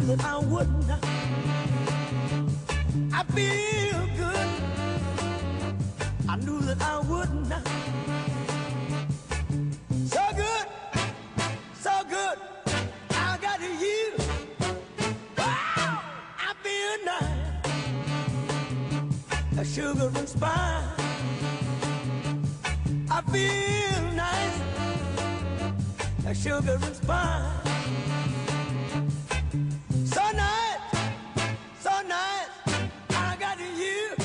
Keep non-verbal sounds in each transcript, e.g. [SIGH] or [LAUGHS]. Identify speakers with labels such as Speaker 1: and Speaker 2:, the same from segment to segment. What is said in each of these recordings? Speaker 1: good. I feel good. I knew that I would not. So good, so good. I got you. Wow, I feel nice. A sugar and spice. I feel nice. A sugar and spice. So nice, so nice, I got you.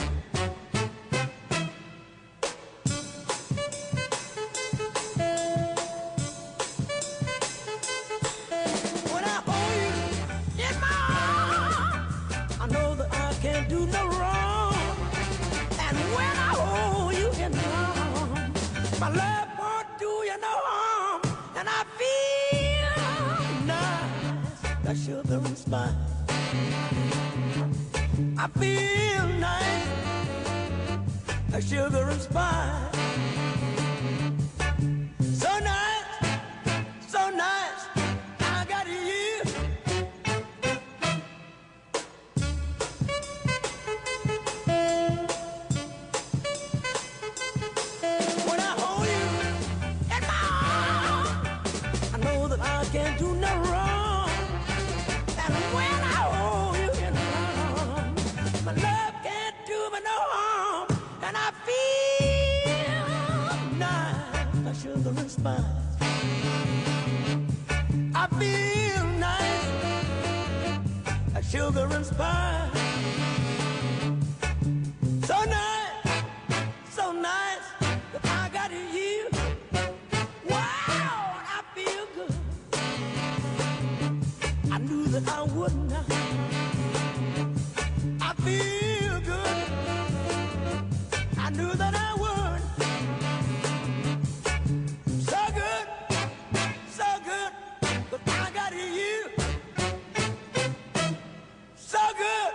Speaker 1: When I hold you in my arms, I know that I can't do no wrong. And when I hold you in my arms, my love won't do you no harm. And I feel nice, that sugar and spice. I feel nice, that sugar and spice. So nice so nice. I got you. When I hold you in my arms, I know that I can't do no wrong. And when I hold you in my arms, my love can't do me no harm. And I feel nice, like sugar and spice. I feel nice, like sugar and spice. So nice, so nice that I got you. Wow, I feel good. I knew that I would not. I feel good. I knew that I would. So good so good, but I got you. So good,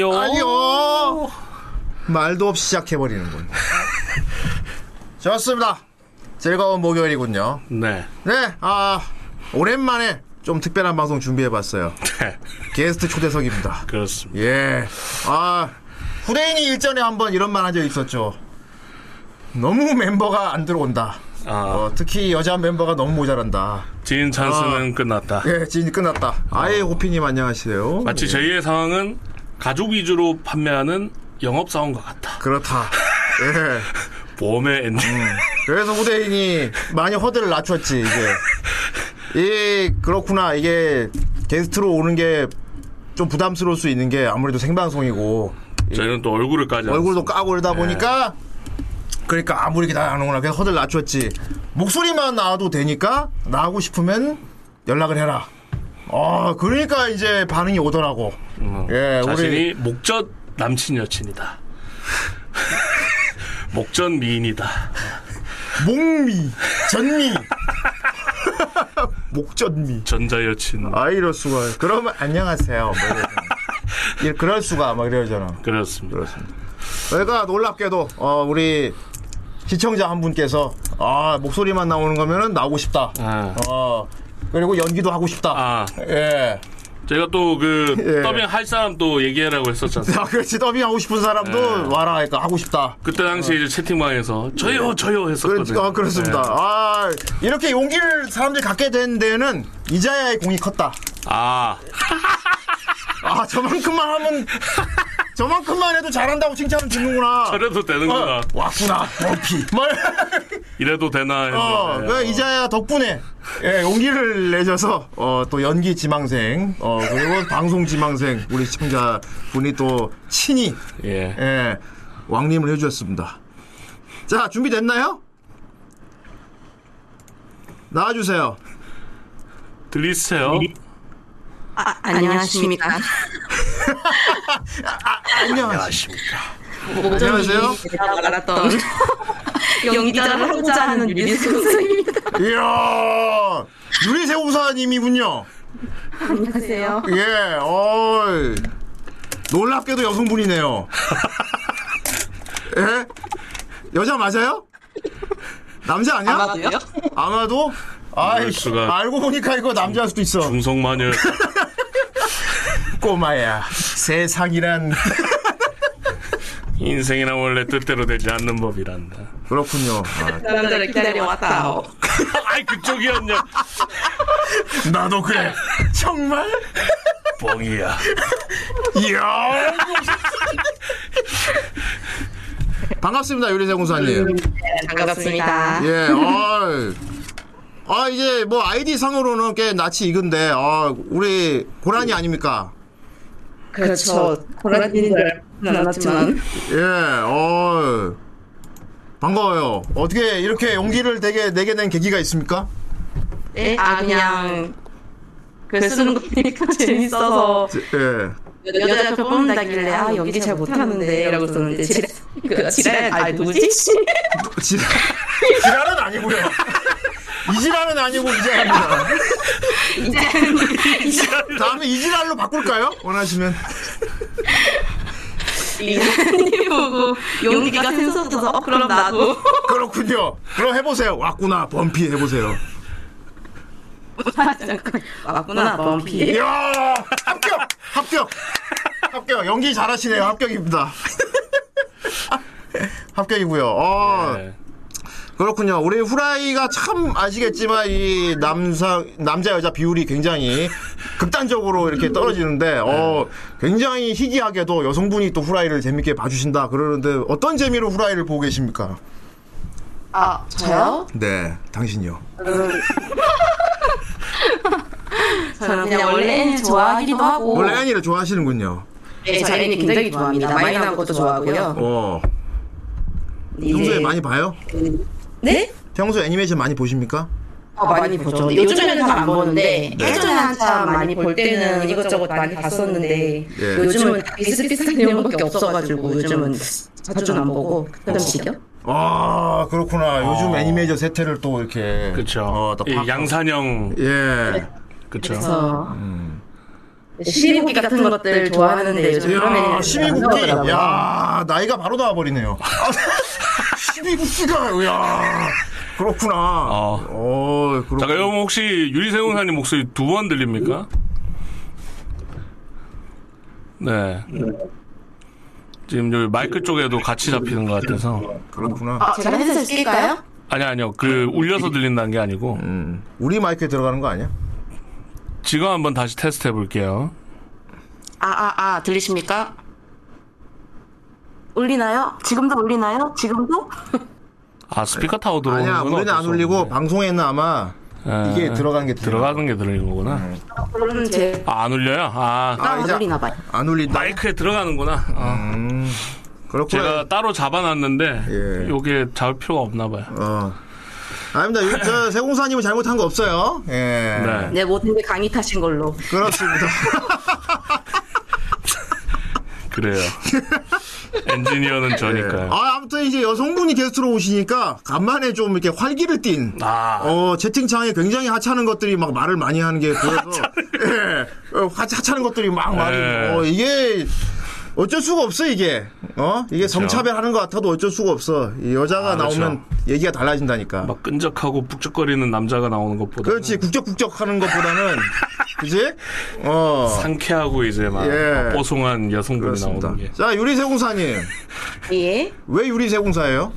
Speaker 2: 요.
Speaker 3: 아니요. 말도 없이 시작해버리는군. [LAUGHS] 좋습니다. 즐거운 목요일이군요.
Speaker 2: 네. [LAUGHS]
Speaker 3: 네, 아, 오랜만에 좀 특별한 방송 준비해봤어요.
Speaker 2: 네.
Speaker 3: 게스트 초대석입니다.
Speaker 2: 그렇습니다.
Speaker 3: 예. 아, 후대인이 일전에 한번 이런 말 한 적 있었죠. 너무 멤버가 안 들어온다.
Speaker 2: 아.
Speaker 3: 어, 특히 여자 멤버가 너무 모자란다.
Speaker 2: 지인 찬스는 끝났다.
Speaker 3: 예, 지금 끝났다. 아예 호피님 안녕하세요.
Speaker 2: 마치
Speaker 3: 예.
Speaker 2: 저희의 상황은 가족 위주로 판매하는 영업 사원과 같다.
Speaker 3: 그렇다. 예.
Speaker 2: 보험의 엔딩.
Speaker 3: 음, 그래서 후대인이 많이 허드를 낮췄지, 이제. 이, 그렇구나. 이게 게스트로 오는 게 좀 부담스러울 수 있는 게 아무래도 생방송이고
Speaker 2: [LAUGHS] 저희는 또 얼굴을 까지.
Speaker 3: 예. 얼굴도 까고 이러다
Speaker 2: 네.
Speaker 3: 보니까 그러니까 아무리 이렇게 다안 오구나 그래서 허들 낮췄지 목소리만 나와도 되니까 나하고 싶으면 연락을 해라 아 그러니까 이제 반응이 오더라고 예
Speaker 2: 음,
Speaker 3: 우리
Speaker 2: 자신이 목젖 남친 여친이다. [LAUGHS] 목젖 미인이다.
Speaker 3: 목미 전미 [LAUGHS] 목전미
Speaker 2: 전자 여친.
Speaker 3: 아 이럴 수가 그러면 안녕하세요
Speaker 2: [LAUGHS]
Speaker 3: 뭐 이러잖아. 예, 그럴 수가 막 이러잖아
Speaker 2: 그렇습니다.
Speaker 3: 그렇습니다. 저희가 놀랍게도 어, 우리 시청자 한 분께서 아 목소리만 나오는 거면은 나오고 싶다.
Speaker 2: 아.
Speaker 3: 어 그리고 연기도 하고 싶다.
Speaker 2: 아.
Speaker 3: 예.
Speaker 2: 제가 또 그
Speaker 3: 예.
Speaker 2: 더빙 할 사람 또 얘기하라고 했었잖아요.
Speaker 3: [LAUGHS] 자, 그렇지 더빙 하고 싶은
Speaker 2: 네.
Speaker 3: 사람도 와라. 그러니까 하고 싶다.
Speaker 2: 그때 당시 이제 채팅방에서 저요 저요 했었거든요.
Speaker 3: 아. 예. 그렇, 아, 그렇습니다.
Speaker 2: 네.
Speaker 3: 아 이렇게 용기를 사람들이 갖게 된 데는 이자야의 공이 컸다.
Speaker 2: 아
Speaker 3: 아 저만큼만
Speaker 2: [LAUGHS]
Speaker 3: 하면 저만큼만 해도 잘한다고 칭찬은 듣는구나.
Speaker 2: 저래도 되는구나.
Speaker 3: 어, 왔구나. 피
Speaker 2: 이래도 되나 예. 했는데.
Speaker 3: 어, 그 이자야 덕분에 예, 용기를 내셔서 어, 또 연기 지망생 어, 그리고 방송 지망생 우리 시청자 분이 또 친히
Speaker 2: 예.
Speaker 3: 예, 왕림을 해주셨습니다. 자 준비됐나요? 나와주세요.
Speaker 2: 들리세요?
Speaker 4: 안녕하십니까.
Speaker 3: 안녕하세요. 안녕하세요.
Speaker 4: 제가 말했던 [LAUGHS] 연기자를 하고자 하는 유리수 선생님입니다.
Speaker 3: 이야 유리세우사님이군요.
Speaker 4: 안녕하세요.
Speaker 3: 예, 어 놀랍게도 여성분이네요. 예? 여자 맞아요? 남자 아니야?
Speaker 4: 아마도요?
Speaker 3: 아마도? 아이,
Speaker 2: 수가.
Speaker 3: 알고 보니까 이거 남자일 수도 있어.
Speaker 2: 중성마녀.
Speaker 3: 꼬마야, 세상이란.
Speaker 2: [LAUGHS] 인생이란 원래 뜻대로 되지 않는 법이란다.
Speaker 3: 그렇군요. 아,
Speaker 4: 남자를 기다려왔다.
Speaker 2: [LAUGHS] 아이 그쪽이었냐?
Speaker 3: 나도 그래. 정말?
Speaker 2: 뻥이야.
Speaker 3: 이야. 반갑습니다, 유리세 공사님.
Speaker 4: 반갑습니다.
Speaker 3: 예, 어이. 아, 이제 뭐 아이디 상으로는 꽤 낯이 익은데, 아, 우리 고라니 아닙니까?
Speaker 4: 그렇죠. 고라니인 줄 알았지만
Speaker 3: 예, 어 반가워요. 어떻게 이렇게 용기를 되게 내게 낸 계기가 있습니까?
Speaker 4: 예? 아 그냥 글 쓰는 거 보니까 재밌어서
Speaker 3: 예.
Speaker 4: 여자 표 뽑는다길래 아 연기 잘 못하는데 라고 썼는데 지랄 [LAUGHS] 그 지랄 아 누구지?
Speaker 3: 지랄, 지랄은 아니고요. 이지랄은 아니고 이지랄입니다. 다음에 이지랄로 바꿀까요? 원하시면.
Speaker 4: [LAUGHS] 이사님 [LAUGHS] 보고 용기가 샘솟아서 어 그럼 나도
Speaker 3: 그렇군요. 그럼 해보세요. 왔구나. 범피 해보세요.
Speaker 4: 아, 맞구나 범피
Speaker 3: 이야! 합격! 합격! 합격! 연기 잘하시네요. 합격입니다. 합격이고요. 어,
Speaker 2: 예.
Speaker 3: 그렇군요. 우리 후라이가 참 아시겠지만 이 남성 남자 여자 비율이 굉장히 극단적으로 이렇게 떨어지는데 어 굉장히 희귀하게도 여성분이 또 후라이를 재밌게 봐주신다 그러는데 어떤 재미로 후라이를 보고 계십니까?
Speaker 4: 아 저요?
Speaker 3: 네, 당신요.
Speaker 4: 저는 그냥 원래는 좋아하기도 하고
Speaker 3: 원래 애니를 좋아하시는군요.
Speaker 4: 네, 저 애니 굉장히 좋아합니다 많이 나온 것도 좋아하고요
Speaker 3: 어
Speaker 4: 네.
Speaker 3: 평소에 많이 봐요?
Speaker 4: 네?
Speaker 3: 평소 애니메이션 많이 보십니까?
Speaker 4: 어, 많이 보죠 요즘에는 잘 안 보는데
Speaker 3: 네.
Speaker 4: 예전에 한참 많이 볼 때는 이것저것 많이 봤었는데
Speaker 3: 예.
Speaker 4: 요즘은 다 비슷비슷한 내용밖에 없어가지고 요즘은 자주는 안 보고 그렇죠. 가끔씩요
Speaker 3: 아 예, 그렇구나. 요즘 애니메이션 세태를 또 이렇게
Speaker 2: 그렇죠.
Speaker 3: 어, 또 박-
Speaker 4: 네.
Speaker 2: 양산형
Speaker 3: 예.
Speaker 2: 그렇죠.
Speaker 4: 그래서 시리국기 아. 네, 같은 것들 좋아하는데 요즘 그런
Speaker 3: 야,
Speaker 4: 애들이
Speaker 3: 심의국기.
Speaker 4: 나오더라고요.
Speaker 3: 야, 나이가 바로 [LAUGHS] 나와버리네요. 심의국기가, 야. 그렇구나.
Speaker 2: 어.
Speaker 3: 어, 그렇구나.
Speaker 2: 자, 그럼 혹시 유리세공사님 목소리 두 번 들립니까? 네. 지금 여기 마이크 쪽에도 같이 잡히는 것 같아서.
Speaker 3: 그렇구나.
Speaker 4: 아, 제가 헤드셋 쓸까요?
Speaker 2: 아니, 아니요. 그, 울려서 들린다는 게 아니고.
Speaker 3: 음. 우리 마이크에 들어가는 거 아니야?
Speaker 2: 지금 한번 다시 테스트 해볼게요.
Speaker 4: 아, 아, 아, 들리십니까? 울리나요? 지금도 울리나요? 지금도?
Speaker 2: 아, 스피커 타워 들어오는
Speaker 3: 아니야,
Speaker 2: 거는
Speaker 3: 우리는 안
Speaker 2: 어쩔 수
Speaker 3: 울리고
Speaker 2: 없네.
Speaker 3: 방송에는 아마
Speaker 2: 예,
Speaker 3: 이게
Speaker 2: 예.
Speaker 3: 들어가는 게 들어가.
Speaker 2: 들어가는 게 들리는 거구나.
Speaker 3: 음.
Speaker 4: 그럼 제가
Speaker 2: 아, 안 울려요? 아,
Speaker 3: 아, 이제-
Speaker 4: 울리나 봐요.
Speaker 3: 안 울린다.
Speaker 2: 마이크에 들어가는구나. 아,
Speaker 3: 그렇구나.
Speaker 2: 제가 따로 잡아놨는데,
Speaker 3: 아. 예.
Speaker 2: 요게 잡을 필요가 없나 봐요.
Speaker 3: 어. 아닙니다. 유- 저 세공사님은 잘못한 거 없어요. 예.
Speaker 2: 네.
Speaker 4: 네, 모든 게 강의 탓인 걸로.
Speaker 3: 그렇습니다. [LAUGHS]
Speaker 2: 그래요. 엔지니어는 저니까요.
Speaker 3: 아, 아무튼 이제 여성분이 게스트로 오시니까 간만에 좀 이렇게 활기를 띈
Speaker 2: 아.
Speaker 3: 어, 채팅창에 굉장히 하찮은 것들이 막 말을 많이 하는 게 보여서 예. 어, 하, 하찮은 것들이 막 말이
Speaker 2: 예.
Speaker 3: 어, 이게 어쩔 수가 없어 이게. 어? 이게 성차별하는 것 같아도 어쩔 수가 없어. 이
Speaker 2: 그렇죠. 아,
Speaker 3: 여자가
Speaker 2: 그렇죠.
Speaker 3: 나오면 얘기가 달라진다니까.
Speaker 2: 막 음. 끈적하고 북적거리는 남자가 나오는 것보다
Speaker 3: 그렇지. 국적국적 하는 것보다는 [LAUGHS] 그지? 어.
Speaker 2: 상쾌하고 이제 막
Speaker 3: 예.
Speaker 2: 뽀송한 여성분이
Speaker 3: 그렇습니다.
Speaker 2: 나오는 게.
Speaker 3: 자, 유리세공사님.
Speaker 4: 예.
Speaker 3: 왜 유리세공사예요?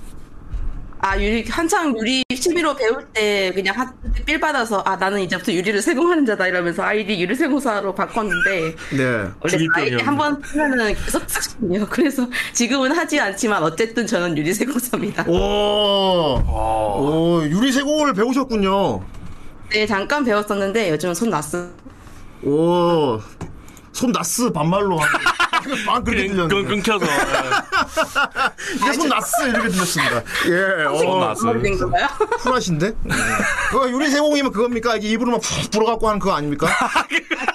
Speaker 4: 아, 유리, 한창 유리 취미로 배울 때 그냥 한때 삘 받아서 아, 나는 이제부터 유리를 세공하는 자다 이러면서 아이디 유리세공사로 바꿨는데
Speaker 3: 네.
Speaker 4: 원래
Speaker 2: 중이병이었네.
Speaker 4: 아이디 한번 하면은 계속 하거든요. [LAUGHS] 그래서 지금은 하지 않지만 어쨌든 저는 유리세공사입니다.
Speaker 3: 오. 오, 유리세공을 배우셨군요.
Speaker 4: 네, 잠깐 배웠었는데 요즘은 손 났어요.
Speaker 3: 오. 손 나스 반말로 [LAUGHS] 하는. 막 그렇게
Speaker 2: 끊, 끊-
Speaker 3: 들렸는데.
Speaker 2: 끊겨서 예.
Speaker 3: 이게 손 나스 이렇게 들렸습니다. 예.
Speaker 2: 손
Speaker 3: 어.
Speaker 2: 나스.
Speaker 4: 된 건가요? [LAUGHS]
Speaker 3: 쿨하신데? 네. 그거 유리세공이면 그겁니까? 이게 입으로 막푹 불어갖고 하는 그거 아닙니까?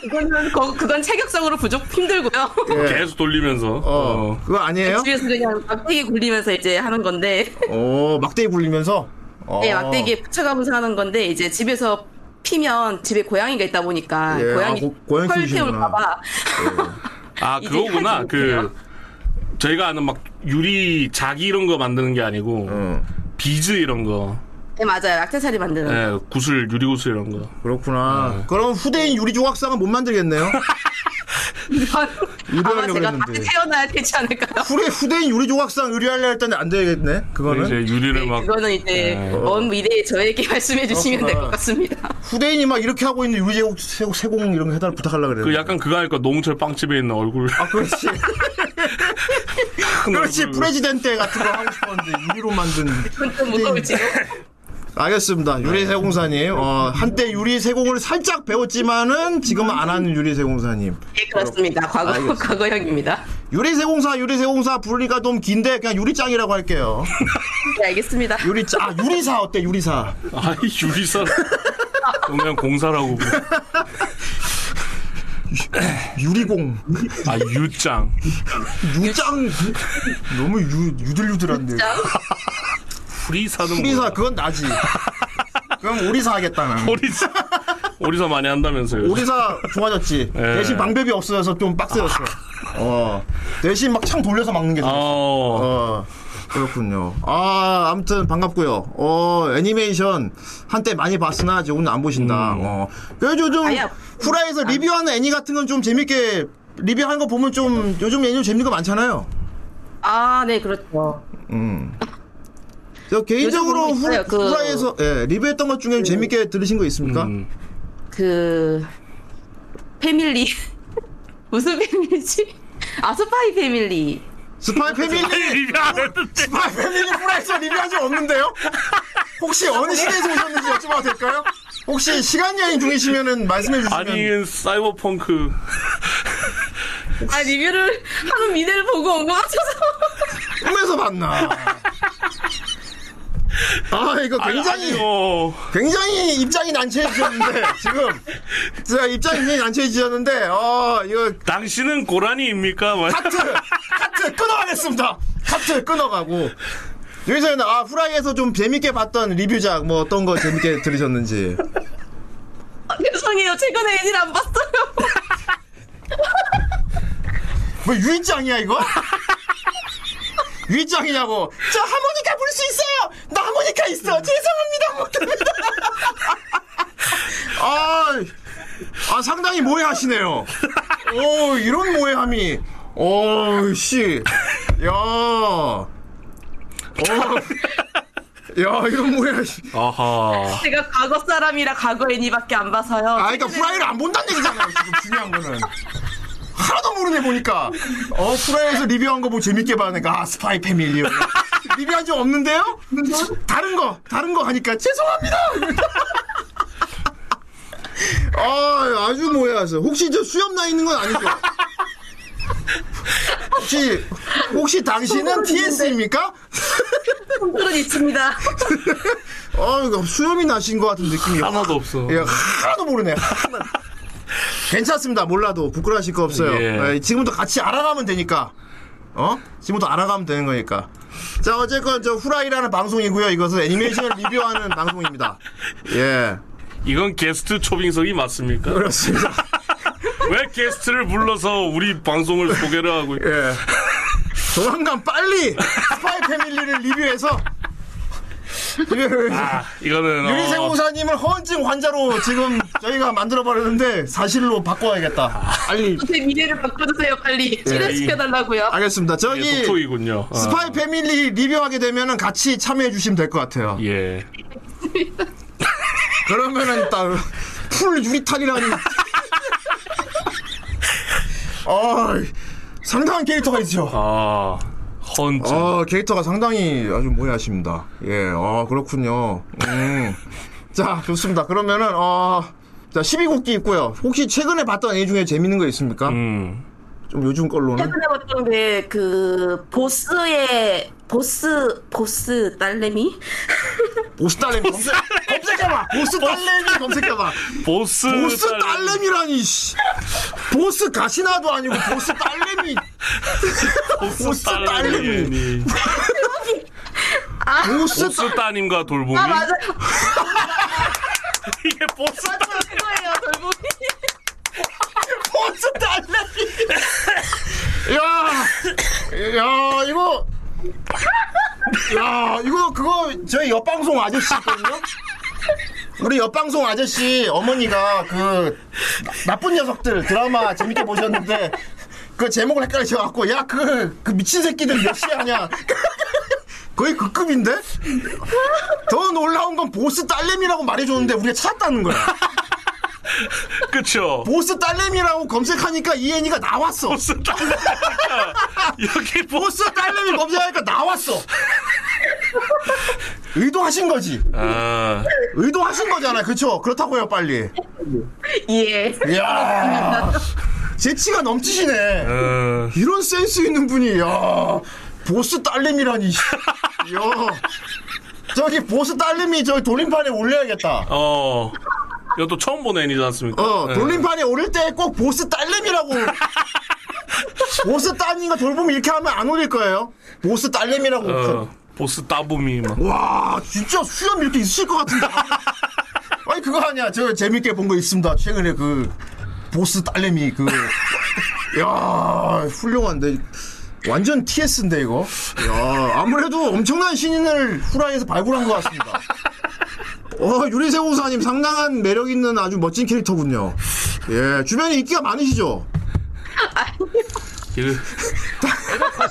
Speaker 4: 그거는 거- 그건 체격적으로 부족 힘들고요.
Speaker 3: [LAUGHS]
Speaker 2: [LAUGHS]
Speaker 3: 예.
Speaker 2: 계속 돌리면서
Speaker 3: 어.
Speaker 2: 어.
Speaker 3: 그거 아니에요?
Speaker 4: [LAUGHS] 집에서 그냥 막대기 굴리면서 이제 하는 건데
Speaker 3: 오, 어, 막대기 굴리면서? 어.
Speaker 4: 네, 막대기에 붙여가면서 하는 건데 이제 집에서 피면 집에 고양이가 있다 보니까
Speaker 3: 예,
Speaker 4: 고양이
Speaker 3: 아, 고- 고양이
Speaker 4: 털
Speaker 3: 키우시는구나.
Speaker 4: 태울까봐
Speaker 2: 아
Speaker 4: 이제
Speaker 2: 그거구나
Speaker 4: 하지
Speaker 2: 그
Speaker 4: 못해요.
Speaker 2: 저희가 아는 막 유리 자기 이런 거 만드는 게 아니고
Speaker 3: 어,
Speaker 2: 비즈 이런 거
Speaker 4: 네 맞아요 액세서리 만드는 거.
Speaker 2: 예, 구슬 유리 구슬 이런 거
Speaker 3: 어, 그렇구나.
Speaker 2: 네.
Speaker 3: 그럼 후대인 유리 조각상은 못 만들겠네요.
Speaker 4: 아마
Speaker 3: [LAUGHS] 유도하려고
Speaker 4: 제가
Speaker 3: 네. 했는데.
Speaker 4: 다시 태어나야 되지 않을까요?
Speaker 3: 후대 후대인 유리 조각상 의뢰하려 했더니 안 되겠네. 그거는
Speaker 2: 이제 유리를 막
Speaker 4: 그거는 이제
Speaker 2: 네.
Speaker 4: 먼 미래에 저에게 말씀해 주시면 될
Speaker 3: 그렇구나.
Speaker 4: 것 같습니다. [LAUGHS]
Speaker 3: 후대인이 막 이렇게 하고 있는 유리 제국 세공, 세공 이런 거 해달 부탁하려 그래.
Speaker 2: 그 약간 그거 할까 노홍철 빵집에 있는 얼굴 [LAUGHS]
Speaker 3: 아 그렇지.
Speaker 2: 큰
Speaker 3: 그렇지.
Speaker 2: 얼굴.
Speaker 3: 프레지덴테 같은 거 하고 싶었는데 유리로 만든.
Speaker 4: 그건 좀
Speaker 3: 네.
Speaker 4: 무거울지도. 네,
Speaker 3: 알겠습니다.
Speaker 2: 네.
Speaker 3: 유리 세공사님. 어, 한때 유리 세공을 살짝 배웠지만은 지금은 안 하는 유리 세공사님.
Speaker 4: 예 그렇습니다. 과거
Speaker 3: 알겠습니다.
Speaker 4: 과거형입니다.
Speaker 3: 유리 세공사 유리 세공사 부르니까 좀 긴데 그냥 유리짱이라고 할게요.
Speaker 4: 네 알겠습니다.
Speaker 3: 유리짱. 아, 유리사 어때? 유리사.
Speaker 2: 아이 유리사 그냥 공사라고 부르- [LAUGHS]
Speaker 3: 유리공.
Speaker 2: 아 유짱
Speaker 3: 유짱. 너무 유 유들유들한데.
Speaker 4: 자,
Speaker 2: 프리사는
Speaker 3: 우리사
Speaker 2: 뭐야?
Speaker 3: 그건 나지. 그럼 오리사 하겠다 나는.
Speaker 2: 오리사 오리사 많이 한다면서요
Speaker 3: 오리사 좋아졌지.
Speaker 2: 예.
Speaker 3: 대신 방법이 없어져서 좀 빡세졌어. 어. 대신 막 창 돌려서 막는 게.
Speaker 2: 아,
Speaker 3: 좋아.
Speaker 2: 어.
Speaker 3: 어. 그렇군요. 아, 아무튼 반갑고요. 어, 애니메이션 한때 많이 봤으나 지금은 안 보신다.
Speaker 2: 음.
Speaker 3: 어. 그래도 요즘
Speaker 4: 아니야.
Speaker 3: 후라이에서 리뷰하는 애니 같은 건 좀 재밌게 리뷰하는 거 보면 좀 요즘 애니 좀 재밌는 거 많잖아요. 음.
Speaker 4: 아네 그렇죠.
Speaker 3: 저 개인적으로
Speaker 4: 요즘 보고 있어요.
Speaker 3: 후라-
Speaker 4: 그-
Speaker 3: 후라이에서 예, 리뷰했던 것 중에 재밌게 들으신 거 있습니까?
Speaker 2: 음.
Speaker 4: 그 패밀리 [LAUGHS] 무슨 패밀리지? 아 스파이 패밀리.
Speaker 3: 스파이 패밀리
Speaker 2: 리뷰 안 했는데
Speaker 3: 스파이 패밀리 후라이에서 리뷰한 적 없는데요? 혹시 어느 시대에서 오셨는지 여쭤봐도 될까요? 혹시 시간 여행 중이시면은 말씀해 주시면
Speaker 2: 아니 사이버펑크
Speaker 4: 아 리뷰를 하는 미래를 보고 온 것 같아서. [LAUGHS]
Speaker 3: 꿈에서 봤나? 아 이거 굉장히
Speaker 2: 아니요. 뭐.
Speaker 3: 굉장히 입장이 난처해지셨는데 지금 제가 입장이 굉장히 난처해지셨는데 어 이거
Speaker 2: 당신은 고라니입니까? 막-
Speaker 3: 카트 카트 끊어가겠습니다. 카트 끊어가고 여기서는 아 후라이에서 좀 재밌게 봤던 리뷰작 뭐 어떤 거 재밌게 들으셨는지
Speaker 4: 아, 죄송해요 최근에 애니를 안 봤어요.
Speaker 3: 왜뭐 유리짱이야 이거? [LAUGHS] 유리짱이냐고. 저 하모니카 부를 수 있어요. 나 하모니카 있어. 죄송합니다. 못합니다. 아, 아 상당히 모해하시네요. 오 이런 모해함이. 오 씨. 야. 오. 야 이런 모해함.
Speaker 2: 아하.
Speaker 4: [LAUGHS] 제가 과거 사람이라 과거 애니밖에 안 봐서요.
Speaker 3: 아, 그러니까 후라이를 안 본다는 얘기잖아요. 지금 중요한 거는. 하나도 모르네 보니까. 어, 후라이에서 리뷰한 거 뭐 재밌게 봤는가. 아, 스파이 패밀리. [LAUGHS] 리뷰한 적 없는데요? 다른 거, 다른 거 하니까 죄송합니다. [LAUGHS] 아, 아주 모해하세요. 혹시 저 수염 나 있는 건 아니죠? 혹시 혹시 당신은 TS입니까?
Speaker 4: 손들은 있습니다.
Speaker 3: 어, 이거 수염이 나신 것 같은 느낌이
Speaker 2: 하나도 없어.
Speaker 3: 예, 하나도 모르네.
Speaker 2: [LAUGHS]
Speaker 3: 하나. 괜찮습니다. 몰라도 부끄러워하실 거 없어요.
Speaker 2: 예.
Speaker 3: 예, 지금부터 같이 알아가면 되니까. 어? 지금부터 알아가면 되는 거니까. 자, 어쨌건 저 후라이라는 방송이고요. 이것은 애니메이션을 리뷰하는 [LAUGHS] 방송입니다. 예.
Speaker 2: 이건 게스트 초빙석이 맞습니까?
Speaker 3: 그렇습니다.
Speaker 2: 왜 게스트를 불러서 우리 방송을 소개를 하고 있-
Speaker 3: 예. 조만간 빨리 스파이 패밀리를 리뷰해서 리뷰를
Speaker 2: 아, 이거는 어,
Speaker 3: 유리세 공사님을 허언증 환자로 지금 저희가 만들어버렸는데 사실로 바꿔야겠다.
Speaker 2: 아.
Speaker 3: 빨리
Speaker 4: 제 미래를 바꿔주세요,
Speaker 3: 예,
Speaker 4: 빨리. 실현시켜달라고요.
Speaker 3: 알겠습니다.
Speaker 2: 이게
Speaker 3: 저기
Speaker 2: 독토이군요. 아,
Speaker 3: 스파이 패밀리 리뷰하게 되면은 같이 참여해 주시면 될 것 같아요.
Speaker 2: 예.
Speaker 3: 그러면은 딱풀 유리탄이라니. 어, 상당한 캐릭터가 있죠.
Speaker 2: 아, 헌증.
Speaker 3: 어, 캐릭터가 상당히 아주 모해하십니다. 예, 어, 그렇군요. 음. 자, 좋습니다. 그러면은, 어, 자, 12국기 있고요. 혹시 최근에 봤던 애니 중에 재밌는 거 있습니까?
Speaker 2: 음.
Speaker 3: 좀 요즘 걸로는?
Speaker 4: 최근에 봤던 게 그 보스의 보스 보스 딸내미
Speaker 3: 보스 딸내미
Speaker 4: [LAUGHS]
Speaker 3: 검색, 검색해봐! 보스 딸내미 검색해봐!
Speaker 2: 보스.
Speaker 3: 보스
Speaker 2: 딸-
Speaker 3: 딸내미라니 씨. 보스 가시나도 아니고 보스 딸내미 [LAUGHS] 보스 딸내미
Speaker 2: 딸내미.
Speaker 3: 보스
Speaker 2: 보스
Speaker 3: 딸
Speaker 2: 따님과 돌봄이.
Speaker 3: 예?
Speaker 4: 아 맞아
Speaker 2: 이게 보스 따
Speaker 4: 그거예요 돌보기
Speaker 3: 보스 딸내미 야, 야 이거 야 이거 그거 저희 옆방송 아저씨 있거든요 우리 옆방송 아저씨 어머니가 그 나- 나쁜 녀석들 드라마 재밌게 보셨는데 그 제목을 헷갈리셔갖고 야 그 그 미친 새끼들 몇 시에 하냐 거의 그 급인데? 더 놀라운 건 보스 딸내미라고 말해줬는데 우리가 찾았다는 거야
Speaker 2: 그쵸.
Speaker 3: 보스 딸내미라고 검색하니까 이 애니가 나왔어
Speaker 2: 보스
Speaker 3: [LAUGHS]
Speaker 2: 딸내미니까. 여기 보스.
Speaker 3: 보스 딸내미 검색하니까 나왔어 의도하신 거지
Speaker 2: 아,
Speaker 3: 의도하신 거잖아 그쵸 그렇다고요 빨리
Speaker 4: 예
Speaker 3: 이야 재치가 넘치시네
Speaker 2: 어,
Speaker 3: 이런 센스 있는 분이 야 보스 딸내미라니 야 저기 보스 딸내미 저기 돌림판에 올려야겠다
Speaker 2: 어. 이것도 처음 보는 애니지 않습니까?
Speaker 3: 어
Speaker 2: 네.
Speaker 3: 돌림판에 오를 때 꼭 보스 딸내미라고 보스 딸님과 돌보면 이렇게 하면 안 올릴 거예요 보스 딸내미라고
Speaker 2: 어, 보스 따붐이 막.
Speaker 3: 와 진짜 수염 이렇게 있으실 것 같은데 아니 그거 아니야 저 재밌게 본 거 있습니다 최근에 그 보스 딸내미 그 그야 훌륭한데 완전 TS인데 이거 야 아무래도 엄청난 신인을 후라이에서 발굴한 것 같습니다 어 유리세 고사님 상당한 매력 있는 아주 멋진 캐릭터군요 예 주변에 인기가 많으시죠 [LAUGHS]
Speaker 2: 이거-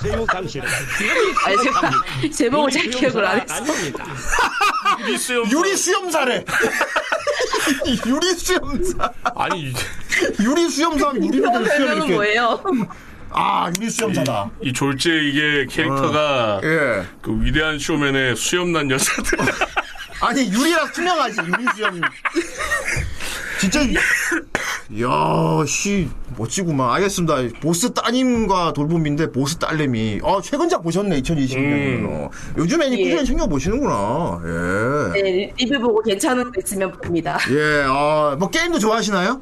Speaker 5: 세요 당신.
Speaker 4: 아니 제가
Speaker 3: 뭐,
Speaker 4: 제목을 잘 기억을 안 했어
Speaker 5: 아닙니다.
Speaker 2: 유리수염.
Speaker 3: 유리 수염사래 [LAUGHS] 유리 수염사
Speaker 2: 아니, 이-
Speaker 3: 유리 수염사 하면 유리로 된 수염
Speaker 4: 별명은
Speaker 3: 이렇게
Speaker 4: 뭐예요
Speaker 3: 아 유리 수염사다.
Speaker 2: 이 졸제 이게 캐릭터가
Speaker 3: 예.
Speaker 2: 그 위대한 쇼맨의 수염난 여자들.
Speaker 3: 아니 유리라 투명하지 유리 수염. 진짜. 야씨 멋지구만. 알겠습니다. 보스 따님과 돌봄인데 보스 딸내미. 아 최근작 보셨네 2020년에. 요 요즘 애니
Speaker 4: 예.
Speaker 3: 꾸준히 챙겨 보시는구나. 예.
Speaker 4: 네, 리뷰 보고 괜찮은 거 있으면 봅니다
Speaker 3: 예. 아뭐 게임도 좋아하시나요?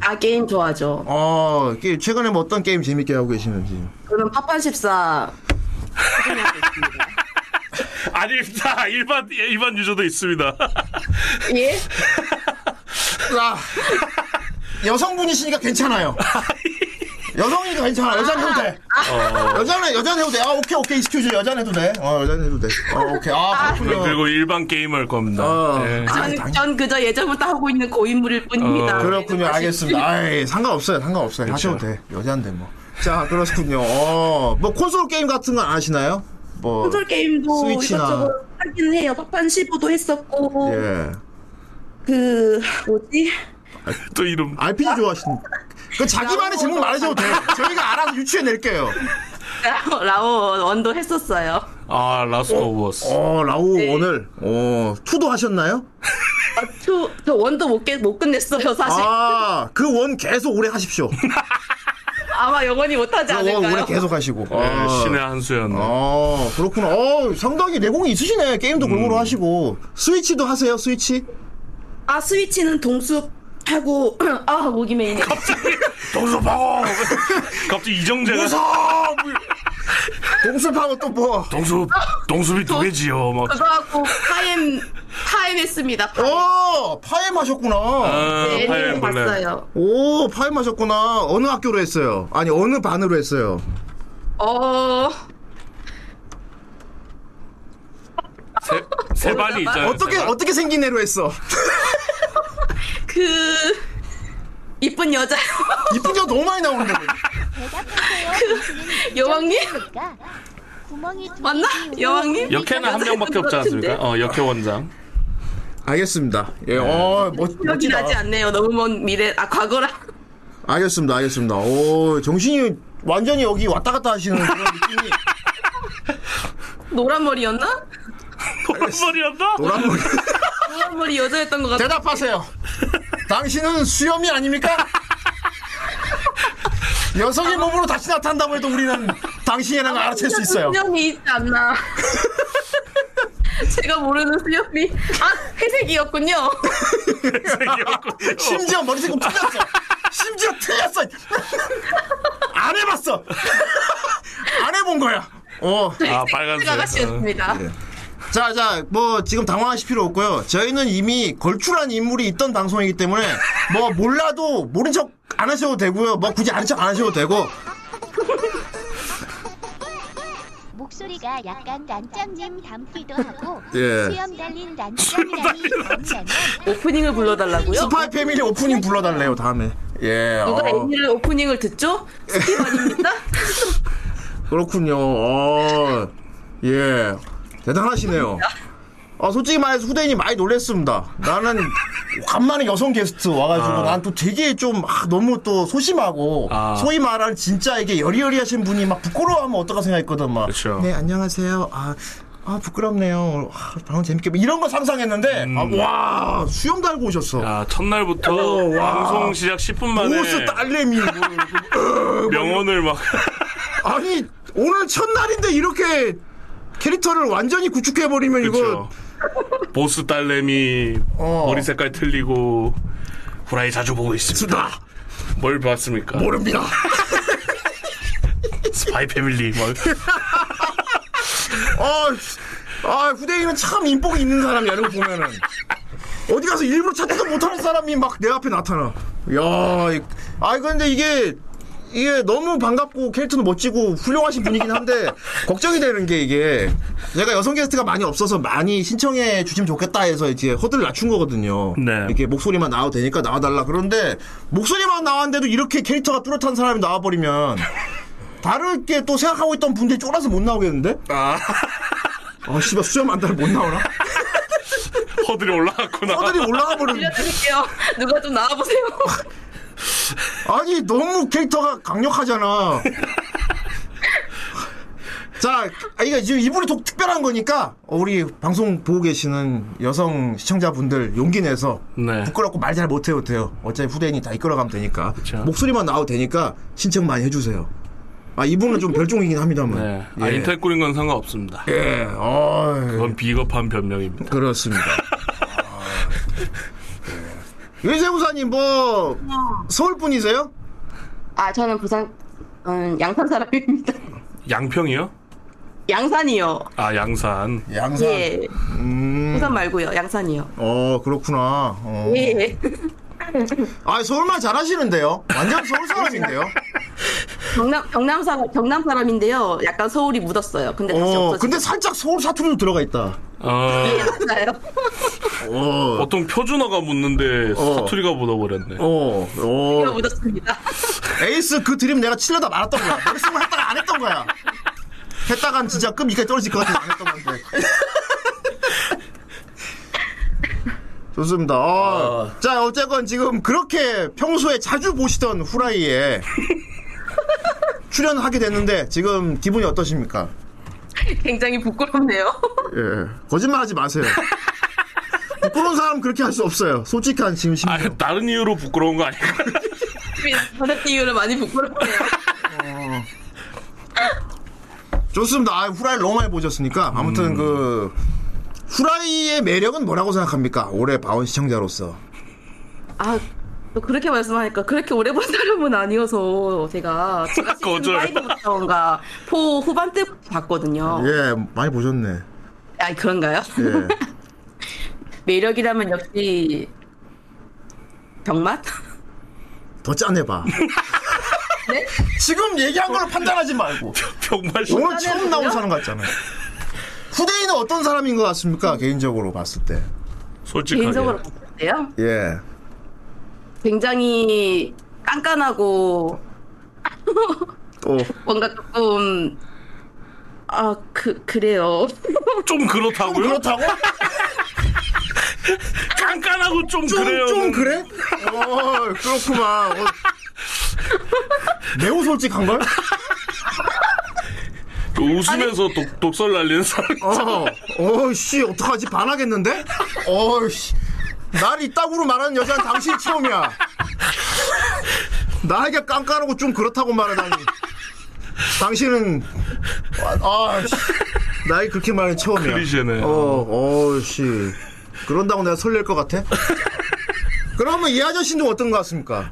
Speaker 4: 아 게임 좋아하죠
Speaker 3: 어 게- 최근에 뭐 어떤 게임 재밌게 하고 계시는지.
Speaker 4: 저는 파판14
Speaker 2: [LAUGHS] 아닙니다. 일반, 예, 일반 유저도 있습니다. 어.
Speaker 4: 예?
Speaker 3: [LAUGHS] 아, 여성분이시니까 괜찮아요. 여성이니까 괜찮아. 여자는 해도 돼. 여자는 여자는 해도 돼. 아 오케이 오케이 스큐즈 여자는 해도 돼. 어 여자는 해도 돼. 어 오케이 아 그렇군요.
Speaker 2: 그리고 일반 게임할 겁니다.
Speaker 3: 어.
Speaker 2: 예.
Speaker 4: 전, 전 그저 예전부터 하고 있는 고인물일 뿐입니다.
Speaker 2: 어.
Speaker 3: 그렇군요. 알겠습니다. 아이 상관없어요. 상관없어요. 하셔도 돼. 여자인데 뭐. 자 그렇군요. 어, 뭐 콘솔 게임 같은 건 안 하시나요? 뭐
Speaker 4: 콘솔 게임도
Speaker 3: 스위치나.
Speaker 4: 이것저것 하긴 해요. 팝판 15도 했었고
Speaker 3: 예.
Speaker 4: 그 뭐지?
Speaker 2: 또 이름
Speaker 3: RPG 좋아하시는. 그 자기만의 제목 말해줘도 돼. 저희가 알아서 유추해 낼게요.
Speaker 4: 라오 원도 했었어요.
Speaker 2: 아 라스트 오브 어스.
Speaker 3: 어 라오
Speaker 4: 네.
Speaker 3: 오늘 어 투도 하셨나요?
Speaker 4: 투, 저 원도 못, 깨, 못 끝냈어요 사실.
Speaker 3: 아, 그 원 계속 오래 하십시오.
Speaker 4: [LAUGHS] 아마 영원히 못하지
Speaker 3: 그 원
Speaker 4: 않을까요?
Speaker 3: 오래 계속 하시고.
Speaker 2: 예,
Speaker 3: 아.
Speaker 2: 신의 한 수였네.
Speaker 3: 아, 그렇구나. 어, 상당히 내공이 있으시네. 게임도
Speaker 2: 음.
Speaker 3: 골고루 하시고. 스위치도 하세요, 스위치?
Speaker 4: 아 스위치는 동숲하고 [CLEARS THROAT] 아 목이 메이네.
Speaker 2: 동수파고 [LAUGHS] 갑자기 이정재가
Speaker 3: 무서워! 동숲하고 또 뭐.
Speaker 2: 동수 동수비 두 개지요 막
Speaker 4: 그거하고 파엠 파엠 했습니다.
Speaker 3: 어, 파엠 하셨구나.
Speaker 2: 아,
Speaker 4: 네,
Speaker 2: 파이어
Speaker 4: 애니를
Speaker 2: 벌레.
Speaker 4: 봤어요.
Speaker 3: 오, 파엠 하셨구나. 어느 학교로 했어요? 아니, 어느 반으로 했어요?
Speaker 4: 어
Speaker 2: 세, 세 반이 있잖아요.
Speaker 3: 어떻게,
Speaker 2: 세 반.
Speaker 3: 어떻게 생긴 애로 했어? [LAUGHS]
Speaker 4: 그 이쁜 여자 [LAUGHS]
Speaker 3: 이쁜 자 너무 많이 나오는데.
Speaker 4: 여왕님?
Speaker 6: 그러니까
Speaker 4: 맞나? 여왕님?
Speaker 2: 역해는 한 명밖에 없지 않습니까? 어 역해 원장.
Speaker 3: 알겠습니다.
Speaker 2: 네.
Speaker 3: 예, 어, 멋,
Speaker 4: 기억이
Speaker 3: 멋지다.
Speaker 4: 나지 않네요. 너무 먼 미래 아 과거라.
Speaker 3: 알겠습니다, 알겠습니다. 오, 정신이 완전히 여기 왔다 갔다 하시는 그런 느낌이.
Speaker 4: [LAUGHS] 노란 머리였나?
Speaker 2: 머리였나?
Speaker 3: 노란 머리.
Speaker 4: 노란 머리 여자였던 것 같아.
Speaker 3: 대답하세요. 당신은 수염이 아닙니까? 여성의 몸으로 다시 나타난다고 해도 우리는 당신이라는 걸 알아챌 수 있어요.
Speaker 4: 수염이 있지 않나. [LAUGHS] 제가 모르는 수염이 아 회색이었군요.
Speaker 2: 어, [LAUGHS]
Speaker 3: 심지어 머리색은 틀렸어. 심지어 틀렸어. 안 해봤어. 안 해본 거야. 어.
Speaker 2: 아 빨간색. 네.
Speaker 4: 아가씨였습니다.
Speaker 3: 자, 자, 뭐, 지금 당황하실 필요 없고요. 저희는 이미 걸출한 인물이 있던 방송이기 때문에, 뭐, 몰라도, 모른 척 안 하셔도 되고요. 뭐, 굳이 아는 척 안 하셔도 되고.
Speaker 6: 목소리가 약간 난짱님 닮기도 하고
Speaker 3: 예.
Speaker 6: 수염 달린 난짱이라니 난짱은
Speaker 4: 오프닝을 불러달라고요?
Speaker 3: 스파이 패밀리 오프닝 불러달래요, 다음에. 예.
Speaker 4: 누가
Speaker 3: 어,
Speaker 4: 애니를 오프닝을 듣죠?
Speaker 3: [LAUGHS]
Speaker 4: 스티반입니다.
Speaker 3: 그렇군요. 어, 예. 대단하시네요. 아, 솔직히 말해서 후대인이 많이 놀랬습니다. 나는 간만에 여성 게스트 와가지고 난 또 되게 좀 아, 너무 또 소심하고
Speaker 2: 아.
Speaker 3: 소위 말하는 진짜 이게 여리여리하신 분이 막 부끄러워하면 어떨까 생각했거든 막.
Speaker 2: 그쵸.
Speaker 3: 네 안녕하세요. 아, 아 부끄럽네요. 아, 방금 재밌게 뭐 이런 거 상상했는데
Speaker 2: 음.
Speaker 3: 아, 와 수염 달고 오셨어.
Speaker 2: 야 아, 첫날부터 방송 시작 10분 만에
Speaker 3: 보스 딸내미. 뭐.
Speaker 2: 명언을 막
Speaker 3: 아니 오늘 첫날인데 이렇게 캐릭터를 완전히 구축해 버리면 이거
Speaker 2: [LAUGHS] 그쵸. 보스 딸내미
Speaker 3: 어.
Speaker 2: 머리 색깔 틀리고 후라이 자주 보고 있습니다.
Speaker 3: 수다
Speaker 2: 뭘 봤습니까?
Speaker 3: 모릅니다.
Speaker 2: 스파이 패밀리
Speaker 3: [LAUGHS]
Speaker 2: 막
Speaker 3: 아, 아 후대인은 참 인복이 있는 사람이야 이런 거 보면은 어디 가서 일부러 찾지도 못하는 사람이 막 내 앞에 나타나. 야, 이- 아 근데 이게 이게 너무 반갑고 캐릭터도 멋지고 훌륭하신 분이긴 한데 걱정이 되는 게 이게 제가 여성 게스트가 많이 없어서 많이 신청해 주시면 좋겠다 해서 이제 허들을 낮춘 거거든요.
Speaker 2: 네.
Speaker 3: 이렇게 목소리만 나와도 되니까 나와달라. 그런데 목소리만 나왔는데도 이렇게 캐릭터가 뚜렷한 사람이 나와버리면 다르게 또 생각하고 있던 분들이 쫄아서 못 나오겠는데? 아. 아, 씨발, 수염 안 달면 못 나오나?
Speaker 2: 허들이 올라갔구나.
Speaker 3: 떠들이 올라가 버리는.
Speaker 4: 알려드릴게요. 누가
Speaker 3: [LAUGHS]
Speaker 4: 좀 나와보세요.
Speaker 3: 아니, 너무 캐릭터가 강력하잖아. 자, 아, 이거 지금 이분이 독 특별한 거니까, 어, 우리 방송 보고 계시는 여성 시청자분들 용기 내서,
Speaker 2: 네.
Speaker 3: 부끄럽고 말 잘 못해도 돼요. 어차피 후대인이 다 이끌어가면 되니까.
Speaker 2: 그쵸.
Speaker 3: 목소리만 나와도 되니까, 신청 많이 해주세요. 아, 이분은 좀 별종이긴 합니다만.
Speaker 2: 네. 아,
Speaker 3: 예.
Speaker 2: 인텔 꾸린 건 상관없습니다.
Speaker 3: 예, 어이.
Speaker 2: 그건 비겁한 변명입니다.
Speaker 3: 그렇습니다. 아, 윤세무사님 네. 뭐 서울 분이세요?
Speaker 4: 아 저는 부산 음, 양산 사람입니다.
Speaker 2: 양평이요?
Speaker 4: 양산이요.
Speaker 2: 아, 양산.
Speaker 3: 양산. 음.
Speaker 4: 예. 부산 말고요. 양산이요.
Speaker 3: 어 그렇구나. 어.
Speaker 4: 예. [LAUGHS] 네,
Speaker 3: 아 서울말 잘하시는데요. 완전 서울 사람인데요.
Speaker 4: 경남 경남 사람 경남 사람인데요. 약간 서울이 묻었어요. 근데 다시
Speaker 3: 어,
Speaker 4: 없어졌어요.
Speaker 3: 근데
Speaker 4: [LAUGHS]
Speaker 3: 살짝 서울 사투리도 들어가 있다.
Speaker 2: 어,
Speaker 4: 맞아요. [LAUGHS]
Speaker 3: 어,
Speaker 2: 보통 표준어가 묻는데
Speaker 3: 어.
Speaker 2: 사투리가 묻어버렸네.
Speaker 3: 어,
Speaker 4: 제가
Speaker 3: 어.
Speaker 4: 묻었습니다.
Speaker 3: 에이스 그 드림 내가 칠려다 말았던 거야. 머릿속으로 했다가 안 했던 거야. 했다간 진짜 끔이까지 떨어질 것 같아서 안 했던 건데. [LAUGHS] 좋습니다. 어. 자, 어쨌건 지금 그렇게 평소에 자주 보시던 후라이에 출연하게 됐는데 지금 기분이 어떠십니까?
Speaker 4: 굉장히 부끄럽네요. [LAUGHS]
Speaker 3: 예. 거짓말하지 마세요. 부끄러운 사람 그렇게 할 수 없어요. 솔직한 지금 심정.
Speaker 2: 아, 다른 이유로 부끄러운 거 아닐까?
Speaker 4: 전에 이유로 많이 부끄럽네요.
Speaker 3: 좋습니다. 아, 후라이 너무 많이 보셨으니까 아무튼 그 후라이의 매력은 뭐라고 생각합니까? 올해 바온 시청자로서.
Speaker 4: 아, 또 그렇게 말씀하니까 그렇게 오래 본 사람은 아니어서 제가
Speaker 3: [LAUGHS]
Speaker 4: 제가 시즌
Speaker 2: 거절.
Speaker 4: 5부터인가 4 후반 때부터 봤거든요.
Speaker 3: 예, 많이 보셨네.
Speaker 4: 아, 그런가요?
Speaker 3: 예.
Speaker 4: 매력이라면 역시 병맛?
Speaker 3: 더 짠해 봐.
Speaker 4: 네?
Speaker 3: 지금 얘기한 걸로 판단하지 말고.
Speaker 2: [LAUGHS] 병맛이.
Speaker 3: 오늘 처음 나온
Speaker 4: 짠해요?
Speaker 3: 사람 같잖아요. 후대인은 어떤 사람인 것 같습니까? 개인적으로 봤을 때.
Speaker 2: 솔직하게.
Speaker 4: 개인적으로 봤을 때요.
Speaker 3: 예.
Speaker 4: 굉장히 깐깐하고
Speaker 3: 또
Speaker 4: 뭔가 조금 아, 그
Speaker 3: 어,
Speaker 4: 그래요.
Speaker 2: 좀 그렇다고요?
Speaker 3: 그렇다고?
Speaker 2: 깐깐하고 좀,
Speaker 3: 좀,
Speaker 2: 그래요. 뭐.
Speaker 3: 좀 그래? 어, 그렇구만. 어. 매우 솔직한 걸?
Speaker 2: 그 웃으면서 독, 독설 날리는 사람.
Speaker 3: 어, 어씨, 어떡하지? 반하겠는데? 어씨, 날 이따구로 말하는 여자는 당신 처음이야. 나에게 깐깐하고 좀 그렇다고 말하다니. 당신은, 아, 아, 씨. 나에게 그렇게 말하는 처음이야.
Speaker 2: 클리셰네.
Speaker 3: 어, 어씨. 그런다고 내가 설렐 것 같아? 그러면 이 아저씨는 어떤 것 같습니까?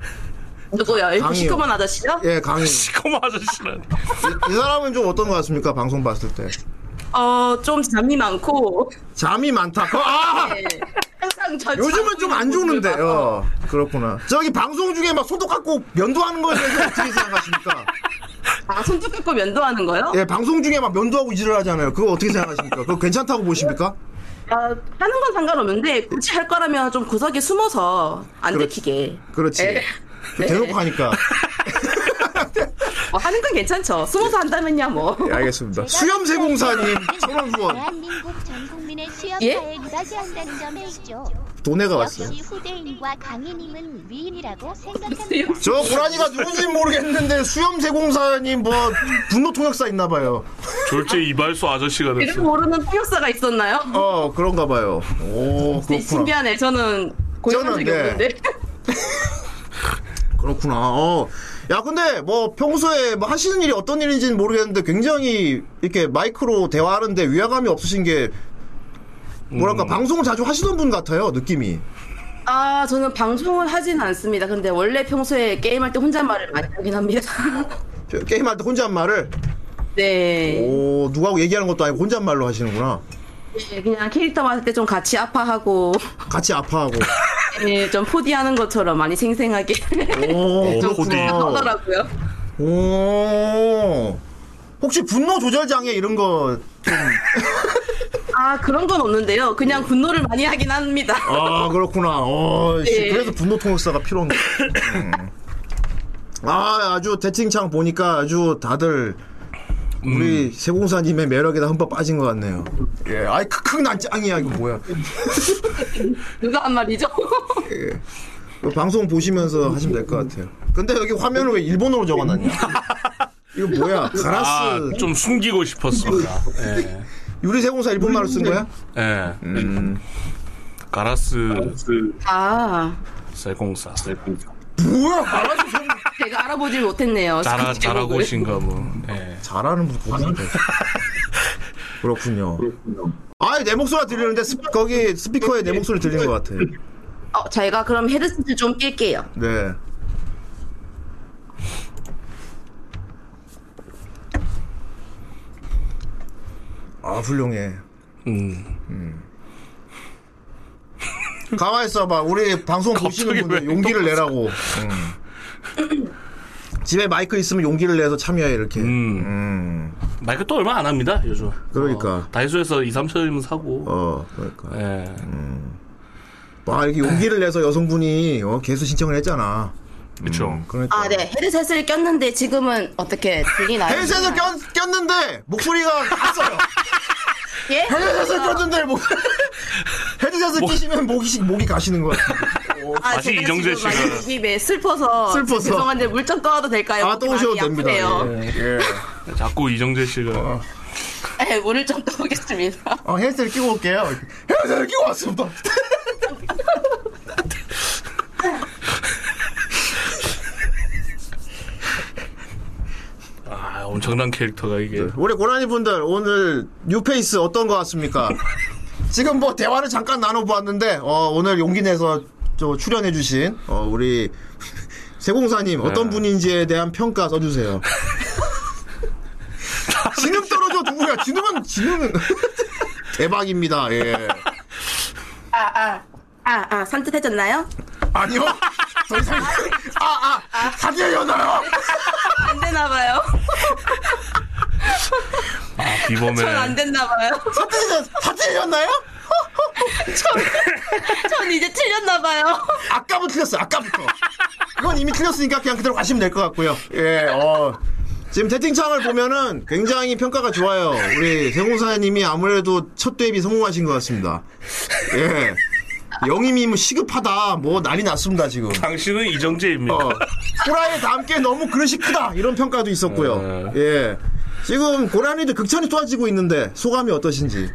Speaker 4: 누구야? 이렇게
Speaker 3: 강이요.
Speaker 4: 시커먼 아저씨요?
Speaker 3: 예, 강희.
Speaker 2: 시커먼 아저씨는.
Speaker 3: 이 사람은 좀 어떤 것 같습니까? 방송 봤을 때. 예.
Speaker 4: 어, 좀 잠이 많고
Speaker 3: 잠이 많다. 그거- 아!
Speaker 4: 네. 항상 저
Speaker 3: 요즘은 좀 안 좋는데.
Speaker 4: 요
Speaker 3: 어, 그렇구나. 저기 방송 중에 막 소독 갖고 면도하는 거에 대해서 어떻게 [LAUGHS] 생각하십니까?
Speaker 4: 아, 손톱 깎고 면도하는 거요?
Speaker 3: 예, 방송 중에 막 면도하고 이질을 하잖아요. 그거 어떻게 생각하십니까? 그거 괜찮다고 보십니까?
Speaker 4: 아, 하는 건 상관없는데 굳이 할 거라면 좀 구석에 숨어서 안
Speaker 3: 그렇지.
Speaker 4: 들키게.
Speaker 3: 그렇지.
Speaker 4: 예.
Speaker 3: 그 대놓고 하니까.
Speaker 4: 뭐 하는 건 괜찮죠. 숨어서 한다면야 뭐.
Speaker 3: 예, [LAUGHS] [LAUGHS] 알겠습니다. 수염세공사님, 천원 후원.
Speaker 6: 대한민국 전 국민의
Speaker 4: 예?
Speaker 6: 수염사에 유사시한다는 점에 있죠.
Speaker 3: 돈에가 왔어요.
Speaker 6: 역시 후대인과 강희님은 위인이라고 생각합니다.
Speaker 4: 수염-
Speaker 3: 저 고라니가 누군지 모르겠는데 수염세공사님 뭐 분노 통역사 있나 봐요.
Speaker 2: 졸제 이발소 아저씨가
Speaker 4: 이름
Speaker 2: 됐어.
Speaker 4: 모르는 통역사가 있었나요?
Speaker 3: 그렇죠. 어, 그런가 봐요. 오, 그렇구나.
Speaker 4: 신기하네. 저는 고용한
Speaker 3: 저는,
Speaker 4: 적이
Speaker 3: 네.
Speaker 4: 없는데.
Speaker 3: 그렇구나. 어. 야, 근데 뭐 평소에 뭐 하시는 일이 어떤 일인지는 모르겠는데 굉장히 이렇게 마이크로 대화하는데 위화감이 없으신 게
Speaker 4: 음.
Speaker 3: 뭐랄까 방송을 자주 하시던 분 같아요 느낌이.
Speaker 4: 아, 저는 방송을 하진 않습니다. 근데 원래 평소에 게임할 때 혼잣말을 많이 하긴 합니다. [LAUGHS]
Speaker 3: 게임할 때 혼잣말을
Speaker 4: 네.
Speaker 3: 오 누구하고 얘기하는 것도 아니고 혼잣말로 하시는구나.
Speaker 4: 네, 그냥 캐릭터 맡을 때 좀 같이 아파하고, [LAUGHS]
Speaker 3: 같이 아파하고.
Speaker 4: 네, 좀 포디하는 것처럼 많이 생생하게
Speaker 3: 오 그렇구나.
Speaker 4: 네, [LAUGHS] 하더라고요.
Speaker 3: 오 혹시 분노 조절 장애 이런 거
Speaker 4: 아, 그런 건 없는데요. 그냥 분노를 많이 하긴 합니다.
Speaker 3: 아 그렇구나. 어, 씨,
Speaker 4: 예.
Speaker 3: 그래서 분노 통역사가 필요한데. 음. 아 아주 대칭창 보니까 아주 다들 우리 세공사님의 매력에다 흠뻑 빠진 것 같네요. 음. 예, 아이 크크 난 짱이야 이거 뭐야.
Speaker 4: [LAUGHS] 누가 한
Speaker 3: [LAUGHS]
Speaker 4: 말이죠?
Speaker 3: 이거 그 방송 보시면서 하시면 될 것 같아요. 근데 여기 화면을 왜 일본어로 [LAUGHS] 적어놨냐? 이거 뭐야? 가라스
Speaker 2: 아, 좀 숨기고 싶었어. 예.
Speaker 3: 유리 세공사 일본말로 쓴 거야?
Speaker 2: 예. 가라스
Speaker 4: 아,
Speaker 2: 쌀공사.
Speaker 3: 뭐야 가라스 세-
Speaker 4: 제가 알아보질 못했네요.
Speaker 2: 자라,
Speaker 4: 그
Speaker 2: 자라고
Speaker 4: 제목을.
Speaker 2: 오신가 뭐. 예.
Speaker 3: 잘하는 분 거기서 [LAUGHS] 그렇군요. 아이 내 목소리가 들리는데 스, 거기 스피커에 내 목소리 들리는 것 같아.
Speaker 4: 어, 제가 그럼 헤드셋을 좀 낄게요.
Speaker 3: 네. 아 훌륭해.
Speaker 2: 음.
Speaker 3: 가만 있어봐. 우리 방송
Speaker 2: 갑자기
Speaker 3: 보시는
Speaker 2: 왜
Speaker 3: 분들 용기를 내라고. 음. 집에 마이크 있으면 용기를 내서 참여해 이렇게.
Speaker 2: 음.
Speaker 3: 음.
Speaker 2: 마이크 또 얼마 안 합니다 요즘.
Speaker 3: 그러니까.
Speaker 2: 어, 다이소에서 2, 3천이면 사고.
Speaker 3: 어, 그러니까.
Speaker 2: 예.
Speaker 3: 와, 아, 이렇게 용기를 내서 여성분이 어, 개수 신청을 했잖아.
Speaker 2: 그렇죠.
Speaker 3: 그러니까.
Speaker 4: 아, 네. 헤드셋을 꼈는데 지금은 어떻게 들리나요?
Speaker 3: 헤드셋을 꼈, 꼈는데 목소리가
Speaker 4: [LAUGHS]
Speaker 3: 갔어요.
Speaker 4: 예?
Speaker 3: 헤드셋을 꼈는데 목 [LAUGHS] 헤드셋을 끼시면 목이 목이 가시는 거야.
Speaker 4: 아,
Speaker 2: 다시
Speaker 4: 제가
Speaker 2: 이정재
Speaker 4: 지금
Speaker 2: 씨가-
Speaker 4: 많이 입에 슬퍼서
Speaker 3: 슬퍼서.
Speaker 4: 죄송한데 물 좀 꺼도 될까요?
Speaker 3: 아, 또 오셔도
Speaker 4: 많이
Speaker 3: 됩니다.
Speaker 4: 아프네요.
Speaker 3: 예. 예.
Speaker 2: 자꾸 이정재 씨가
Speaker 4: 네, 물을 좀 떠오겠습니다.
Speaker 3: 어, 헤드셋을 끼고 올게요. 헤드셋을 끼고 왔습니다.
Speaker 2: 아 엄청난 캐릭터가 이게.
Speaker 3: 우리 고라니 분들 오늘 뉴페이스 어떤 거 같습니까? 지금 뭐 대화를 잠깐 나눠보았는데 어, 오늘 용기 내서 저 출연해주신 어, 우리 [LAUGHS] 세공사님 어떤 분인지에 대한 평가 써주세요. 지능 떨어져 누구야? 지능은 지능은 [LAUGHS] 대박입니다. 예.
Speaker 4: 아, 아. 아, 아, 산뜻해졌나요?
Speaker 3: 아니요. 더 이상 아아 사기의 연하요.
Speaker 4: 안 되나봐요.
Speaker 2: 아,
Speaker 3: 네.
Speaker 2: 비범의
Speaker 4: 전 안 됐나봐요. [LAUGHS]
Speaker 3: 사기의 연하요?
Speaker 4: 전 이제 틀렸나봐요.
Speaker 3: 아까부터 틀렸어요. 아까부터. 이건 이미 틀렸으니까 그냥 그대로 가시면 될 것 같고요. 예, 어. 지금 채팅창을 보면은 굉장히 평가가 좋아요. 우리 세공사님이 아무래도 첫 데뷔 성공하신 것 같습니다. 예. 영임이 뭐 시급하다. 뭐 난리 났습니다, 지금.
Speaker 2: 당신은 이정재입니다.
Speaker 3: 어. 호라에 담게 너무 그릇이 크다. 이런 평가도 있었고요. 예. 지금 고라니도 극찬이 쏟아지고 있는데 소감이 어떠신지.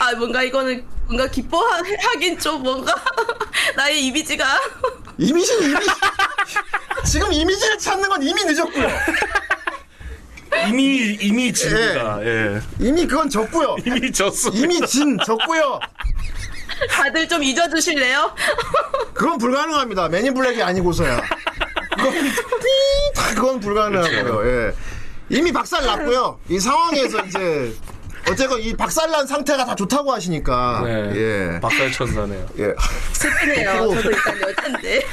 Speaker 4: 아, 뭔가 이거는 뭔가 기뻐하긴 좀 뭔가 [LAUGHS] 나의 이미지가 [LAUGHS]
Speaker 3: 이미지, 이미지. 지금 이미지를 찾는 건 이미 늦었고요.
Speaker 2: 이미 이미 집니다. 예.
Speaker 3: 이미 그건 적고요.
Speaker 2: 이미 졌어.
Speaker 3: 이미 진 적고요.
Speaker 4: 다들 좀 잊어주실래요?
Speaker 3: 그건 불가능합니다. 매니 블랙이 아니고서야. 그건, 삐- 다 그건 불가능하고요. 예. 이미 박살 났고요. 이 상황에서 이제 어쨌건 이 박살난 상태가 다 좋다고 하시니까
Speaker 2: 네.
Speaker 3: 예.
Speaker 2: 박살천사네요.
Speaker 3: 예.
Speaker 4: 슬프네요.
Speaker 3: 그리고-
Speaker 4: [LAUGHS] 저도 일단 여잔데 [LAUGHS]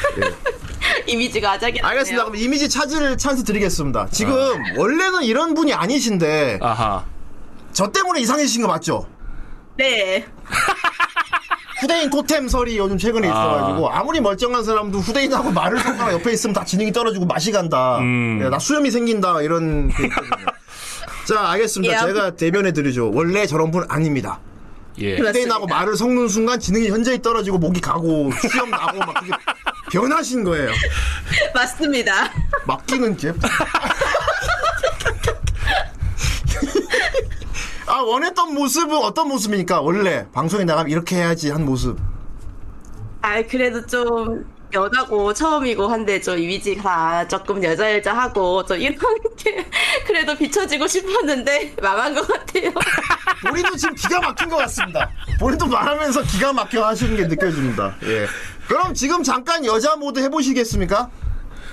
Speaker 4: 이미지가 아작이
Speaker 3: 네. 알겠습니다. 그럼 이미지 찾을 찬스 드리겠습니다. 지금 원래는 이런 분이 아니신데
Speaker 2: 아하.
Speaker 3: 저 때문에 이상해지신 거 맞죠?
Speaker 4: 네.
Speaker 3: 후대인 토템설이 요즘 최근에 있어가지고 아무리 멀쩡한 사람도 후대인하고 말을 하거나 옆에 있으면 다 지능이 떨어지고 맛이 간다.
Speaker 2: 음.
Speaker 3: 예, 나 수염이 생긴다 이런 게 있거든요. 자 알겠습니다.
Speaker 4: 예.
Speaker 3: 제가 대변해 드리죠. 원래 저런 분 아닙니다.
Speaker 2: 예.
Speaker 3: 후대인하고
Speaker 4: 그렇습니다.
Speaker 3: 말을 섞는 순간 지능이 현저히 떨어지고 목이 가고 수염 나고 막 그게 변하신 거예요.
Speaker 4: 맞습니다.
Speaker 3: 맡기는 게. [LAUGHS] 아 원했던 모습은 어떤 모습입니까? 원래 방송에 나가면 이렇게 해야지 한 모습.
Speaker 4: 아 그래도 좀 여자고 처음이고 한데 좀 이미지가 조금 여자 여자하고 좀 이런 [LAUGHS] 게 그래도 비춰지고 싶었는데 망한 것 같아요. [LAUGHS]
Speaker 3: 본인도 지금 기가 막힌 것 같습니다. 본인도 말하면서 기가 막혀 하시는 게 느껴집니다. 예. 그럼 지금 잠깐 여자 모드 해보시겠습니까?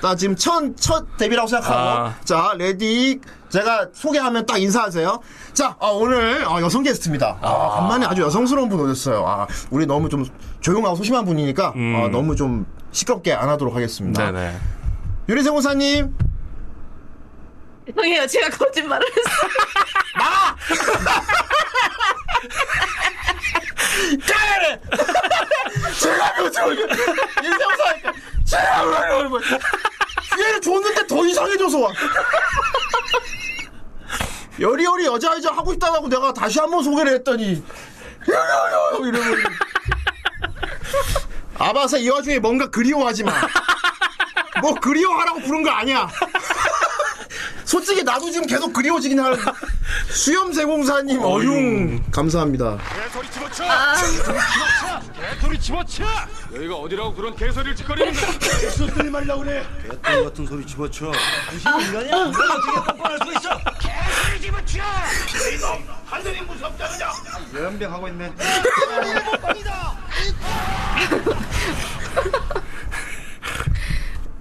Speaker 3: 자, 지금 첫, 첫 데뷔라고 생각하고.
Speaker 2: 아.
Speaker 3: 자, 레디. 제가 소개하면 딱 인사하세요. 자, 아, 오늘 아, 여성 게스트입니다. 아, 간만에 아주 여성스러운 분 오셨어요. 아, 우리 너무 좀 조용하고 소심한 분이니까 아, 너무 좀 시끄럽게 안 하도록 하겠습니다.
Speaker 2: 음. 네네.
Speaker 3: 유리생 호사님,
Speaker 4: 죄송해요 제가 거짓말을 했어요.
Speaker 3: 인상사니까 제가 울어요. 뭐. 얘를 줬는데 더 이상해져서 와. 여리여리 여자여자 하고 있다고 내가 다시 한번 소개를 했더니 여리여리 이러고 있는. 아바사 이 와중에 뭔가 그리워하지 마. 뭐 그리워하라고 부른 거 아니야. 솔직히 나도 지금 계속 그리워지긴 하는데 수염세공사님 어융 감사합니다.
Speaker 5: 개소리 집어쳐! 개소리 집어쳐! 여기가 어디라고 그런 개소리를 짓거리는데! 개소리 들지 말라고 그래! 개똥 같은 소리 집어쳐! 아. 당신 인간이야? 인간 어떻게 뻔뻔할 수 있어! 개소리 집어쳐! 이놈! 하늘이 무섭다 그냥! 연병하고 있네.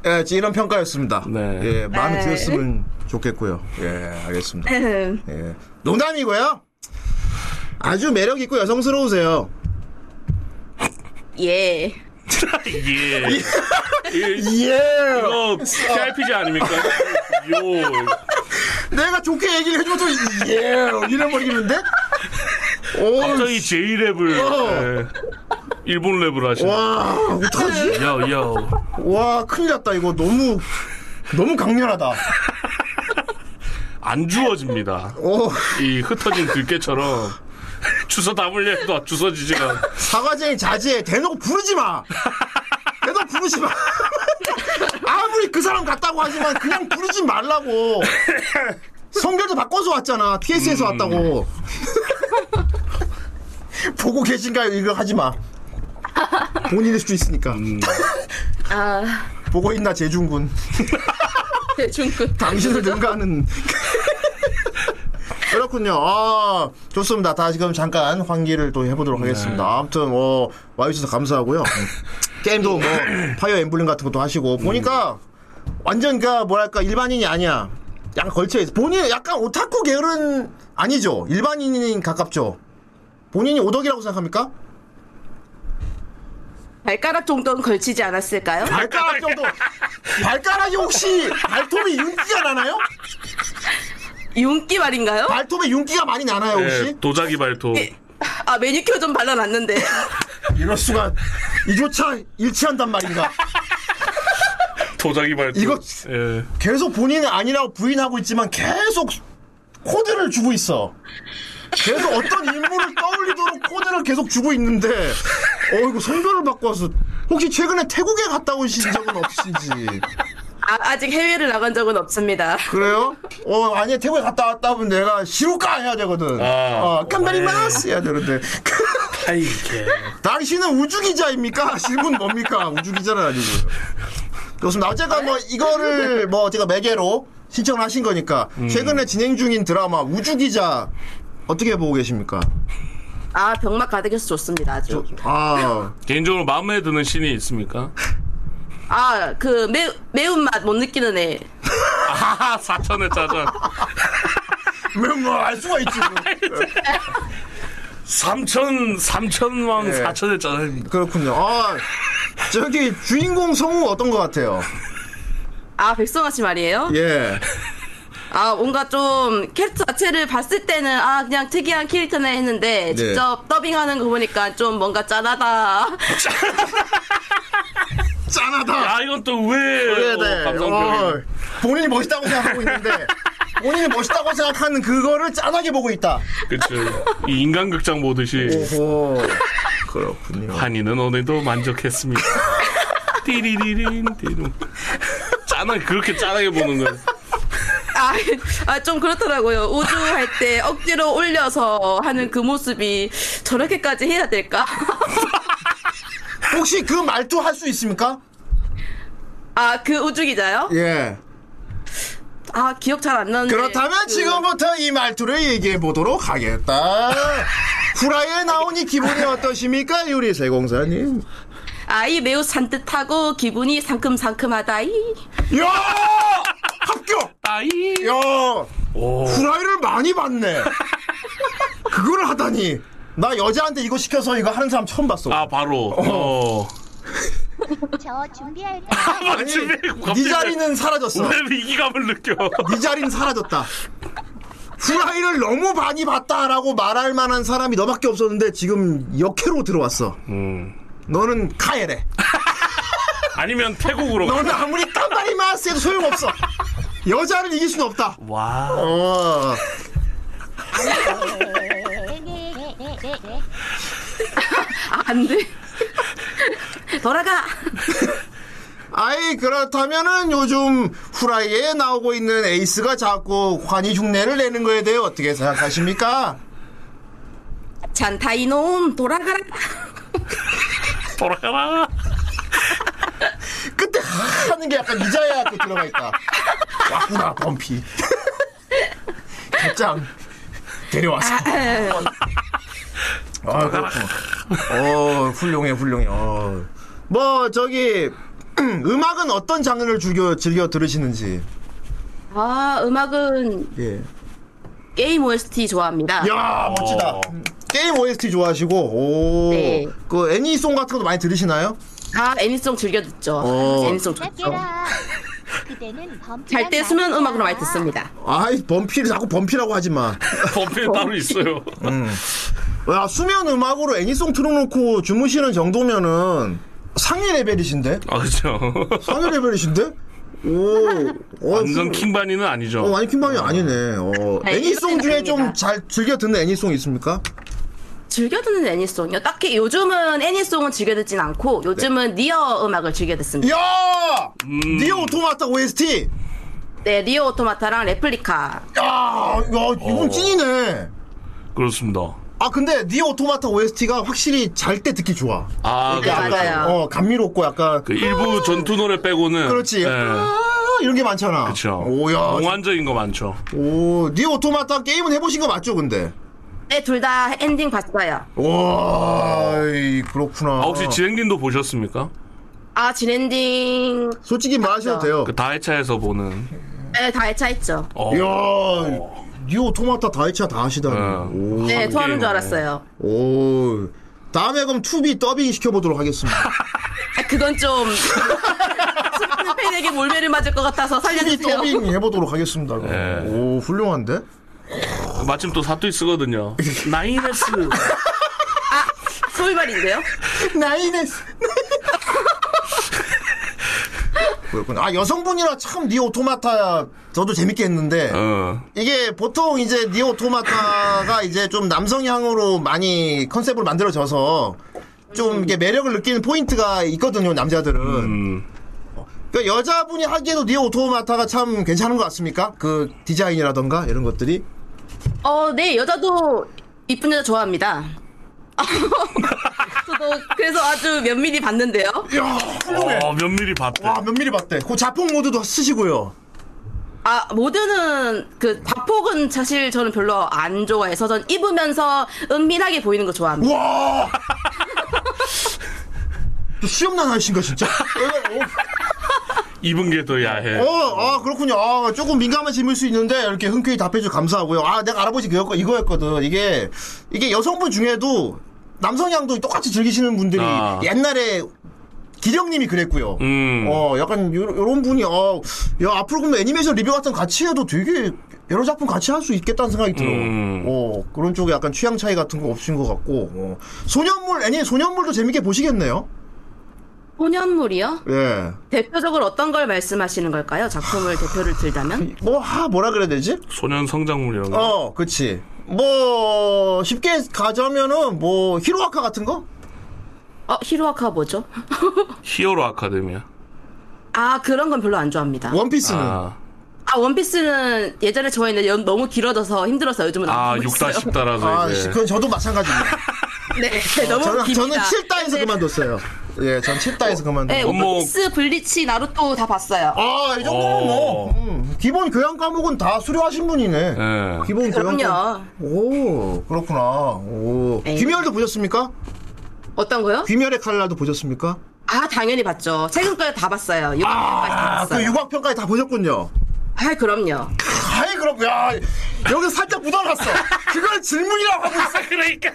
Speaker 3: 예, 이런 평가였습니다.
Speaker 2: 네.
Speaker 3: 예, 마음에
Speaker 4: 네.
Speaker 3: 드셨으면 좋겠고요. 예, 알겠습니다. [LAUGHS] 예. 농담이고요. 아주 매력 있고 여성스러우세요.
Speaker 4: 예.
Speaker 2: 예. 이-
Speaker 3: 예.
Speaker 2: 이거 CRPG 아닙니까? 요.
Speaker 3: 내가 좋게 얘기를 해줘도 예 이래버리는데. 오.
Speaker 2: 갑자기 J랩을. 예. 일본 랩을 하시네.
Speaker 3: 와 어떡하지?
Speaker 2: 야, 야.
Speaker 3: 와 큰일 났다 이거 너무 너무 강렬하다.
Speaker 2: 안 주워집니다.
Speaker 3: 오
Speaker 2: 이 흩어진 들깨처럼. 주워 담으려 해도 주워지지가 않-
Speaker 3: 사과쟁이 자지에 대놓고 부르지 마. 대놓고 부르지 마. 아무리 그 사람 같다고 하지만 그냥 부르지 말라고. 성별도 바꿔서 왔잖아. TS에서 왔다고. 보고 계신가요? 이거 하지 마. 본인일 수도 있으니까.
Speaker 4: 아, 네,
Speaker 3: 보고 있나 재중군.
Speaker 4: 대중군.
Speaker 3: 당신을 능가하는. [LAUGHS] 그렇군요. 아, 좋습니다. 다시 그럼 잠깐 환기를 또 해보도록 하겠습니다. 아무튼, 뭐, 와주셔서 감사하고요. 게임도 뭐, 파이어 엠블렘 같은 것도 하시고, 보니까, 완전, 그, 뭐랄까, 일반인이 아니야. 약간 걸쳐있어. 본인, 약간 오타쿠 계열은 아니죠. 일반인인 가깝죠. 본인이 오덕이라고 생각합니까?
Speaker 4: 발가락 정도는 걸치지 않았을까요?
Speaker 3: 발가락 정도. 발가락이 혹시 발톱이 윤기가 나나요?
Speaker 4: 윤기 말인가요?
Speaker 3: 발톱에 윤기가 많이 나나요, 혹시?
Speaker 2: 예, 도자기 발톱.
Speaker 4: 아, 매니큐어 좀 발라놨는데.
Speaker 3: 이럴 수가 이조차 일치한단 말인가?
Speaker 2: 도자기 발톱.
Speaker 3: 이거-
Speaker 2: 예.
Speaker 3: 계속 본인은 아니라고 부인하고 있지만 계속 코드를 주고 있어. 계속 어떤 인물을 떠올리도록 코드를 계속 주고 있는데, 어 이거 성별을 바꿔서 혹시 최근에 태국에 갔다 오신 적은 없으신지
Speaker 4: 아, 아직 해외를 나간 적은 없습니다.
Speaker 3: 그래요? 어 아니 태국에 갔다 왔다 하면 내가 시루까 해야 되거든.
Speaker 2: 아.
Speaker 3: 어 깜베리마스 해야 되는데
Speaker 2: 아이게.
Speaker 3: 당신은 우주 기자입니까? [LAUGHS] 실분 뭡니까? 우주 기자는 아니고요. 그렇습니다. 어쨌든 뭐 이거를 뭐 제가 매개로 신청을 하신 거니까
Speaker 2: 음.
Speaker 3: 최근에 진행 중인 드라마 우주 기자 어떻게 보고 계십니까?
Speaker 4: 아, 병맛 가득해서 좋습니다. 아주.
Speaker 3: 아
Speaker 2: 개인적으로 마음에 드는 신이 있습니까?
Speaker 4: 아, 그 매, 매운맛 못 느끼는 애.
Speaker 2: 아하, 사천의 짜장.
Speaker 3: 뭐알 수가
Speaker 2: [LAUGHS]
Speaker 3: 있지. 뭐.
Speaker 2: 삼천, 삼천왕
Speaker 3: 예.
Speaker 2: 사천의 짜장입니다.
Speaker 3: 그렇군요. 아 저기 주인공 성우 어떤 것 같아요?
Speaker 4: 아, 백성아 씨 말이에요?
Speaker 3: 예.
Speaker 4: 아, 뭔가 좀 캐릭터 자체를 봤을 때는 아, 그냥 특이한 캐릭터네 했는데 직접 더빙하는 거 보니까 좀 뭔가 짠하다. [LAUGHS]
Speaker 3: 짠하다.
Speaker 2: 아, 이건 또 왜,
Speaker 3: 그래야
Speaker 2: 어,
Speaker 3: 돼.
Speaker 2: 감성적인.
Speaker 3: 어, 본인이 멋있다고 생각하고 있는데 본인이 멋있다고 생각하는 그거를 짠하게 보고 있다.
Speaker 2: 그쵸. 이 인간극장 보듯이
Speaker 3: 오호. [LAUGHS] 그렇군요.
Speaker 2: 한이는 오늘도 [LAUGHS] 만족했습니다. 띠리리린, 띠리. 짠하게, 그렇게 짠하게 보는 건.
Speaker 4: 아, 아, 좀 그렇더라고요. 우주할 때 억지로 올려서 하는 그 모습이 저렇게까지 해야 될까? [LAUGHS]
Speaker 3: 혹시 그 말투 할 수 있습니까?
Speaker 4: 아, 그 우주 기자요?
Speaker 3: 예.
Speaker 4: 아, 기억 잘 안 나는데.
Speaker 3: 그렇다면
Speaker 4: 그-
Speaker 3: 지금부터 이 말투를 얘기해 보도록 하겠다. 후라이에 나오니 기분이 어떠십니까, 유리 세공사님?
Speaker 4: 아이 매우 산뜻하고 기분이 상큼상큼하다이.
Speaker 3: 야! 합격!
Speaker 2: 따이.
Speaker 3: 야!
Speaker 2: 오.
Speaker 3: 후라이를 많이 봤네. 그걸 하다니. 나 여자한테 이거 시켜서 이거 하는 사람 처음 봤어. [LAUGHS]
Speaker 2: 아, 바로. 어.
Speaker 6: 저 준비할까요?
Speaker 2: 아니,
Speaker 3: 네 자리는 사라졌어.
Speaker 2: 왜 위기감을 느껴?
Speaker 3: 네 자리는 사라졌다. 후라이를 너무 많이 봤다라고 말할 만한 사람이 너밖에 없었는데 지금 역해로 들어왔어. 너는 카에레.
Speaker 2: 아니면 태국으로. 가.
Speaker 3: 너는 아무리 깜발이마스 해도 소용없어. 여자를 이길 수는 없다.
Speaker 2: 와.
Speaker 3: 어.
Speaker 6: 네네네네네.
Speaker 4: 아, 안 돼. [LAUGHS] 돌아가.
Speaker 3: 아이 그렇다면은 요즘 후라이에 나오고 있는 에이스가 자꾸 관이 흉내를 내는 거에 대해 어떻게 생각하십니까?
Speaker 4: 잔타이놈 돌아가라.
Speaker 2: 돌아가라.
Speaker 3: 그때 하는 게 약간 이자야 또 들어가 있다. 왔구나 범피. 가장 데려왔어. 아, 그렇구나. 어, 훌륭해, 훌륭해. 어. 뭐, 저기, [CLEARS THROAT] 음악은 어떤 장르를 즐겨, 즐겨 들으시는지.
Speaker 4: 아 음악은
Speaker 3: 예.
Speaker 4: 게임 OST 좋아합니다.
Speaker 3: 야 멋지다. 게임 OST 좋아하시고, 오.
Speaker 4: 네.
Speaker 3: 그 애니송 같은 것도 많이 들으시나요?
Speaker 4: 아 애니송 즐겨 듣죠.
Speaker 3: 어.
Speaker 4: 애니송 좋죠.
Speaker 6: 깨라. 그대는 범
Speaker 4: 어. 잘 때 수면 음악으로 많이 듣습니다.
Speaker 3: 아이 범피를 자꾸 범피라고 하지 마.
Speaker 2: 범필 따로 있어요.
Speaker 3: 야 수면 음악으로 애니송 틀어놓고 주무시는 정도면은 상위 레벨이신데?
Speaker 2: 아 [LAUGHS] 그렇죠.
Speaker 3: 상위 레벨이신데? 오, 어,
Speaker 2: 완전
Speaker 3: 수-
Speaker 2: 킹반이는
Speaker 3: 어,
Speaker 2: 아니죠.
Speaker 3: 완전 킹방이 아니네. 어,
Speaker 4: 아,
Speaker 3: 애니송 중에
Speaker 4: 이거는
Speaker 3: 좀
Speaker 4: 아닙니다.
Speaker 3: 잘 즐겨 듣는 애니송 있습니까?
Speaker 4: 즐겨 듣는 애니송이요. 딱히 요즘은 애니송은 즐겨 듣진 않고 요즘은 니어 음악을 즐겨 듣습니다.
Speaker 3: 야,
Speaker 2: 음.
Speaker 3: 니어 오토마타 OST.
Speaker 4: 네, 니어 오토마타랑 레플리카.
Speaker 3: 야, 야,
Speaker 2: 어.
Speaker 3: 이분 찐이네.
Speaker 2: 그렇습니다.
Speaker 3: 아 근데 니어 오토마타 OST가 확실히 잘 때 듣기 좋아.
Speaker 2: 아
Speaker 4: 네,
Speaker 2: 그렇죠.
Speaker 4: 맞아요.
Speaker 3: 어 감미롭고 약간
Speaker 2: 그 일부 전투 노래 빼고는
Speaker 3: 그렇지.
Speaker 2: 예,
Speaker 3: 아, 이런 게 많잖아.
Speaker 2: 그렇죠.
Speaker 3: 오야. 아.
Speaker 2: 공환적인 거 많죠.
Speaker 3: 오, 니 오토마타 게임은 해보신 거 맞죠, 근데?
Speaker 4: 네, 둘 다 엔딩 봤어요.
Speaker 3: 와, 이, 그렇구나.
Speaker 2: 아 혹시 진행진도 보셨습니까?
Speaker 4: 아, 진엔딩.
Speaker 3: 솔직히 말하셔도 돼요.
Speaker 2: 그 다해차에서 보는.
Speaker 4: 네, 다 해차했죠.
Speaker 2: 어.
Speaker 3: 이야, 니 오토마타 다이차 다 하시다니.
Speaker 2: 네.
Speaker 4: 네,
Speaker 2: 한
Speaker 4: 토하는 줄
Speaker 2: 게임으로.
Speaker 4: 알았어요.
Speaker 3: 오, 오. 다음에 그럼 투비 더빙 시켜보도록 하겠습니다.
Speaker 4: 아, 그건 좀. 슬픈 팬에게 몰매를 맞을 것 같아서
Speaker 3: 투비
Speaker 4: 살려주세요. [LAUGHS]
Speaker 3: 더빙 해보도록 하겠습니다.
Speaker 2: 네.
Speaker 3: 오, 훌륭한데?
Speaker 2: 마침 또 사투리
Speaker 3: [LAUGHS]
Speaker 2: 쓰거든요. 나이네스.
Speaker 4: 소위말인데요?
Speaker 3: [LAUGHS] 나이네스. 그렇군. 아, 여성분이라 참 니 오토마타 저도 재밌게 했는데.
Speaker 2: 어.
Speaker 3: 이게 보통 이제 니오토마타가 이제 좀 남성향으로 많이 컨셉으로 만들어져서 좀 이게 매력을 느끼는 포인트가 있거든요 남자들은.
Speaker 2: 음.
Speaker 3: 그러니까 여자분이 하기에도 니오토마타가 참 괜찮은 것 같습니까? 그 디자인이라던가 이런 것들이.
Speaker 4: 어, 네, 여자도 이쁜 여자 좋아합니다. [LAUGHS] 저도 그래서 아주 면밀히 봤는데요.
Speaker 3: 이야 훌륭해.
Speaker 2: 어, 면밀히 봤대.
Speaker 3: 와 면밀히 봤대. 그 자폭 모드도 쓰시고요.
Speaker 4: 아, 모드는 그 바폭은 사실 저는 별로 안 좋아해서 전 입으면서 은밀하게 보이는 거 좋아합니다.
Speaker 3: 와. [LAUGHS] 또 수염난 아이신가 [LAUGHS] 진짜.
Speaker 2: 입은 게 더 야해.
Speaker 3: 어, 아, 그렇군요. 아, 조금 민감한 질문일 수 있는데, 이렇게 흔쾌히 답해줘 감사하고요. 아, 내가 알아보지 그거, 이거였거든. 이게, 이게 여성분 중에도 남성향도 똑같이 즐기시는 분들이
Speaker 2: 아.
Speaker 3: 옛날에 기령님이 그랬고요.
Speaker 2: 음.
Speaker 3: 어, 약간 요, 런 분이, 어, 야, 앞으로 그럼 애니메이션 리뷰 같은 거 같이 해도 되게 여러 작품 같이 할 수 있겠다는 생각이 들어요.
Speaker 2: 음.
Speaker 3: 어, 그런 쪽에 약간 취향 차이 같은 거 없으신 것 같고, 어. 소년물, 애니, 소년물도 재밌게 보시겠네요?
Speaker 4: 소년물이요?
Speaker 3: 예.
Speaker 4: 대표적으로 어떤 걸 말씀하시는 걸까요? 작품을 대표를 들자면?
Speaker 3: 뭐, 하, 뭐라 그래야 되지?
Speaker 2: 소년 성장물이라는 거.
Speaker 3: 어, 그치. 뭐, 쉽게 가자면은, 뭐, 히로아카 같은 거?
Speaker 4: 어, 히로아카 뭐죠? [LAUGHS]
Speaker 2: 히어로 아카데미야.
Speaker 4: 아, 그런 건 별로 안 좋아합니다.
Speaker 3: 원피스는.
Speaker 2: 아,
Speaker 4: 아, 원피스는 예전에 좋아했는데 연- 너무 길어져서 힘들어서 요즘은 안
Speaker 2: 아
Speaker 4: 보고
Speaker 2: 6다
Speaker 4: 있어요.
Speaker 2: 10다라서
Speaker 3: 아, 씨,
Speaker 2: 뭐 이제. 뭐
Speaker 3: 그건 저도
Speaker 2: [LAUGHS]
Speaker 3: 마찬가지입니다.
Speaker 4: [LAUGHS] 네, 너무
Speaker 3: 어, 저는,
Speaker 4: 깁니다.
Speaker 3: 저는 7다에서 그만뒀어요. 예, 전 7다에서
Speaker 2: 뭐,
Speaker 4: 네,
Speaker 3: 그만뒀어요.
Speaker 2: 원목.
Speaker 4: 원피스, 블리치, 나루토 다 봤어요.
Speaker 3: 아, 이 정도면
Speaker 2: 어.
Speaker 3: 뭐, 음, 기본 교양 과목은 다 수료하신 분이네.
Speaker 2: 예.
Speaker 3: 기본 교양 과목.
Speaker 4: 그럼요.
Speaker 3: 오, 그렇구나. 오.
Speaker 4: 네.
Speaker 3: 귀멸도 보셨습니까?
Speaker 4: 어떤 거요?
Speaker 3: 귀멸의 칼날도 보셨습니까?
Speaker 4: 아, 당연히 봤죠. 최근까지 다 봤어요. 육화까지 다
Speaker 3: 아, 그
Speaker 4: 봤어요.
Speaker 3: 유학평까지 다 보셨군요.
Speaker 4: 아, 그럼요.
Speaker 3: 아이, 그럼, 야, 여기서 살짝 묻어놨어. 그걸 질문이라고 하고 있어.
Speaker 2: 그러니까.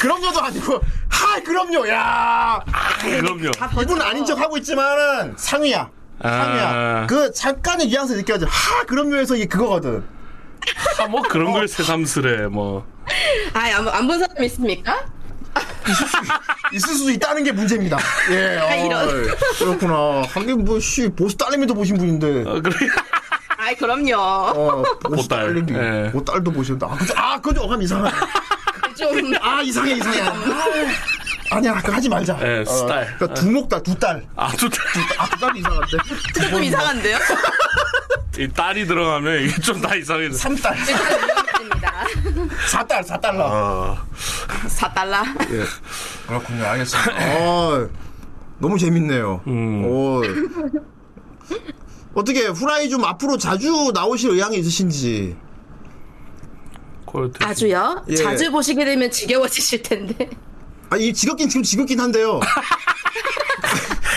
Speaker 3: 그럼요도 아니고 하 그럼요 야
Speaker 2: 그럼요.
Speaker 3: 이분 아닌 척 하고 있지만은 상위야 상위야
Speaker 2: 아.
Speaker 3: 그 잠깐의 뉘앙스 느껴져 하 그럼요에서 이게 그거거든
Speaker 2: 아, 뭐 그런 걸 새삼스레 뭐.
Speaker 4: 아, 안, 안본 사람 있습니까?
Speaker 3: 있을 수도 있다는 게 문제입니다
Speaker 4: [LAUGHS]
Speaker 3: 예 어,
Speaker 4: 아, 이런.
Speaker 3: 그렇구나 하긴 뭐씨 보스 딸내미도 보신 분인데
Speaker 2: 어, 그래. [LAUGHS]
Speaker 4: 아, 그럼요.
Speaker 3: 어 보스
Speaker 2: 보딸.
Speaker 3: 딸내미
Speaker 2: 예.
Speaker 3: 보딸도 보셨는데 아, 그죠? 아 그건 조금 이상하네
Speaker 4: 좀
Speaker 3: [LAUGHS] 아 이상해 이상해 아, 아니야 그거 하지 말자
Speaker 2: 예, 스타일.
Speaker 3: 그러니까 두목 딸두딸
Speaker 2: 아주 다-
Speaker 3: 아, 두 딸이 이상한데
Speaker 4: 조금 이상한데요?
Speaker 2: 이 딸이 들어가면 이게 좀 다 이상해져.
Speaker 3: 삼딸
Speaker 4: 죄송합니다.
Speaker 3: 사딸사딸라
Speaker 4: 4달러.
Speaker 3: 그렇군요. 알겠습니다. 예. [LAUGHS] 어, 너무 재밌네요. 어. 어떻게 후라이 좀 앞으로 자주 나오실 의향이 있으신지.
Speaker 2: 퀄리티.
Speaker 4: 아주요?
Speaker 3: 예.
Speaker 4: 자주 보시게 되면 지겨워지실 텐데.
Speaker 3: 아, 이 지겹긴 지금 지겹긴 [LAUGHS] 한데요.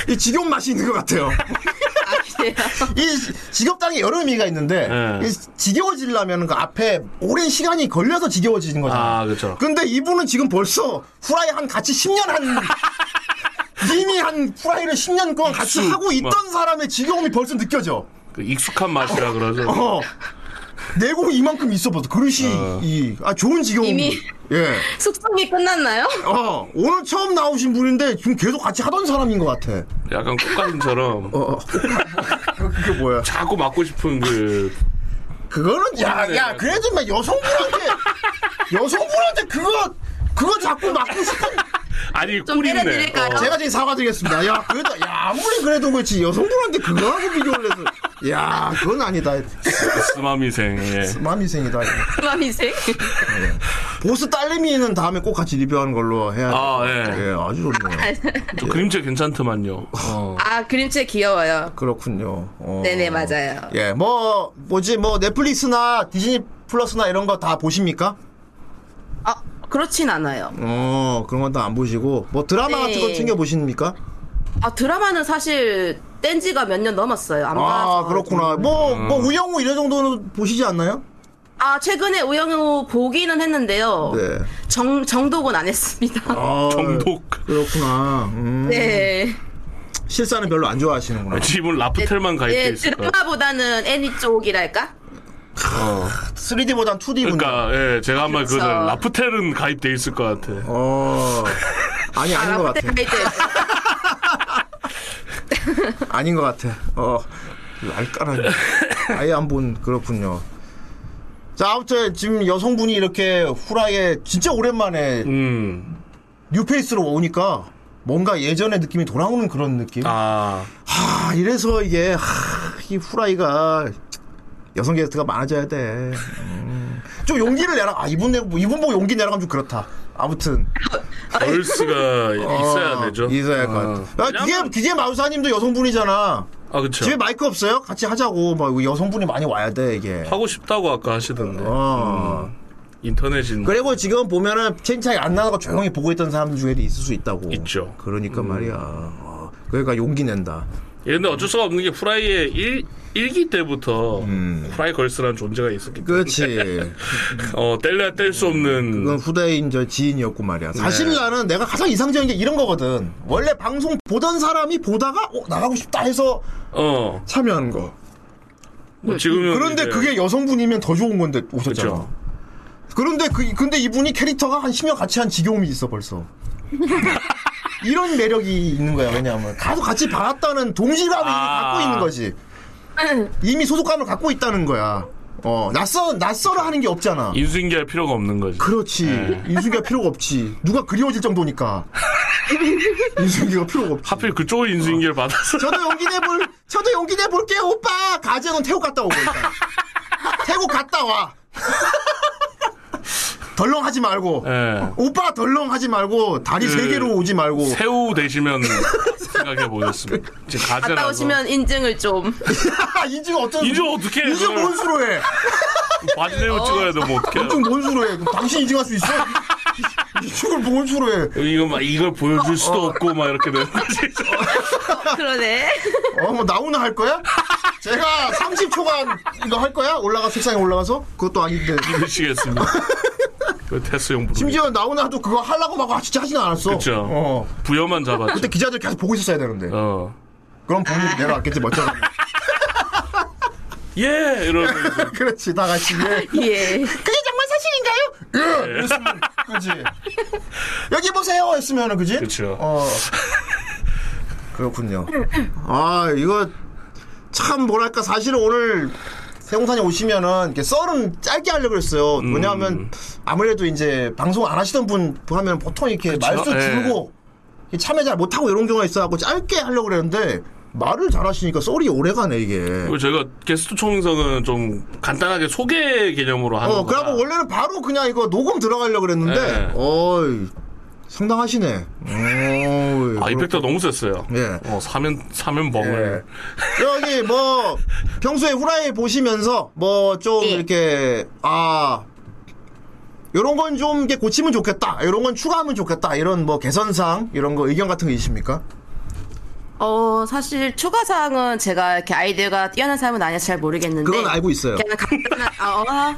Speaker 3: 이 지겨운 맛이 있는 것 같아요.
Speaker 4: 아, 그래요?
Speaker 3: 이 지겹다는 게 여러 의미가 있는데
Speaker 2: 네.
Speaker 3: 이 지겨워지려면 그 앞에 오랜 시간이 걸려서 지겨워지는 거잖아요. 그렇죠.
Speaker 2: 아, 그쵸.
Speaker 3: [LAUGHS] 근데 이분은 지금 벌써 후라이 한 같이 10년 한 이미 한 후라이를 10년 동안 같이
Speaker 2: 익숙,
Speaker 3: 하고 있던
Speaker 2: 막.
Speaker 3: 사람의 지겨움이 벌써 느껴져.
Speaker 2: 그 익숙한 맛이라 그러죠.
Speaker 3: 어. 내공이 이만큼 있어봐도 그릇이 이, 아 좋은 지겨움.
Speaker 4: 이미.
Speaker 3: 예.
Speaker 4: 숙성이 끝났나요?
Speaker 3: 어 오늘 처음 나오신 분인데 지금 계속 같이 하던 사람인 것 같아.
Speaker 2: 약간 꽃가슴처럼
Speaker 3: 어. [LAUGHS] 어. 그게 뭐야?
Speaker 2: 자꾸 맞고 싶은 그
Speaker 3: 그거는 야,
Speaker 2: 네,
Speaker 3: 야,
Speaker 2: 네.
Speaker 3: 그래도 막 여성분한테 여성분한테 그거 그거 자꾸 막고 싶은
Speaker 2: 아니
Speaker 4: 좀
Speaker 2: 꿀이네.
Speaker 4: 때려드릴까요?
Speaker 3: 제가 지금 사과드리겠습니다. 야, 그래도 야 아무리 그래도 그렇지 여성분한테 그거하고 비교를 해서 야, 그건 아니다.
Speaker 2: 어, 스마미생. 예.
Speaker 3: 맘이생이다.
Speaker 4: 마미생?
Speaker 3: 보스 딸내미는 다음에 꼭 같이 리뷰하는 걸로 해야 돼.
Speaker 2: 아 예.
Speaker 3: 예, 아주 좋네요.
Speaker 2: 저 그림체 괜찮더만요. 어.
Speaker 4: 아 그림체 귀여워요.
Speaker 3: 그렇군요. 어.
Speaker 4: 네네 맞아요.
Speaker 3: 예, 뭐 뭐지 뭐 넷플릭스나 디즈니 플러스나 이런 거 다 보십니까?
Speaker 4: 아 그렇진 않아요.
Speaker 3: 어, 그런 건 다 안 보시고 뭐 드라마
Speaker 4: 네.
Speaker 3: 같은 거 챙겨 보십니까?
Speaker 4: 아 드라마는 사실 뗀지가 몇 년 넘었어요. 안
Speaker 3: 아
Speaker 4: 봐서.
Speaker 3: 그렇구나. 뭐 뭐
Speaker 2: 음.
Speaker 3: 우영우 이런 정도는 보시지 않나요?
Speaker 4: 아 최근에 우영우 보기는 했는데요.
Speaker 3: 네.
Speaker 4: 정 정독은 안 했습니다.
Speaker 3: 아,
Speaker 2: 정독.
Speaker 3: 그렇구나. 음,
Speaker 4: [LAUGHS] 네.
Speaker 3: 실사는 별로 안 좋아하시는구나.
Speaker 2: 집은 라프텔만
Speaker 3: 아,
Speaker 2: 가입돼
Speaker 4: 예,
Speaker 2: 있을 거야.
Speaker 4: 드라마보다는 애니 쪽이랄까?
Speaker 2: 어.
Speaker 3: 3D보단 2D군요.
Speaker 2: 그러니까 예, 제가 한 말 그거
Speaker 4: 그렇죠.
Speaker 2: 라프텔은 가입돼 있을 것 같아.
Speaker 3: 어. 아니 아닌 것 [LAUGHS] 같아.
Speaker 4: 라프텔 가이드.
Speaker 3: 아닌 것 같아. 어. 알까라니. 아예 안 본 그렇군요. 자 아무튼 지금 여성분이 이렇게 후라이에 진짜 오랜만에
Speaker 2: 음.
Speaker 3: 뉴페이스로 오니까 뭔가 예전의 느낌이 돌아오는 그런 느낌.
Speaker 2: 아.
Speaker 3: 아, 이래서 이게 하, 이 후라이가 여성 게스트가 많아져야 돼. 음. 좀 용기를 내라. 아, 이분 내 이분 보고 용기 내라면 좀 그렇다. 아무튼
Speaker 2: 벌스가 있어야
Speaker 3: 어,
Speaker 2: 되죠.
Speaker 3: 있어야 할 것
Speaker 2: 어.
Speaker 3: 같아. 야, 기계
Speaker 2: 왜냐면-
Speaker 3: 기계 마우사님도 여성분이잖아.
Speaker 2: 아 그렇죠.
Speaker 3: 집에 마이크 없어요? 같이 하자고. 막 여성분이 많이 와야 돼 이게.
Speaker 2: 하고 싶다고 아까 하시던데.
Speaker 3: 어.
Speaker 2: 인터넷인
Speaker 3: 그리고 지금 보면은 체인 차이 안 나고 조용히 보고 있던 사람들 중에도 있을 수 있다고.
Speaker 2: 있죠.
Speaker 3: 그러니까 말이야. 어, 그러니까 용기 낸다.
Speaker 2: 예, 근데 어쩔 수가 없는 게 후라이의 일, 일기 때부터
Speaker 4: 음.
Speaker 2: 후라이 걸스라는 존재가 있었기 때문에 [LAUGHS]
Speaker 3: 그렇지.
Speaker 2: 어, 뗄래야 뗄 수 없는
Speaker 3: 그건 후대인 저 지인이었고 말이야.
Speaker 2: 네.
Speaker 3: 사실 나는 내가 가장 이상적인 게 이런 거거든. 원래 방송 보던 사람이 보다가 어, 나가고 싶다 해서
Speaker 2: 어,
Speaker 3: 참여하는 거.
Speaker 2: 뭐 지금은
Speaker 3: 네, 그런데
Speaker 2: 이제
Speaker 3: 그게 여성분이면 더 좋은 건데 오셨잖아.
Speaker 2: 그쵸.
Speaker 3: 그런데 그, 근데 이분이 캐릭터가 한 10년 같이 한 지겨움이
Speaker 2: [LAUGHS]
Speaker 3: 있어 벌써. 이런 매력이 있는 거야 왜냐하면 가서 같이 봤다는 동질감을 이미
Speaker 2: 아.
Speaker 3: 갖고 있는 거지. 이미 소속감을 갖고 있다는 거야. 어 낯선 낯설어 하는 게 없잖아.
Speaker 2: 인수인계할 필요가 없는 거지.
Speaker 3: 그렇지. 인수기가 필요가 없지. 누가 그리워질 [LAUGHS] 정도니까. 인수기가 필요가 없지.
Speaker 2: 하필 그쪽을 인수인계를 받아서
Speaker 3: [LAUGHS] 저도 용기 내볼, 저도 용기 내볼게요, 오빠! 가재는 태국 갔다 오고, 일단. 태국 갔다 와. 덜렁 하지 말고.
Speaker 2: 예.
Speaker 3: 오빠 덜렁 하지 말고, 다리
Speaker 2: 그
Speaker 3: 네. 세 개로 오지 말고.
Speaker 2: 새우 되시면 생각해 보셨습니다. 지금
Speaker 4: 갔다
Speaker 2: 가재라서
Speaker 4: 오시면 인증을
Speaker 3: [LAUGHS]
Speaker 4: 좀.
Speaker 3: 이중 어쩐,
Speaker 2: 인증 어떻게 해,
Speaker 3: 이중
Speaker 2: 그걸.
Speaker 3: 뭔 수로 해?
Speaker 2: 바지 내고 찍어야 돼뭐 어떻게?
Speaker 3: 이중 뭔 수로 해? 그럼 당신 이중할 [LAUGHS] 수 있어? 이중을 뭔 수로 해?
Speaker 2: 이거 막 이걸 보여줄 수도 없고 막 이렇게 되는
Speaker 3: [LAUGHS]
Speaker 2: 거지.
Speaker 4: 그러네. [LAUGHS]
Speaker 3: 어, 뭐, 나오나 할 거야? 제가 30초간 이거 할 거야? 올라가, 책상에 올라가서? 그것도 아닌데.
Speaker 2: 미치겠습니다. 그 테스용 부르.
Speaker 3: 심지어 나오나도 그거 하려고 막 진짜 하진 않았어.
Speaker 2: 그쵸.
Speaker 3: 어.
Speaker 2: 부여만 잡았죠.
Speaker 3: 그때 기자들 계속 보고 있었어야 되는데.
Speaker 2: 어.
Speaker 3: 그럼 본인이 내려왔겠지, 멋져가
Speaker 2: 예 이러면서
Speaker 3: [LAUGHS] 그렇지, 다 같이. 예.
Speaker 4: 예.
Speaker 3: 그게 정말 사실인가요? 예! 이랬으면, 그지. [LAUGHS] 여기 보세요! 했으면은, 그지?
Speaker 2: 그쵸.
Speaker 3: 어. 그렇군요. 아, 이거 참 뭐랄까, 사실은 오늘 세공산에 오시면은 이렇게 썰은 짧게 하려고 그랬어요. 왜냐하면 아무래도 이제 방송 안 하시던 분 하면 보통 이렇게 말수
Speaker 2: 예.
Speaker 3: 줄고 이게 참여 잘 못하고 이런 경우가 있어갖고 짧게 하려고 그랬는데 말을 잘하시니까 썰이 오래가네, 이게.
Speaker 2: 그리고 저희가 게스트 총성은 좀 간단하게 소개 개념으로 하는
Speaker 3: 어,
Speaker 2: 거라.
Speaker 3: 그러면 원래는 바로 그냥 이거 녹음 들어가려고 그랬는데,
Speaker 2: 네.
Speaker 3: 어이, 상당하시네. 어이,
Speaker 2: 아
Speaker 3: 그렇-
Speaker 2: 이펙터 너무 셌어요.
Speaker 3: 예.
Speaker 2: 어 사면 사면 벙을.
Speaker 3: 예. 여기 뭐, 평소에 후라이 보시면서, 뭐, 좀
Speaker 4: 예.
Speaker 3: 이렇게, 아, 요런 건 좀 이렇게 고치면 좋겠다. 요런 건 추가하면 좋겠다. 이런 뭐 개선사항, 이런 거 의견 같은 거 있습니까?
Speaker 4: 어 사실 추가 사항은 제가 이렇게 아이디어가 뛰어난 사람은 아니라 잘 모르겠는데.
Speaker 3: 그건 알고 있어요.
Speaker 4: 그냥 간단한 아, 어.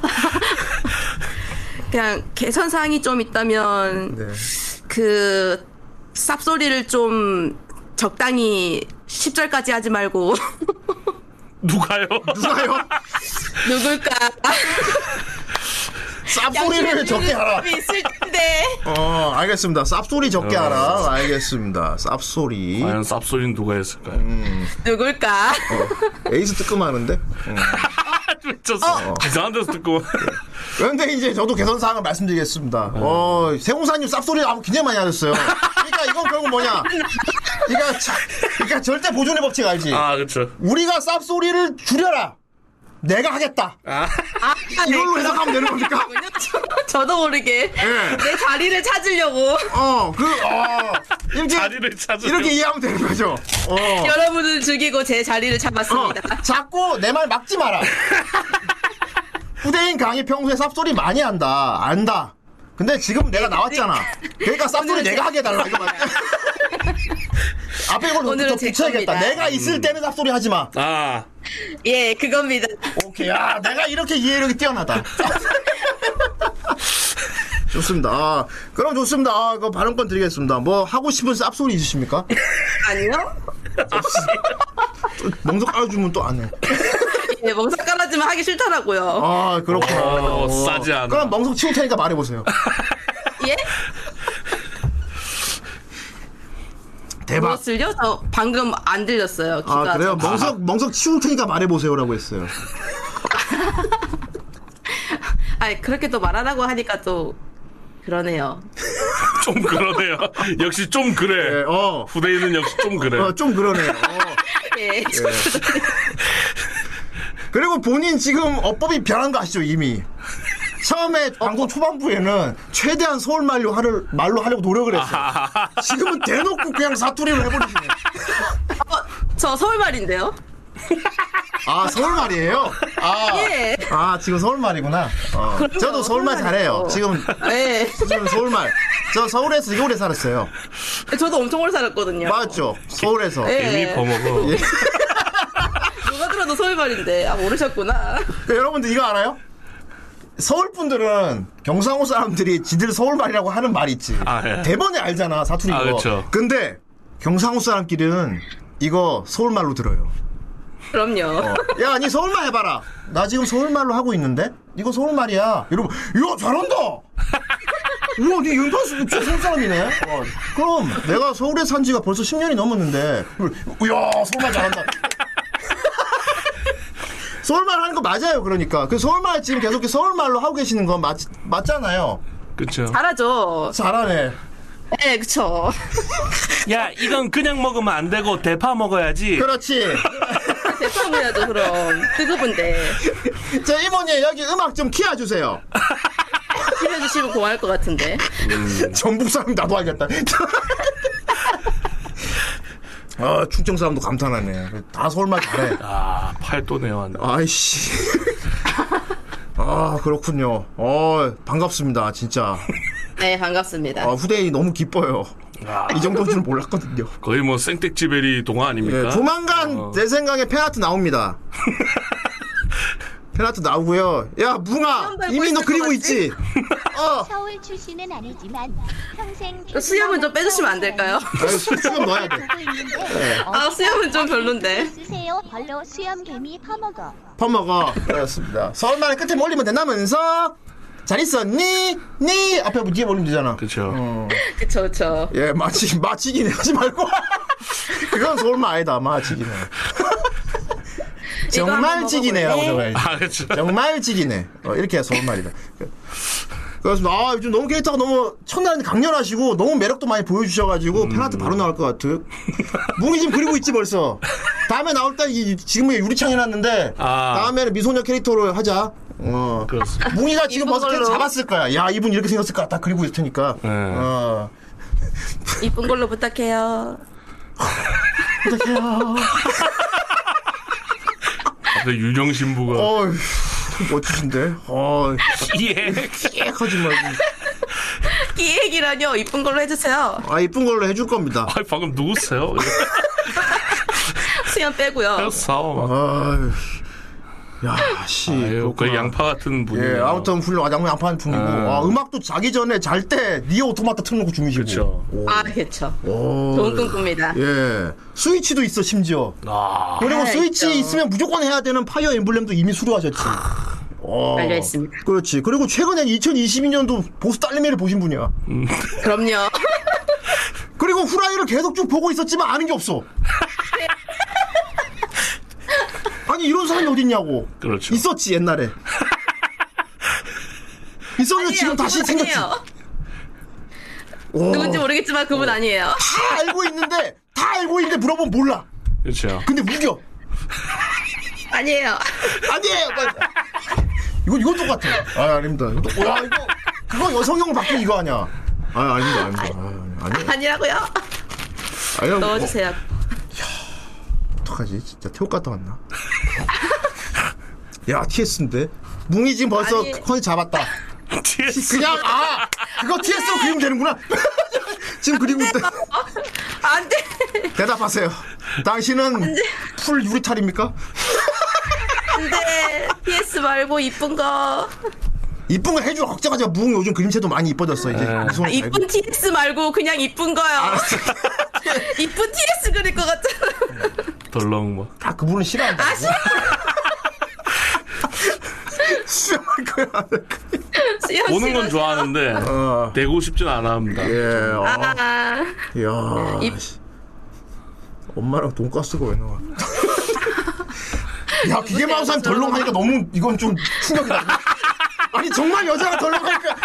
Speaker 4: [LAUGHS] 그냥 개선 사항이 좀 있다면
Speaker 3: 네.
Speaker 4: 그 쌉소리를 좀 적당히 10절까지 하지 말고
Speaker 2: 누가요?
Speaker 3: 예. 누가요?
Speaker 4: [LAUGHS] 누굴까
Speaker 3: 쌉소리를 적게 하라.
Speaker 4: 양심의 있을 텐데
Speaker 3: 어, 알겠습니다. 쌉소리 적게 하라. 알겠습니다. 쌉소리.
Speaker 2: 어. 과연 쌉소리는 누가 했을까요?
Speaker 3: 음.
Speaker 4: 누굴까 [LAUGHS]
Speaker 3: 어. 에이스 뜨끔하는데? 어.
Speaker 2: 미쳤어. 이상한 데서
Speaker 3: [LAUGHS]
Speaker 2: 듣고.
Speaker 3: 그런데 이제 저도 개선사항을 말씀드리겠습니다. 어, 세공사님 쌉소리를 아무 굉장히 많이 하셨어요. 그러니까 이건 결국 뭐냐. 그러니까, 자- 그러니까 절대 보존의 법칙 알지?
Speaker 2: 아, 그쵸.
Speaker 3: 우리가 쌉소리를 줄여라. 내가 하겠다.
Speaker 4: 아, 네,
Speaker 3: 이걸로 해석하면 되는
Speaker 4: [LAUGHS]
Speaker 3: 겁니까?
Speaker 4: 그렇군요. 저- 저도 모르게 내 자리를 찾으려고
Speaker 3: 예. 어, 그, 어. 이렇게,
Speaker 2: 자리를 찾으려
Speaker 3: 이렇게 이해하면 되는 거죠. 어.
Speaker 4: 여러분을 죽이고 제 자리를
Speaker 3: 어,
Speaker 4: 잡았습니다.
Speaker 3: 자꾸 내 말 막지 마라. 후대인 강이 평소에 쌉소리 많이 한다. 안다. 근데 지금 내가 나왔잖아. 그러니까 쌉소리
Speaker 4: 네, 오늘은
Speaker 3: 내가
Speaker 4: 제-
Speaker 3: 하게 해달라. 이거
Speaker 4: [LAUGHS]
Speaker 3: 말이야. 앞에 이걸
Speaker 4: 오늘은
Speaker 3: 좀
Speaker 4: 제
Speaker 3: 붙여야겠다.
Speaker 4: 겁니다.
Speaker 3: 내가
Speaker 2: 음.
Speaker 3: 있을 때는 쌉소리 하지 마.
Speaker 2: 아,
Speaker 4: 예, 그겁니다.
Speaker 3: 오케이. 야, 내가 이렇게 이해력이
Speaker 2: [LAUGHS]
Speaker 3: 뛰어나다. 좋습니다. 아, 그럼 좋습니다. 아, 그 발언권 드리겠습니다. 뭐 하고 싶은 쌉소리 있으십니까?
Speaker 4: 아니요?
Speaker 3: 멍석 깔아주면 또 안 해.
Speaker 4: 예, 멍석 깔아주면 하기 싫더라고요.
Speaker 3: 아, 그렇구나.
Speaker 2: 어, 싸지 않아.
Speaker 3: 그럼 멍석 치울
Speaker 2: [LAUGHS]
Speaker 3: 테니까 말해보세요.
Speaker 4: 예?
Speaker 3: 대박.
Speaker 4: 무엇을요? 저 방금 안 들렸어요. 귀가.
Speaker 3: 아 그래요?
Speaker 4: 저-
Speaker 3: 멍석 멍석 치울 테니까 말해보세요라고 했어요.
Speaker 4: 아니, 그렇게 또 말하라고 하니까 또 그러네요.
Speaker 2: 좀 그러네요. [LAUGHS] 역시 좀
Speaker 3: 예,
Speaker 2: 그래.
Speaker 3: 어,
Speaker 2: 후대인은 역시 좀 그래.
Speaker 3: 어, 좀 그러네요. 어.
Speaker 4: 예.
Speaker 3: 그리고 본인 지금 어법이 변한 거 아시죠 이미? 처음에 방송 초반부에는 최대한 서울 말로 하를 말로 하려고 노력을 했어요. 지금은 대놓고 그냥 사투리를 해버리시네.
Speaker 4: 어, 저 서울말인데요?
Speaker 3: 아 서울 말이에요? 아,
Speaker 4: 예.
Speaker 3: 아 지금 서울 말이구나. 어. 저도 서울 말 잘해요.
Speaker 4: 서울 말이죠.
Speaker 3: 지금
Speaker 4: 예.
Speaker 3: 지금 서울 말. 저 서울에서 이오래 살았어요.
Speaker 4: 저도 엄청 오래 살았거든요.
Speaker 3: 맞죠? 서울에서.
Speaker 4: 예.
Speaker 2: 이미 버먹어.
Speaker 4: 누가 들어도 서울말인데. 아, 모르셨구나.
Speaker 3: [LAUGHS] 그 여러분들 이거 알아요? 서울 분들은 경상호 사람들이 지들 서울 말이라고 하는 말이 있지.
Speaker 2: 아, 예.
Speaker 3: 대번에 알잖아 사투리
Speaker 2: 아,
Speaker 3: 이거.
Speaker 2: 그쵸.
Speaker 3: 근데 경상호 사람끼리는 이거 서울 말로 들어요.
Speaker 4: 그럼요.
Speaker 3: 야, 니 서울 말 해봐라. 나 지금 서울 말로 하고 있는데 이거 서울 말이야. 여러분, 야 잘한다. 우와, 니 윤다스 진짜 서울 사람이네. 어, 그럼 내가 서울에 산 지가 벌써 10년이 넘었는데, 야 서울 말 잘한다. [LAUGHS] 서울말 하는 거 맞아요, 그러니까. 그 서울말 지금 계속 서울말로 하고 계시는 건 맞, 맞잖아요.
Speaker 2: 그쵸.
Speaker 4: 잘하죠.
Speaker 3: 잘하네.
Speaker 4: 예, 그쵸.
Speaker 2: 야, 이건 그냥 먹으면 안 되고 대파 먹어야지.
Speaker 3: 그렇지.
Speaker 4: 대파무야죠, 그럼. 뜨거운데.
Speaker 3: 자, 이모님, 여기 음악 좀 키워주세요.
Speaker 4: 키워주시면 고마울 것 같은데.
Speaker 3: [LAUGHS] 전북 사람 나도 알겠다. [LAUGHS] 아, 충청 사람도 감탄하네. 다 서울말 잘해.
Speaker 2: 아, 팔도네요. 완전.
Speaker 3: 아이씨. 아, 그렇군요. 어, 반갑습니다, 진짜.
Speaker 4: 네, 반갑습니다.
Speaker 3: 아, 후대인이 너무 기뻐요. 이 정도인 줄 몰랐거든요.
Speaker 2: 거의 뭐 생택지베리 동화 아닙니까?
Speaker 3: 예, 조만간
Speaker 2: 어.
Speaker 3: 내 생각에 페나트 나옵니다. 페나트 나오고요. 야, 뭉아!
Speaker 4: 수염
Speaker 3: 이미 너
Speaker 4: 달고
Speaker 3: 그리고
Speaker 4: 있을
Speaker 3: 있지? 어!
Speaker 6: 서울 출신은 아니지만 평생
Speaker 4: 수염은 좀 빼주시면 안 될까요?
Speaker 3: 아유, 수염 넣어야 돼. 네.
Speaker 6: 보고 있는데 어,
Speaker 4: 아, 수염은 좀 별론데.
Speaker 6: 쓰세요. 별로 수염 개미 퍼먹어.
Speaker 3: 퍼먹어. 그렇습니다. 서울말의 끝에 몰리면 된다면서? 잘 있었니? 니? 앞에 뭐 뒤에 몰리면 되잖아.
Speaker 2: 그쵸.
Speaker 3: 어.
Speaker 4: 그쵸, 그쵸.
Speaker 3: 예, 마치, 마치기네. 하지 말고. [LAUGHS] 그건 서울말 아니다. 마치기네. 정말
Speaker 4: 한번
Speaker 3: 지기네라고
Speaker 4: 먹어볼래?
Speaker 3: 적어야지.
Speaker 2: 아, 그쵸. [LAUGHS]
Speaker 3: 정말 지기네. 어, 이렇게 해서 서울말이다. 그- 그렇습니다. 아, 요즘 너무 캐릭터가 너무 첫날은 강렬하시고 너무 매력도 많이
Speaker 2: 음.
Speaker 3: 보여주셔가지고 팬한테 바로 나올 것 같아요. 뭉이 지금 그리고 있지 벌써. 다음에 나올 때 이- 지금 유리창 해놨는데
Speaker 2: 아.
Speaker 3: 다음에는 미소녀 캐릭터로 하자. 어.
Speaker 2: 그렇습니다.
Speaker 3: 뭉이가 지금
Speaker 4: 이분
Speaker 3: 벌써 캐릭터
Speaker 4: 걸로.
Speaker 3: 잡았을 거야. 야, 이분 이렇게 생겼을 거야. 딱 그리고 있을 테니까.
Speaker 2: 네.
Speaker 3: 어.
Speaker 4: 이쁜 걸로 부탁해요.
Speaker 3: 부탁해요.
Speaker 2: 앞에 윤영 신부가.
Speaker 3: 어, 멋지신데? 어,
Speaker 2: 예.
Speaker 3: 깨하지 말고.
Speaker 4: 기획이라뇨. 이쁜 걸로 해주세요.
Speaker 3: 아, 이쁜 걸로 해줄 겁니다.
Speaker 2: 아, 방금 누구세요?
Speaker 4: 수염 빼고요.
Speaker 2: 싸워.
Speaker 3: 아유. 야, 씨.
Speaker 2: 아유,
Speaker 3: 그렇구나.
Speaker 2: 거의 양파 같은 분이에요.
Speaker 3: 예, 아무튼 훌륭, 양양판 분이고,
Speaker 2: 아.
Speaker 3: 아, 음악도 자기 전에 잘 때 니어 오토마타 틀어놓고 주무시고.
Speaker 2: 그쵸.
Speaker 3: 오.
Speaker 4: 아, 그쵸.
Speaker 3: 오.
Speaker 4: 좋은 꿈꿉니다.
Speaker 3: 예, 스위치도 있어 심지어.
Speaker 2: 아,
Speaker 3: 그리고
Speaker 4: 아,
Speaker 3: 스위치
Speaker 4: 있죠.
Speaker 3: 있으면 무조건 해야 되는 파이어 엠블렘도 이미 수료하셨지.
Speaker 2: 아.
Speaker 3: 어.
Speaker 4: 알려있습니다.
Speaker 3: 그렇지. 그리고 최근엔 2022년도 보스 딸내미를 보신 분이야.
Speaker 4: 그럼요.
Speaker 3: 아, 그리고 후라이를 계속 쭉 보고 있었지만 아는 게
Speaker 4: [LAUGHS]
Speaker 3: 없어. 아니 이런 사람이 어딨냐고.
Speaker 2: 그렇죠.
Speaker 3: 있었지 옛날에. 있었는데 지금
Speaker 4: 아니에요,
Speaker 3: 다시
Speaker 4: 그분
Speaker 3: 생겼지.
Speaker 4: 아니에요.
Speaker 3: 오.
Speaker 4: 누군지 모르겠지만 그분 아니에요.
Speaker 3: 다 알고 있는데 다 알고 있는데 물어보면 몰라.
Speaker 2: 그렇죠.
Speaker 3: 근데 우겨.
Speaker 4: 아니에요.
Speaker 3: 아니에요. 그러니까 이건 이건 똑같아. 아 아닙니다. 이거 똑- 와 이거 그거 여성용 바꾸 이거 아니야. 아 아닙니다 아닙니다. 아, 아니에요.
Speaker 4: 아니라고요.
Speaker 3: 아니요. 뭐,
Speaker 4: 넣어주세요.
Speaker 3: 어떡하지? 진짜 태국 갔다 왔나? 야, TS인데? 뭉이 지금 벌써
Speaker 4: 아니.
Speaker 3: 컨셉 잡았다.
Speaker 2: TS.
Speaker 3: 그냥, 아! 그거 TS로 그리면 되는구나! [LAUGHS] 지금 그리고 있다.
Speaker 4: 네, 안 돼.
Speaker 3: 대답하세요. 당신은 풀 유리탈입니까?
Speaker 4: 안 돼. PS 말고 이쁜 거.
Speaker 3: 이쁜 거 해줘. 걱정하지 마. 뭉 요즘 그림체도 많이 이뻐졌어. 이제.
Speaker 2: 네.
Speaker 3: 아, 이 손을 달고.
Speaker 4: 이쁜 TS 말고 그냥 이쁜 거요. [LAUGHS] 이쁜 TS 그릴 것 같잖아.
Speaker 2: 덜렁 뭐.
Speaker 3: 다 그분은 싫어한다.
Speaker 4: 아쉬워.
Speaker 3: 싫어할 [LAUGHS] 거야.
Speaker 2: 보는 건 좋아하는데
Speaker 3: 어.
Speaker 2: 되고 싶진 않아 합니다.
Speaker 3: 예, 어.
Speaker 4: 아,
Speaker 3: 이야.
Speaker 4: 입-
Speaker 3: 씨. 엄마랑 돈가스가 왜 나와? 야, 기계 마우스 하면 덜렁하니까 너무 이건 좀 충격이다. 아니 정말 여자가 덜렁하니까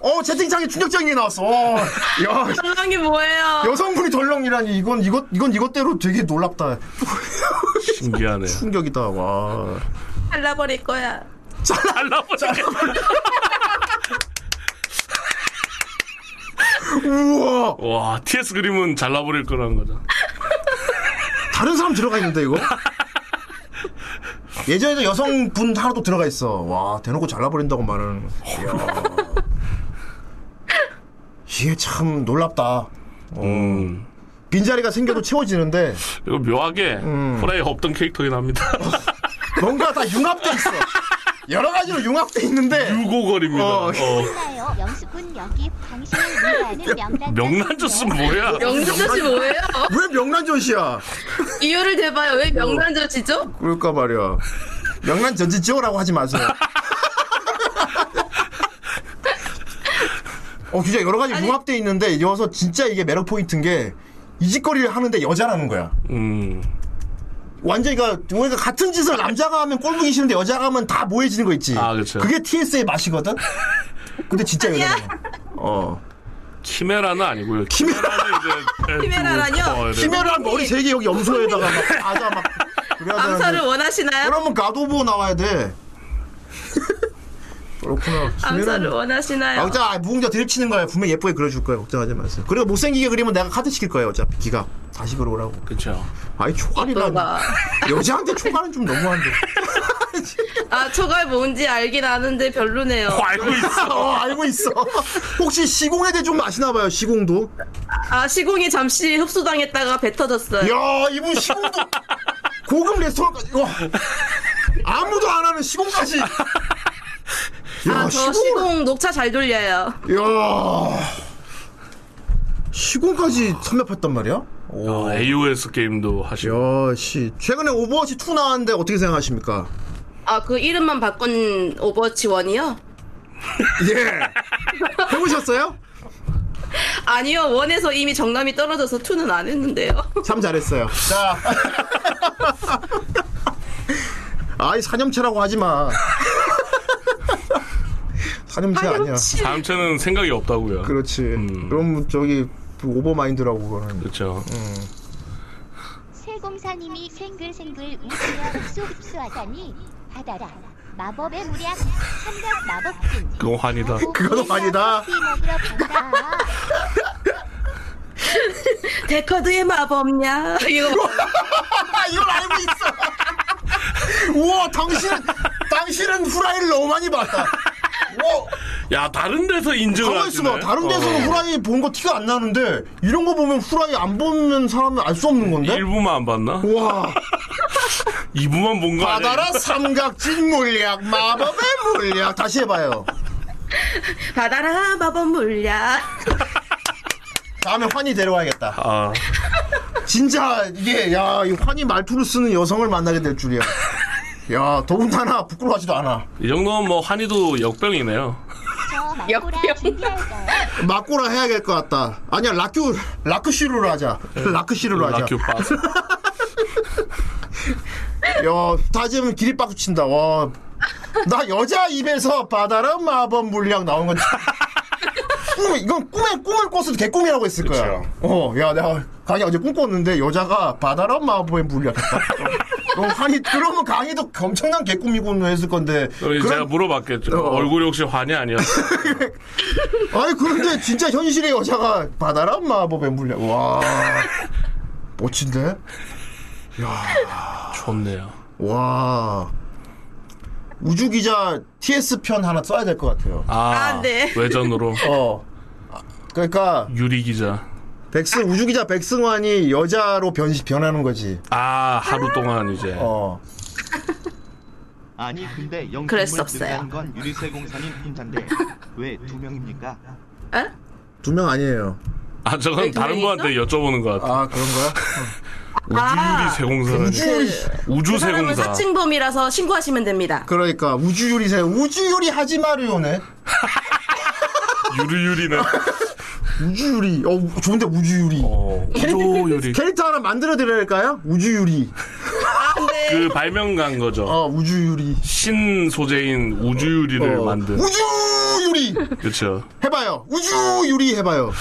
Speaker 3: 어 채팅창에 충격적인 게 나왔어. 어, 야
Speaker 4: 그런 게 뭐예요?
Speaker 3: 여성분이 덜렁이라니 이건 이것 이건 이것대로 되게 놀랍다.
Speaker 2: 신기하네요.
Speaker 3: [LAUGHS] 충격이다 와.
Speaker 4: 잘라버릴 거야.
Speaker 2: 잘라버리게.
Speaker 3: 우와
Speaker 2: [LAUGHS] 와, TS 그림은 잘라버릴 거라는 거죠.
Speaker 3: 다른 사람 들어가 있는데 이거. 예전에도 여성분 하나도 들어가 있어. 와 대놓고 잘라버린다고 말하는. 이야. 이게 참 놀랍다.
Speaker 2: 음.
Speaker 3: 빈자리가 생겨도 채워지는데
Speaker 2: 이거 묘하게
Speaker 3: 음.
Speaker 2: 후라이 없던 캐릭터긴
Speaker 3: [LAUGHS]
Speaker 2: 합니다.
Speaker 3: 뭔가 다 융합돼 있어. 여러 가지로 융합돼 있는데
Speaker 2: 유고걸입니다.
Speaker 3: 어.
Speaker 2: 어.
Speaker 6: 몰라요. 영수군 여기 당신을 위하는 명란.
Speaker 2: 명란젓은
Speaker 3: [LAUGHS]
Speaker 2: 뭐야?
Speaker 4: 명란젓이 뭐예요?
Speaker 3: 왜 명란젓이야?
Speaker 4: 이유를 대봐요. 왜 명란젓이죠?
Speaker 3: 그럴까 말이야. 명란젓이 지어라고 하지 마세요. 어 진짜 여러 가지 융합돼 있는데 이제 와서 진짜 이게 매력 포인트인 게 이 짓거리를 하는데 여자라는 거야.
Speaker 2: 음.
Speaker 3: 완전히 그러니까 우리가 같은 짓을 남자가 하면 꼴보기 싫은데 여자가 하면 다 모해지는 거 있지.
Speaker 2: 아, 그쵸.
Speaker 3: 그게 TS의 맛이거든. 근데 진짜
Speaker 4: 아니야.
Speaker 3: 여자야. 어.
Speaker 2: 키메라는 아니고요. 키메라는 이제
Speaker 4: 키메라라뇨?
Speaker 2: 어, 네.
Speaker 3: 치매란 머리 세 개 여기 염소에다가 막 아자 막 그래야
Speaker 4: 암살을
Speaker 3: 되는데
Speaker 4: 원하시나요?
Speaker 3: 그러면 가도보 뭐 나와야 돼. [LAUGHS] 그렇구나.
Speaker 4: 암살을
Speaker 3: 치매란
Speaker 4: 원하시나요?
Speaker 3: 각자 아, 무궁자 들이치는 거야. 분명 히 예쁘게 그려줄 거야. 걱정하지 마세요. 그리고 못생기게 그리면 내가 카드 시킬 거예요. 어차피 기가 40으로 오라고.
Speaker 2: 그렇죠.
Speaker 3: 아이 초갈이란
Speaker 4: 너가.
Speaker 3: [LAUGHS] 여자한테 초갈은 좀 너무한데.
Speaker 4: 아, 초갈 뭔지 알긴 아는데 별로네요.
Speaker 2: 어, 알고 있어.
Speaker 3: 어 알고 있어. 혹시 시공에 대해 좀 아시나 봐요. 시공도.
Speaker 4: 아, 시공이 잠시 흡수당했다가 뱉어졌어요.
Speaker 3: 야 이분 시공도 고급 레스토랑까지. 와 아무도 안 하는 시공까지. 야
Speaker 4: 아, 저
Speaker 3: 시공을-
Speaker 4: 시공 녹차 잘 돌려요.
Speaker 3: 이야. 시공까지 섭렵했단 말이야?
Speaker 2: 어, AOS 게임도 하시고.
Speaker 3: 야, 씨. 최근에 오버워치 2 나왔는데 어떻게 생각하십니까?
Speaker 4: 아, 그 이름만 바꾼 오버워치 1이요?
Speaker 3: 예. [LAUGHS] 해보셨어요?
Speaker 4: 아니요, 1에서 이미 정남이 떨어져서 2는 안 했는데요.
Speaker 3: 참 잘했어요. 자. [LAUGHS] 아이, 사념체라고 하지 [LAUGHS] 마. 사념체 아니야.
Speaker 4: 사념치.
Speaker 2: 다음 차는 생각이 없다고요.
Speaker 3: 그렇지. 그럼 저기 오버마인드라고 그거는.
Speaker 2: 그렇죠.
Speaker 6: 세공사님이 생글생글 웃으며 흡수흡수하다니 받아라. 마법의 무량 삼각 마법진.
Speaker 2: 그거 환이다.
Speaker 3: 그거는 환이다.
Speaker 6: 커피 먹으러 간다.
Speaker 4: 데커드의 마법냐? 이거 뭐 [LAUGHS]
Speaker 3: 아, 이걸 알고 있어. 우와, 당신은, 당신은 후라이를 너무 많이 봤다. 뭐, 와,
Speaker 2: 야 다른 데서 인증을
Speaker 3: 가만 있어봐.
Speaker 2: 하시네.
Speaker 3: 다른 데서는
Speaker 2: 어.
Speaker 3: 후라이 본 거 티가 안 나는데, 이런 거 보면 후라이 안 보는 사람은 알 수 없는 건데? [LAUGHS]
Speaker 2: 일부만 안 봤나?
Speaker 3: 와,
Speaker 2: 이분만 본 거 아니야?
Speaker 3: 바다라 삼각진 물약 마법의 물약 다시 해봐요.
Speaker 4: 바다라 마법 그 물약.
Speaker 3: 다음에 환희 데려와야겠다.
Speaker 2: 아,
Speaker 3: 진짜 이게 야이 환희 말투를 쓰는 여성을 만나게 될 줄이야. 야 더군다나 부끄러워하지도 않아.
Speaker 2: 이 정도면 뭐 한이도 역병이네요.
Speaker 6: 저
Speaker 4: 역병.
Speaker 6: 막고라 준비할까요?
Speaker 3: 막고라 해야 될 것 같다. 아니야 라큐 라크시루로 하자. 네. 라크시루로 하자.
Speaker 2: 라큐
Speaker 3: [LAUGHS]
Speaker 2: 빠스.
Speaker 3: 야, 다지면 길이 빠꾸 친다. 와. 나 여자 입에서 바다란 마법 물량 나온 건. 꿈, 이건 꿈에 꿈을 꿨어도 개꿈이라고 했을 거야. 어, 야, 내가 강의 어제 꿈꿨는데 여자가 바다란 마법의 물량. 어, 아니 그러면 강의도 엄청난 개꿈이고 했을 건데.
Speaker 2: 그럼 어, 제가 물어봤겠죠.
Speaker 3: 어.
Speaker 2: 얼굴이 혹시 환이 아니었어? 뭐-
Speaker 3: 아니 그런데 진짜 현실의 여자가 바다란 마법의 물량. 와, 멋진데?
Speaker 2: 아, 좋네요.
Speaker 3: 와, 우주 기자 TS 편 하나 써야 될 것 같아요.
Speaker 2: 아,
Speaker 4: 아, 네.
Speaker 2: 외전으로
Speaker 3: 어. 아, 그러니까
Speaker 2: 유리 기자.
Speaker 3: 백승 우주 기자 백승환이 여자로 변 변하는 거지.
Speaker 2: 아 하루 동안 이제
Speaker 3: 어.
Speaker 7: 아니 근데
Speaker 4: 그럴
Speaker 7: 영국을
Speaker 4: 수 없어요.
Speaker 7: 등한 건 유리세 공사님 팀장인데 왜 두 명입니까?
Speaker 3: 두 명 아니에요.
Speaker 2: 아
Speaker 4: 왜
Speaker 2: 저건 다른
Speaker 4: 그냥
Speaker 2: 분한테 여쭤보는 것 같아.
Speaker 3: 아, 그런 거야?
Speaker 2: 유리
Speaker 4: 아,
Speaker 2: 세공사 우주
Speaker 4: 그 사람은
Speaker 2: 세공사.
Speaker 4: 사칭범이라서 신고하시면 됩니다.
Speaker 3: 음. 그러니까 우주 요리세 우주 요리 하지 마르요네.
Speaker 2: 유리 [LAUGHS] 유리네.
Speaker 3: 우주 요리. 어, 좋은데 우주 요리.
Speaker 2: 어, 우주 유리.
Speaker 3: 캐릭터 하나 만들어 드릴까요? 우주 요리.
Speaker 4: 안 돼.
Speaker 2: 그 발명가인 거죠.
Speaker 3: 어, 우주 요리.
Speaker 2: 신 소재인 우주 유리를
Speaker 3: 어.
Speaker 2: 만든.
Speaker 3: 우주 요리.
Speaker 2: 그렇죠.
Speaker 3: 해봐요. 우주 요리 해봐요.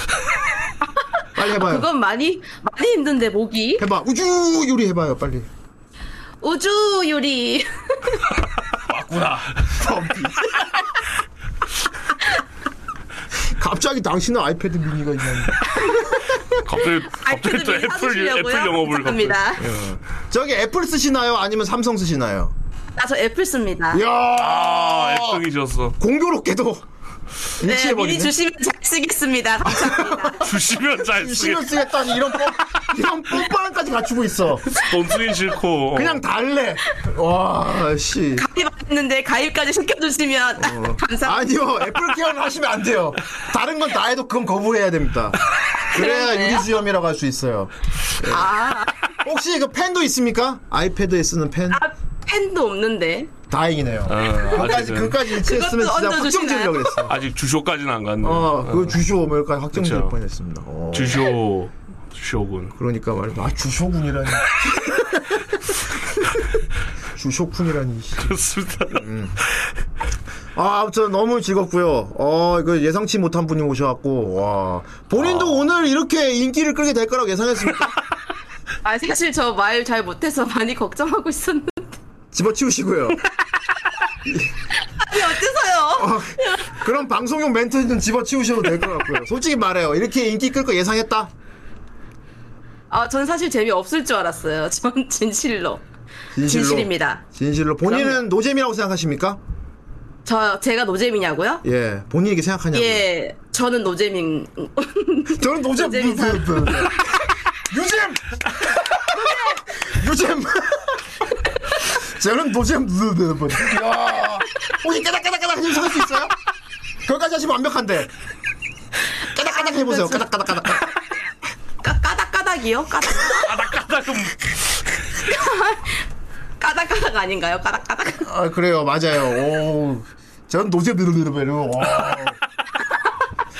Speaker 3: 빨리 해봐요.
Speaker 4: 그건 많이 많이 힘든데 목이
Speaker 3: 해봐. 우주 요리 해봐요. 빨리.
Speaker 4: 우주 요리
Speaker 3: [LAUGHS] 갑자기 당신은 아이패드 미니가 있냐니.
Speaker 2: 갑자기 갑자기 또
Speaker 4: [LAUGHS] 아이패드를
Speaker 2: 애플 애플
Speaker 4: 사주시려고요? 예.
Speaker 2: 영업을 갑자기.
Speaker 4: 부탁합니다.
Speaker 3: 저기 애플 쓰시나요? 아니면 삼성 쓰시나요?
Speaker 4: 아, 나저 애플 씁니다.
Speaker 3: 이야.
Speaker 2: 아 애플이셨어.
Speaker 3: 공교롭게도
Speaker 4: 네,
Speaker 3: 일치해버리네.
Speaker 4: 미리 주시면 잘 쓰겠습니다. [LAUGHS] 감사합니다.
Speaker 2: 주시면 잘 쓰게.
Speaker 3: 실을 쓰겠다니 이런 뻔 이런 뻔뻔함까지 갖추고 있어.
Speaker 2: 돈 쓰긴 싫고.
Speaker 3: 그냥 달래. 와 씨.
Speaker 4: 했는데 가입까지 시켜주시면 [LAUGHS] 감사합니다.
Speaker 3: 아니요 애플 케어는 하시면 안 돼요. 다른 건 다 해도 그건 거부해야 됩니다. 그래야
Speaker 4: 그래요?
Speaker 3: 유리수염이라고 할 수 있어요.
Speaker 4: 아,
Speaker 3: 혹시 그 펜도 있습니까? 아이패드에 쓰는 펜?
Speaker 4: 아, 팬도 없는데
Speaker 3: 다행이네요.
Speaker 2: 어,
Speaker 3: 그까지
Speaker 2: 아직은
Speaker 3: 그까지 일치했으면 진짜
Speaker 4: 그것도 얹어주시나요?
Speaker 3: 확정지으려고 그랬어.
Speaker 2: 아직 주쇼까지는 안 갔네.
Speaker 3: 어,
Speaker 2: 요
Speaker 3: 그거 주쇼 오mel까지 확정될
Speaker 2: 그쵸.
Speaker 3: 뻔했습니다. 어.
Speaker 2: 주쇼 주쇼군. [LAUGHS]
Speaker 3: 그러니까 말이야. 아, 주쇼군이라니. [LAUGHS] 주쇼쿤이라니.
Speaker 2: 그렇습니다.
Speaker 3: 음. 아, 아무튼 너무 즐겁고요. 어, 이거 예상치 못한 분이 오셔갖고, 와. 본인도 오늘 이렇게 인기를 끌게 될 거라고 [LAUGHS] 예상했습니까?
Speaker 4: 아, 사실 저 말 잘 못해서 많이 걱정하고 있었는데
Speaker 3: 집어치우시고요.
Speaker 4: 어째서요?
Speaker 3: 아, 그럼 방송용 멘트는 집어치우셔도 될 것 같고요. 솔직히 말해요. 이렇게 인기 끌 거 예상했다?
Speaker 4: 아, 전 사실 재미 없을 줄 알았어요. [LAUGHS] 전 진실로 진실입니다.
Speaker 3: 진실로. 본인은
Speaker 4: 그럼요.
Speaker 3: 노잼이라고 생각하십니까?
Speaker 4: 저 제가 노잼이냐고요?
Speaker 3: 예. 본인에게 생각하냐고.
Speaker 4: 예, 저는 노잼인.
Speaker 3: 저는 노잼.
Speaker 4: 노잼 이상.
Speaker 3: 그, 그, 그. 유잼! 유잼! 저는 노잼. 그, 그, 그. 야 혹시 까닥까닥까닥 해서 할수 있어요? 그것까지 하시면 완벽한데. 까닥까닥 해보세요. 까닥까닥까닥.
Speaker 4: 까, 까닥까닥이요? 까닥.
Speaker 2: 까닥까닥은
Speaker 4: [LAUGHS] 까닥까닥 아닌가요? 까닥까닥.
Speaker 3: 아, 그래요. 맞아요. 오. 전 노잼. 그, 그, 그. 와.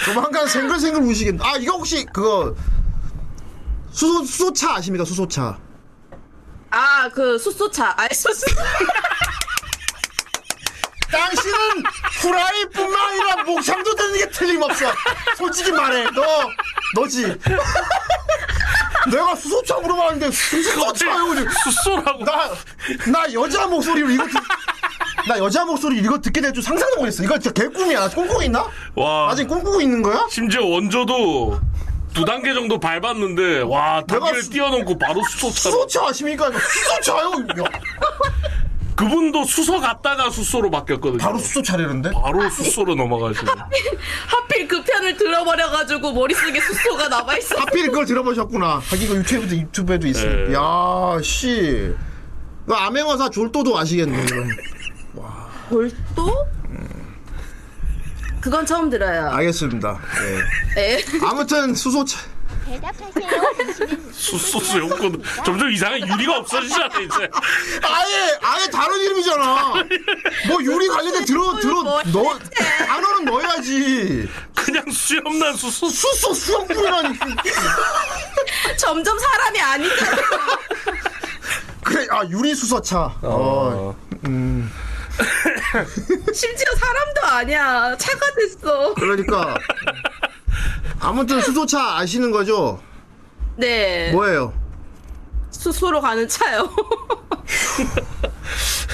Speaker 3: 조만간 생글생글 우시겠네. 아, 이거 혹시 그거. 수소, 수소차 아십니까? 수소차.
Speaker 4: 아, 그 수소차. 아, 수소. [LAUGHS]
Speaker 3: 당신은 후라이뿐만 아니라 목상도 되는 게 틀림없어. 솔직히 말해. 너, 너지. 내가 수소차 물어봤는데 수소차요.
Speaker 2: 숫소라고.
Speaker 3: 나, 나 여자 목소리로 이거 듣, 나 여자 목소리 이거 듣게 될 줄 상상도 못했어. 이거 진짜 개꿈이야. 나 꿈꾸고 있나?
Speaker 2: 와.
Speaker 3: 아직 꿈꾸고 있는 거야?
Speaker 2: 심지어 원조도 두 단계 정도 밟았는데 와 단계를
Speaker 3: 수-
Speaker 2: 뛰어넘고 바로 수소차. 로
Speaker 3: 수소차 아십니까? 이거 수소차요. 야,
Speaker 2: 그분도 수소 갔다가 수소로 바뀌었거든요.
Speaker 3: 바로 수소차례는데?
Speaker 2: 바로 수소로 넘어가시고.
Speaker 4: 하필 그 편을 들어버려가지고 머릿속에 수소가 남아있어.
Speaker 3: 하필 그걸 들어보셨구나. 하긴 이거 유튜브도 유튜브에도 있어.
Speaker 2: 예.
Speaker 3: 야, 씨. 그 암행어사 졸도도 아시겠네 그럼.
Speaker 4: 볼도? 그건 처음 들어요.
Speaker 3: 알겠습니다. 예.
Speaker 4: 예.
Speaker 3: 아무튼 수소차
Speaker 6: 대답하세요. 당신은
Speaker 2: 수소수 욕구 점점 이상한 유리가 없어지잖아 이제
Speaker 3: 아예 아예 다른 이름이잖아. 뭐 유리 관련된 들어 들어
Speaker 4: 뭘
Speaker 3: 너 단어는 넣어야지.
Speaker 2: 그냥 수염난 수소
Speaker 3: 수소 수영불이라니.
Speaker 4: 점점 사람이 아니잖아. [LAUGHS]
Speaker 3: 그래 아 유리 수소차. 어.
Speaker 4: 심지어 사람도 아니야. 차가 됐어.
Speaker 3: 그러니까 아무튼 수소차 아시는 거죠?
Speaker 4: 네.
Speaker 3: 뭐예요?
Speaker 4: 수소로 가는 차요. [LAUGHS]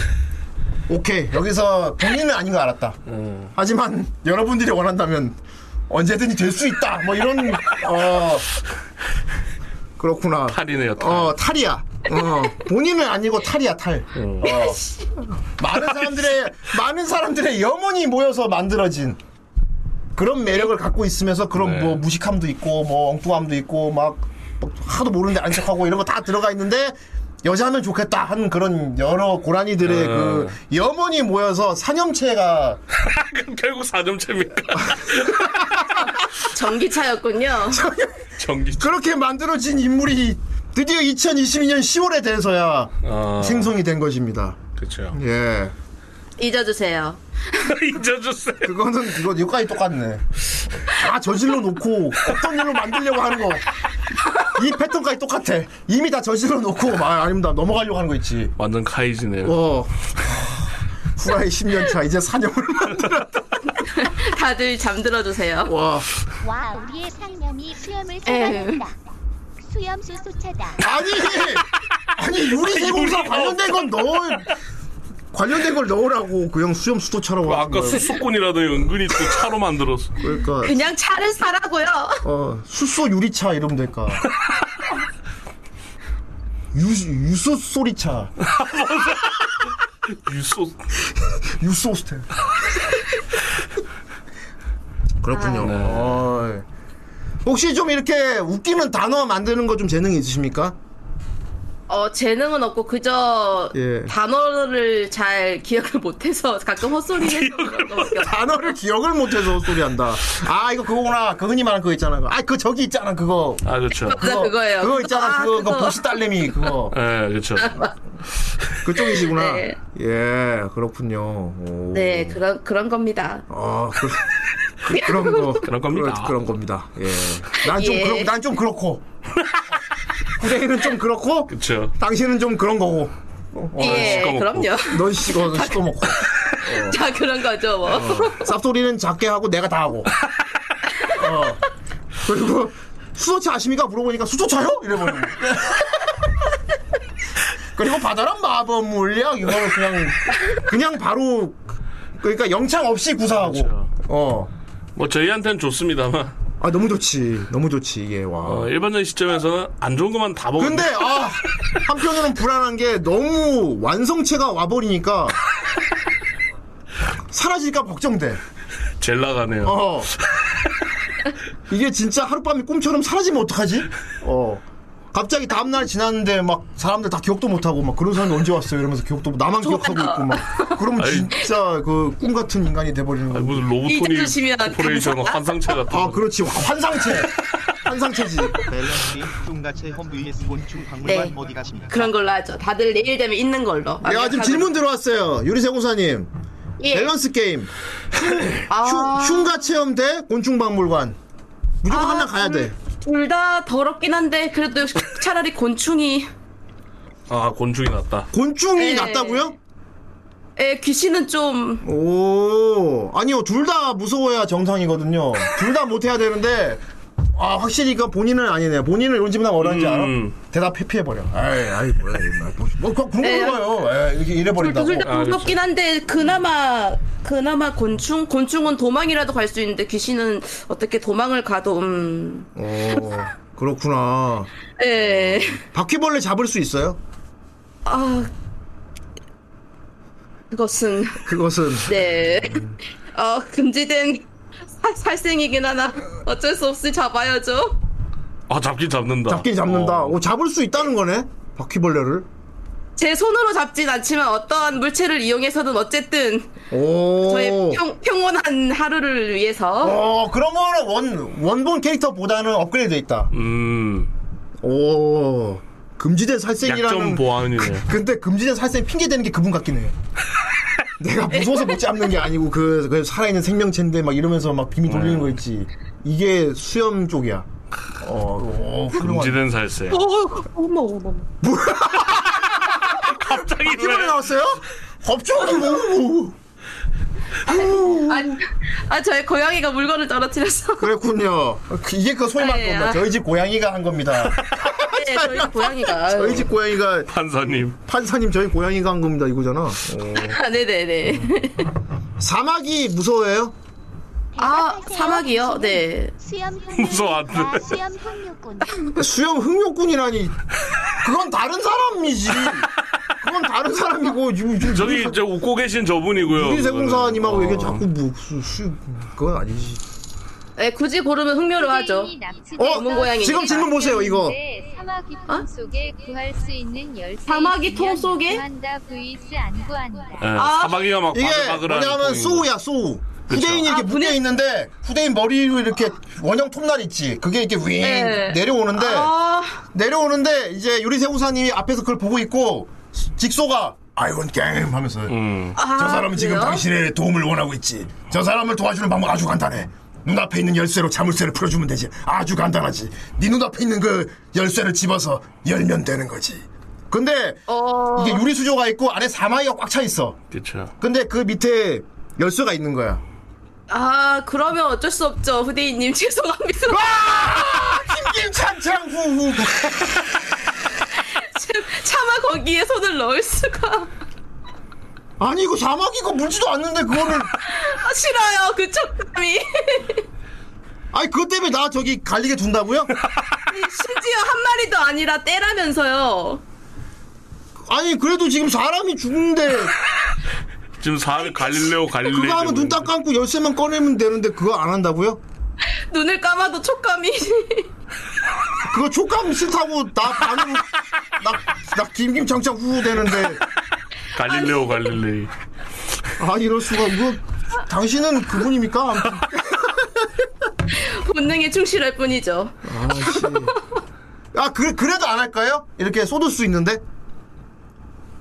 Speaker 3: 오케이 여기서 본인은 아닌 거 알았다. 하지만 여러분들이 원한다면 언제든지 될 수 있다. 뭐 이런 어 그렇구나.
Speaker 2: 탈이네요 탈.
Speaker 3: 어 탈이야. 어 본인은 아니고 탈이야 탈.
Speaker 2: 음.
Speaker 3: 어. 많은 사람들의 많은 사람들의 염원이 모여서 만들어진 그런 매력을 갖고 있으면서 그런
Speaker 2: 네.
Speaker 3: 뭐 무식함도 있고 뭐 엉뚱함도 있고 막 하도 모르는데 안색하고 이런 거 다 들어가 있는데 여자면 좋겠다 하는 그런 여러
Speaker 2: 네.
Speaker 3: 고라니들의 그 염원이 모여서 사념체가
Speaker 2: 그럼 결국 4점차입니까
Speaker 4: 전기차였군요.
Speaker 2: 전기
Speaker 3: 그렇게 만들어진 인물이 드디어 2022년 10월에 돼서야
Speaker 2: 아.
Speaker 3: 생성이 된 것입니다.
Speaker 2: 그렇죠
Speaker 3: 예.
Speaker 4: 잊어주세요.
Speaker 2: [LAUGHS] 잊어주세요
Speaker 3: 그거는 그거 여기까지 똑같네. 다 저질러 놓고 어떤 일로 만들려고 하는 거. 이 패턴까지 똑같아. 이미 다 저질러 놓고 아, 아닙니다. 넘어가려고 하는 거 있지.
Speaker 2: 완전 카이지네요
Speaker 3: 어. 후라이 10년 차 이제 사념을 만들었다.
Speaker 4: 다들 잠들어주세요.
Speaker 3: 와.
Speaker 6: 와 우리의 상념이 수염을
Speaker 4: 에휴.
Speaker 6: 잡아낸다. 수염 수소차다.
Speaker 3: 아니. 아니 유리세공사 관련된 건 넣어. 관련된 걸 넣으라고 그형 수염 뭐 수도차라고 하신
Speaker 2: 뭐 아까
Speaker 3: 거예요.
Speaker 2: 수수꾼이라더니 은근히 또 차로 만들었어
Speaker 3: 그러니까
Speaker 4: 그냥 차를 사라고요.
Speaker 3: 어, 수소 유리차 이러면 [LAUGHS] 될까? 유, 유소 소리차.
Speaker 2: 유소
Speaker 3: 유소 스텔. [LAUGHS]
Speaker 4: 아,
Speaker 3: 그렇군요.
Speaker 4: 네.
Speaker 3: 어이. 예. 혹시 좀 이렇게 웃기는 단어 만드는 거 좀 재능이 있으십니까?
Speaker 4: 어, 재능은 없고 그저
Speaker 3: 예.
Speaker 4: 단어를 잘 기억을 못해서 가끔 헛소리를 해서 그런 거밖에 없-
Speaker 3: [LAUGHS] 단어를 기억을 못해서 소리한다. 아 이거 그거구나. 그 흔히 말하는 그거 있잖아. 아그 저기 있잖아 그거.
Speaker 2: 아 그렇죠
Speaker 4: 맞아, 그거예요.
Speaker 3: 그거 있잖아.
Speaker 4: 아,
Speaker 3: 그거, 그거
Speaker 4: 그거.
Speaker 3: 보스 딸내미
Speaker 4: [LAUGHS]
Speaker 3: 그거.
Speaker 2: 예 그렇죠
Speaker 3: 그쪽이시구나.
Speaker 4: 네.
Speaker 3: 예 그렇군요. 오.
Speaker 4: 네, 그런, 그런 겁니다.
Speaker 3: 아, 그, 그, 런
Speaker 4: [LAUGHS]
Speaker 3: 거.
Speaker 2: 그런 겁니다.
Speaker 3: 그런, 그런 겁니다. 예. 난 좀,
Speaker 4: 예.
Speaker 3: 그렇, 난좀 그렇고.
Speaker 4: [LAUGHS]
Speaker 3: 후대인은 좀 그렇고.
Speaker 2: 그렇죠
Speaker 3: 당신은 좀 그런 거고.
Speaker 4: 예,
Speaker 2: 시꺼멓고.
Speaker 4: 그럼요. [LAUGHS]
Speaker 3: 넌 어, 네. 식어,
Speaker 2: [LAUGHS]
Speaker 3: 넌 시꺼먹고.
Speaker 4: 다 그런 거죠, 뭐.
Speaker 3: 어. 쌉소리는 작게 하고 내가 다 하고. 어. 그리고 수소차 아십니까? 물어보니까 수소차요? 이래버리고. 그리고 바다란 마법 뭐, 물약 이거를 그냥 그냥 바로 그러니까 영창 없이 구사하고
Speaker 2: 그렇죠.
Speaker 3: 어
Speaker 2: 뭐 저희한테는 좋습니다만
Speaker 3: 아 너무 좋지 너무 좋지 이게 와
Speaker 2: 어, 일반적인 시점에서는 안 좋은 것만 다 먹는데
Speaker 3: 근데 아 한편으로는 불안한 게 너무 완성체가 와버리니까 사라질까 걱정돼
Speaker 2: 젤 나가네요
Speaker 3: 어 [LAUGHS] 이게 진짜 하룻밤에 꿈처럼 사라지면 어떡하지 어 갑자기 다음날 지났는데 막 사람들 다 기억도 못하고 막 그런 사람이 언제 왔어요 이러면서 기억도 못- 나만 기억하고 있고 막 그러면
Speaker 2: 아이.
Speaker 3: 진짜 그 꿈 같은 인간이 돼버리는
Speaker 2: 아니
Speaker 3: 거
Speaker 2: 무슨 로보토니
Speaker 4: 잊어주시면
Speaker 2: 코퍼레이션
Speaker 4: 감사합니다.
Speaker 2: 환상체 같은
Speaker 3: 아
Speaker 2: 거.
Speaker 3: 그렇지 환상체 환상체지
Speaker 7: 밸런스 뚱가체 험 vs 곤충 박물관
Speaker 4: 네.
Speaker 7: 어디 가십니까?
Speaker 4: 그런 걸로 하죠. 다들 내일 되면 있는 걸로.
Speaker 3: 야 지금 질문 들어왔어요 유리세고사님
Speaker 4: 예.
Speaker 3: 밸런스 게임
Speaker 4: 아,
Speaker 3: 흉, 흉가 체험 대 곤충박물관. 무조건
Speaker 4: 아,
Speaker 3: 하나 가야 돼.
Speaker 4: 둘 다 더럽긴 한데, 그래도 차라리 곤충이.
Speaker 2: 아 곤충이 났다.
Speaker 3: 곤충이
Speaker 4: 네.
Speaker 3: 낫다고요?
Speaker 4: 에, 귀신은 좀.
Speaker 3: 오, 아니요, 둘 다 무서워야 정상이거든요. 둘 다 못해야 되는데, 아, 확실히 그 본인은 아니네요. 본인은 이런 질문하면 어려운지
Speaker 2: 음.
Speaker 3: 알아? 대답 피해버려. 아이, 아이, 뭐야, 이거. 뭐, 뭐, 그거
Speaker 4: 네.
Speaker 3: 그런 거예요. 에이, 이렇게 이래버린다고. 그렇죠.
Speaker 4: 둘다
Speaker 2: 아,
Speaker 4: 무섭긴 한데, 그나마, 그나마 곤충? 곤충은 도망이라도 갈 수 있는데, 귀신은 어떻게 도망을 가도, 음.
Speaker 3: 오, 그렇구나.
Speaker 4: 에.
Speaker 3: 바퀴벌레 잡을 수 있어요?
Speaker 4: 예. 아. 그것은.
Speaker 3: 그것은.
Speaker 4: 네. 어, 금지된 사- 살생이긴 하나 어쩔 수 없이 잡아야죠.
Speaker 2: 아 잡긴 잡는다.
Speaker 3: 잡긴 잡는다.
Speaker 2: 어.
Speaker 3: 오, 잡을 수 있다는 거네? 바퀴벌레를.
Speaker 4: 제 손으로 잡진 않지만 어떠한 물체를 이용해서든 어쨌든
Speaker 3: 오.
Speaker 4: 저의 평, 평온한 하루를 위해서
Speaker 3: 어, 그런 거는 원, 원본 캐릭터보다는 업그레이드 돼 있다.
Speaker 2: 음
Speaker 3: 오. 금지된 살생이라는. 그
Speaker 2: 약점 보완이네요.
Speaker 3: 근데 금지된 살생 핑계 대는 게 그분 같긴
Speaker 2: [LAUGHS]
Speaker 3: 해. 내가 무서워서 못 잡는 게 아니고 그, 그 살아있는 생명체인데 막 이러면서 막 비밀 돌리는 거 있지. 이게 수염 쪽이야. 어, 오, 훌륭한.
Speaker 2: 금지된 살생.
Speaker 4: 어, 어머 어머
Speaker 2: 갑자기
Speaker 3: 이번에
Speaker 2: 왜?
Speaker 3: 아, 나왔어요? 갑자기 뭐?
Speaker 4: 아니 아 저의 고양이가
Speaker 3: [LAUGHS]
Speaker 4: 물건을 떨어뜨려서
Speaker 3: 그랬군요. 이게 그 소위 말하는
Speaker 4: 아니에요.
Speaker 3: 겁니다. 저희 집 고양이가 한 겁니다.
Speaker 4: 네, 저희 고양이가
Speaker 3: 저희 집 고양이가
Speaker 2: 판사님.
Speaker 3: 판사님 저희 고양이가 한 겁니다 이거잖아.
Speaker 4: 아, 네네네
Speaker 3: 음. 사막이 무서워요?
Speaker 4: 아 사막이요 네
Speaker 2: [LAUGHS]
Speaker 6: 수염
Speaker 2: 무서워하는데.
Speaker 6: 흑룡과 수염 [LAUGHS] 흑룡꾼
Speaker 3: 수영 흥룡꾼이라니 그건 다른 사람이지. 그건 다른 사람이고 지금 지금
Speaker 2: 저기 저 웃고 계신 저분이고요.
Speaker 3: 우리 세공사님하고
Speaker 2: 그거는. 어.
Speaker 3: 얘기 자꾸 뭐 수, 수, 그건 아니지.
Speaker 4: 네, 굳이 고르면 흥묘로 하죠
Speaker 3: 어?
Speaker 4: 검은 고양이.
Speaker 3: 지금 질문 보세요 이거.
Speaker 2: 네.
Speaker 8: 사마귀
Speaker 4: 어?
Speaker 8: 통 속에 구할 수 있는 열쇠.
Speaker 4: 사마귀 통 속에?
Speaker 8: 한다 vs 안 구한다.
Speaker 2: 예,
Speaker 4: 아.
Speaker 2: 사마귀가 막
Speaker 3: 이게
Speaker 2: 바글바글한.
Speaker 3: 뭐냐면
Speaker 2: 통인
Speaker 3: 소우야 소우.
Speaker 2: 그쵸.
Speaker 3: 후대인이 이렇게
Speaker 4: 아,
Speaker 3: 묶여
Speaker 4: 분해-
Speaker 3: 있는데 후대인 머리로 이렇게 원형 톱날 있지. 그게 이렇게 윙
Speaker 4: 네.
Speaker 3: 내려오는데
Speaker 4: 아
Speaker 3: 내려오는데 이제 유리세우사님이 앞에서 그걸 보고 있고 직소가 아이건 깽 하면서
Speaker 2: 음.
Speaker 3: 저 사람은 지금
Speaker 4: 아, 그래요?
Speaker 3: 당신의 도움을 원하고 있지 저 사람을 도와주는 방법 아주 간단해 눈앞에 있는 열쇠로 자물쇠를 풀어주면 되지 아주 간단하지 네 눈앞에 있는 그 열쇠를 집어서 열면 되는 거지 근데
Speaker 4: 어...
Speaker 3: 이게 유리수조가 있고 안에 사마귀가 꽉 차 있어
Speaker 2: 그쵸.
Speaker 3: 근데 그 밑에 열쇠가 있는 거야
Speaker 4: 아 그러면 어쩔 수 없죠 후대인님 [LAUGHS] 죄송합니다
Speaker 3: 아, 김김찬 장후후
Speaker 4: 차마 거기에 손을 넣을 수가 [LAUGHS]
Speaker 3: 아니 이거 사마귀가 물지도 않는데 그거를
Speaker 4: 아, 싫어요 그 촉감이 [LAUGHS]
Speaker 3: 아니 그것 때문에 나 저기 갈리게 둔다고요?
Speaker 4: 심지어 한 마리도 아니라 떼라면서요
Speaker 3: 아니 그래도 지금 사람이 죽는데
Speaker 2: 지금 사람이 갈릴레오 갈릴레이.
Speaker 3: 그거 하면
Speaker 2: 되고
Speaker 3: 눈 딱
Speaker 2: 있는데.
Speaker 3: 감고 열쇠만 꺼내면 되는데 그거 안 한다고요?
Speaker 4: 눈을 감아도 촉감이 [LAUGHS]
Speaker 3: 그거 촉감 싫다고 나 반으로 나나 김김창창 후후 되는데
Speaker 2: 갈릴레오 갈릴레이.
Speaker 3: 아 이럴 수가 이거 당신은 그분입니까? 아무튼,
Speaker 4: 본능에 충실할 뿐이죠
Speaker 3: 아씨 아 그, 그래도 안 할까요? 이렇게 쏟을 수 있는데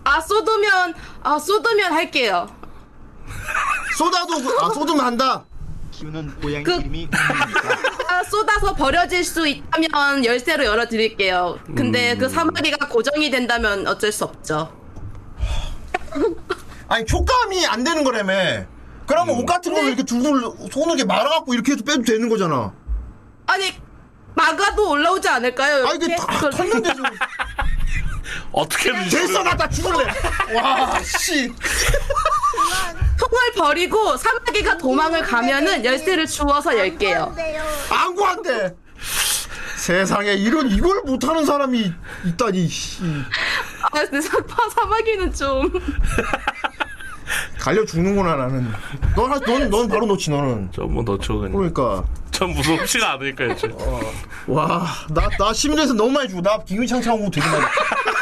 Speaker 4: 아 쏟으면 아 쏟으면 할게요
Speaker 3: 쏟아도 아 쏟으면 한다
Speaker 7: 키우는 고양이
Speaker 4: 그-
Speaker 7: 이름이 흥룡입니다.
Speaker 4: 아 쏟아서 버려질 수 있다면 열쇠로 열어드릴게요
Speaker 3: 음.
Speaker 4: 근데 그 사마귀가 고정이 된다면 어쩔 수 없죠
Speaker 3: 아니 촉감이 안 되는 거라며 그러면 옷 같은 걸 이렇게 둘둘 손을 이렇게 말아갖고 이렇게 해도 빼도 되는 거잖아
Speaker 4: 아니 막아도 올라오지 않을까요
Speaker 3: 아 이게
Speaker 4: 이렇게?
Speaker 3: 다
Speaker 4: 그걸-
Speaker 3: 텄는데 지금
Speaker 2: 어떻게든
Speaker 3: 됐어 나다 죽을래 와씨
Speaker 4: 통을 버리고 사마귀가 도망을 가면은 열쇠를 주워서 열게요
Speaker 3: 안구한데 세상에 이런 이걸 못하는 사람이 있다니 씨.
Speaker 4: 아 근데 사, 사마귀는 좀 [LAUGHS]
Speaker 3: 갈려 죽는구나 나는 넌넌넌 넌 바로 놓지 너는
Speaker 2: 저뭐 넣죠 그냥.
Speaker 3: 그러니까
Speaker 2: 참 무섭지가 않으니까 이제.
Speaker 3: 와 나 나 심리에서 너무 많이 주고 나 기우창창하고 되게 많이 주고.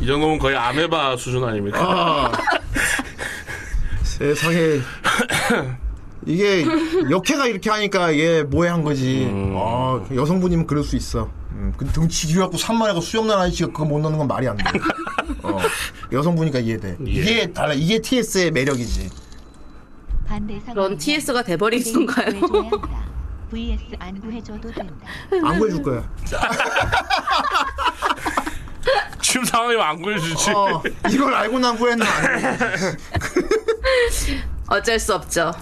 Speaker 2: 이 정도면 거의 아메바 수준 아닙니까?
Speaker 3: 아 [LAUGHS] 세상에 이게 역해가 이렇게 하니까 얘 뭐해한 거지 아 여성분이면 그럴 수 있어 음, 그 등치 길어갖고 산만하고 수염난 아저씨가 그거 못 넣는 건 말이 안돼 어, 여성분이니까 이해돼 이게 달라 이게 TS의 매력이지
Speaker 6: 반대 상황
Speaker 4: 그런 TS가 돼버린 건가요?
Speaker 6: vs 안 구해줘도 된다
Speaker 3: 안 구해줄 거야
Speaker 2: [LAUGHS] 지금 상황이면 안 구해주지.
Speaker 3: 어, 이걸 알고 난 후에는 안 해.
Speaker 4: 어쩔 수 없죠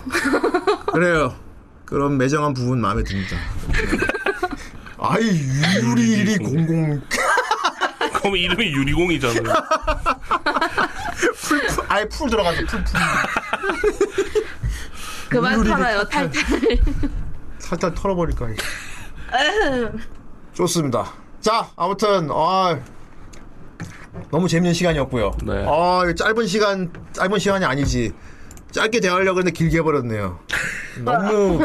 Speaker 3: 그래요. 그럼 매정한 부분 마음에 듭니다. 아이 유리리 공공
Speaker 2: 그럼 이름이 유리공이잖아요.
Speaker 3: 풀 풀- 아예 풀 들어가서 풀풀
Speaker 4: 그만
Speaker 3: 물놀이를
Speaker 4: 팔아요 탈탈
Speaker 3: 살짝 털어버릴 거예요. 좋습니다. 자 아무튼 아 너무 재밌는 시간이었고요.
Speaker 2: 네.
Speaker 3: 아 이거 짧은 시간 짧은 시간이 아니지 짧게 대하려고 했는데 길게 해버렸네요. 너무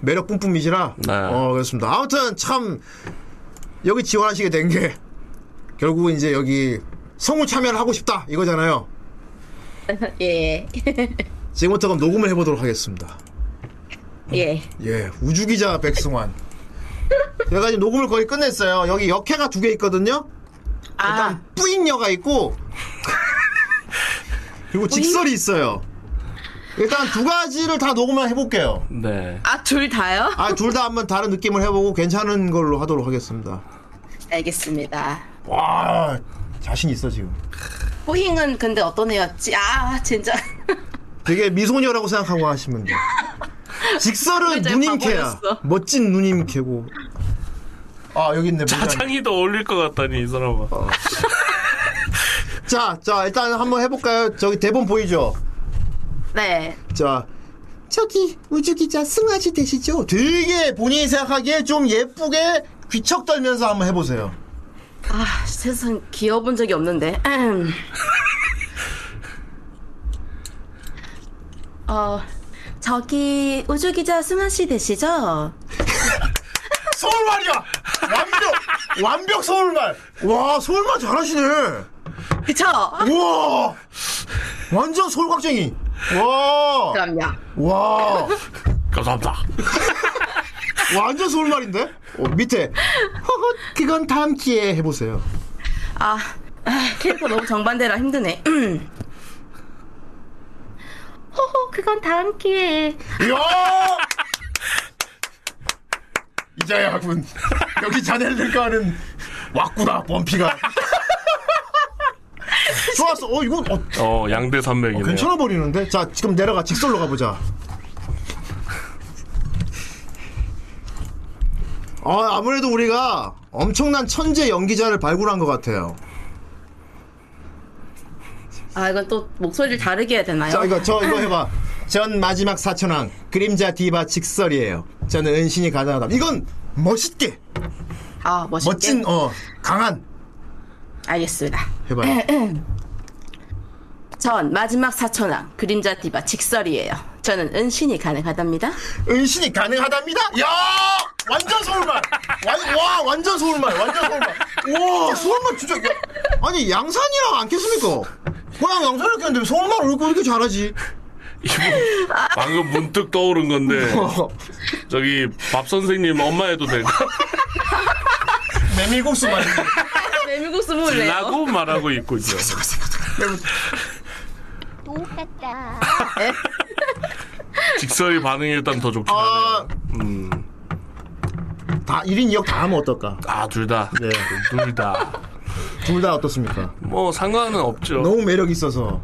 Speaker 3: 매력 뿜뿜이시라.
Speaker 2: 네.
Speaker 3: 어 그렇습니다. 아무튼 참 여기 지원하시게 된 게 결국 이제 여기 성우 참여를 하고 싶다 이거잖아요.
Speaker 4: 예.
Speaker 3: 지금부터 그럼 녹음을 해보도록 하겠습니다.
Speaker 4: 예.
Speaker 3: 예, 우주기자 백승환. 제가 지금 녹음을 거의 끝냈어요. 여기 역해가 두 개 있거든요.
Speaker 4: 아,
Speaker 3: 뿌인녀가 있고 그리고 직설이 있어요. 일단 두 가지를 다 녹음을 해볼게요.
Speaker 2: 네.
Speaker 4: 아, 둘 다요?
Speaker 3: 아, 둘 다 한번 다른 느낌을 해보고 괜찮은 걸로 하도록 하겠습니다.
Speaker 4: 알겠습니다.
Speaker 3: 와, 자신 있어, 지금.
Speaker 4: 호잉은 근데 어떤 애였지? 아, 진짜. [LAUGHS]
Speaker 3: 되게 미소녀라고 생각하고 하시면 돼요. 직설은
Speaker 4: 이제
Speaker 3: 누님캐야.
Speaker 4: 바보였어.
Speaker 3: 멋진 누님캐고. 아, 여기 있네. 문장이.
Speaker 2: 가장이 더 어울릴 것 같다니 이 사람아.
Speaker 3: 어. 자, 자, 일단 한번 해볼까요? 저기 대본 보이죠?
Speaker 4: 네.
Speaker 3: 자. 저기 우주기자 승아씨 되시죠? 되게 본인이 생각하기에 좀 예쁘게 귀척 떨면서 한번 해보세요.
Speaker 4: 아, 세상 귀여본 적이 없는데. 음. [LAUGHS] 어, 저기 우주기자 승환 씨 되시죠?
Speaker 3: 서울말이야! 완벽! 완벽 서울말! 와, 서울말 잘하시네!
Speaker 4: 그쵸?
Speaker 3: 우와! 완전 서울각쟁이! 와!
Speaker 4: 그럼요.
Speaker 3: 와!
Speaker 2: 감사합니다.
Speaker 3: 완전 서울말인데? 어, 밑에. 허허, 그건 다음 기회에 해보세요.
Speaker 4: 아, 아, 캐릭터 너무 정반대라 힘드네. 음. [LAUGHS] 호호, 그건 다음 기회에.
Speaker 3: 이야! 이자야군. 여기 자넬들과는 왔구나, 범피가. 좋았어. 어, 이건, 어,
Speaker 2: 어 양대
Speaker 3: 어,
Speaker 2: 산맥이네요.
Speaker 3: 괜찮아 버리는데? 자, 지금 내려가 직설로 가보자. 어, 아무래도 우리가 엄청난 천재 연기자를 발굴한 것 같아요.
Speaker 4: 아, 이건 또 목소리를 다르게 해야 되나요?
Speaker 3: 자, 이거, 저, 이거 해봐. 전 마지막 사천왕, 그림자 디바 직설이에요. 저는 은신이 가능하다. 이건 멋있게,
Speaker 4: 아, 멋있게.
Speaker 3: 멋진, 어, 강한.
Speaker 4: 알겠습니다.
Speaker 3: 해봐요.
Speaker 4: 전 마지막 사천왕 그림자 디바 직설이에요. 저는 은신이 가능하답니다.
Speaker 3: 은신이 가능하답니다? 야 완전 서울말! 완, 와, 완전 서울말! 완전 서울말! 와, 서울말 진짜. 야, 아니, 양산이랑 안 깼습니까? 고향 양산이랑 깼는데 서울말 왜 이렇게 잘하지? [LAUGHS]
Speaker 2: 이분 방금 문득 떠오른
Speaker 3: [LAUGHS]
Speaker 2: 건데 저기 밥 선생님 엄마 해도 되고
Speaker 3: 아, 메밀국수 말이
Speaker 4: 메밀국수 몰래요.
Speaker 2: 라고 말하고 있군요.
Speaker 6: 똑같다.
Speaker 2: 직설이 반응이 일단 더 좋긴
Speaker 3: 아,
Speaker 2: 하네요. 음.
Speaker 3: 다, 1인 2역 다 하면 어떨까?
Speaker 2: 아, 둘 다.
Speaker 3: 네.
Speaker 2: 둘 다.
Speaker 3: 둘 다 어떻습니까?
Speaker 2: 뭐, 상관은 없죠.
Speaker 3: 너무 매력 있어서.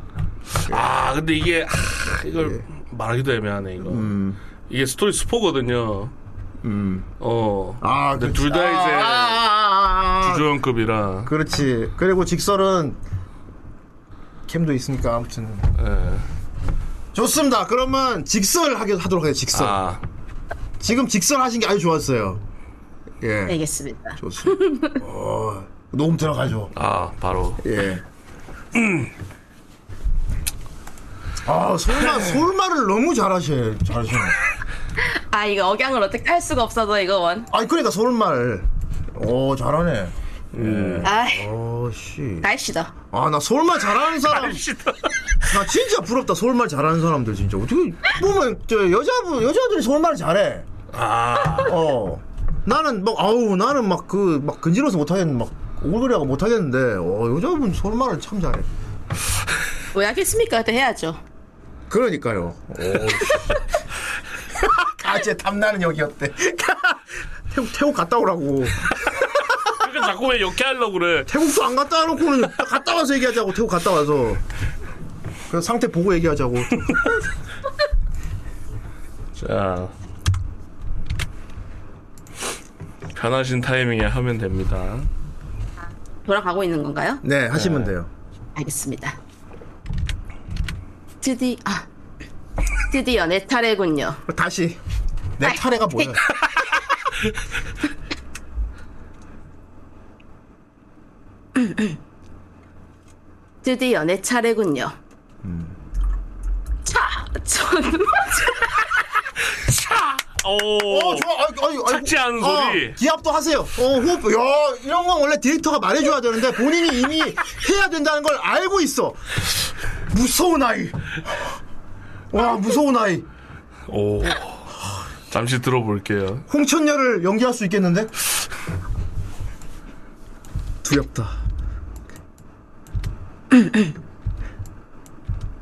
Speaker 2: 아, 근데 이게, 하, 이걸
Speaker 3: 네.
Speaker 2: 말하기도 애매하네, 이거.
Speaker 3: 음.
Speaker 2: 이게 스토리 스포거든요. 어.
Speaker 3: 아,
Speaker 2: 근데
Speaker 3: 그렇지.
Speaker 2: 둘 다
Speaker 3: 아,
Speaker 2: 이제
Speaker 3: 아, 아, 아, 아.
Speaker 2: 주조연급이라.
Speaker 3: 그렇지. 그리고 직설은 캠도 있으니까 아무튼.
Speaker 2: 예.
Speaker 3: 좋습니다. 그러면 직설 하게 하도록 해요. 직설.
Speaker 2: 아,
Speaker 3: 지금 직설 하신 게 아주 좋았어요. 예.
Speaker 4: 네. 알겠습니다.
Speaker 3: 좋습니다. 어, 녹음 들어가죠.
Speaker 2: 아, 바로.
Speaker 3: 예. 음. 아, 서울말, 서울말을 너무 잘하셔, 잘하시네.
Speaker 4: 아 이거 억양을 어떻게 할 수가 없어서 이거 원.
Speaker 3: 아니, 그러니까 서울말. 오, 잘하네.
Speaker 4: 아
Speaker 3: 오, 씨.
Speaker 4: 날씨다.
Speaker 3: 아, 나 서울말 잘하는 사람. 나 진짜 부럽다, 서울말 잘하는 사람들, 진짜. 어떻게, 보면, 저, 여자분, 여자들이 서울말 잘해.
Speaker 2: 아,
Speaker 3: 어. 나는 막 아우 나는 막 그 막 근질러서 못하겠는 막 오글거리하고 못하겠는데 어 여자분 서울말을 참 잘해.
Speaker 4: 왜 하겠습니까? 그때 해야죠.
Speaker 3: 그러니까요. 가제 탐나는 역이었대. 태국 태국 갔다 오라고.
Speaker 2: 그러니까 자꾸 왜 욕해 하려고 그래.
Speaker 3: 태국도 안 갔다 와놓고는 갔다 와서 얘기하자고 태국 갔다 와서. 그 상태 보고 얘기하자고.
Speaker 2: 자. 편하신 타이밍에 하면 됩니다.
Speaker 4: 돌아가고 있는 건가요?
Speaker 3: 네 하시면 돼요.
Speaker 4: 알겠습니다. 드디 아 드디어 내 차례군요.
Speaker 3: 다시 내 차례가 뭐야?
Speaker 4: 드디어 내 차례군요.
Speaker 2: 음.
Speaker 4: 차! 전... 차!
Speaker 2: 오.
Speaker 3: 어, 좋아. 아이, 아이, 아이.
Speaker 2: 착지 않은 소리.
Speaker 3: 어, 기합도 하세요. 어, 호흡. 야, 이런 건 원래 디렉터가 말해줘야 되는데 본인이 이미 해야 된다는 걸 알고 있어. 무서운 아이. 와, 무서운 아이.
Speaker 2: 오. 잠시 들어볼게요.
Speaker 3: 홍천녀를 연기할 수 있겠는데? 두렵다.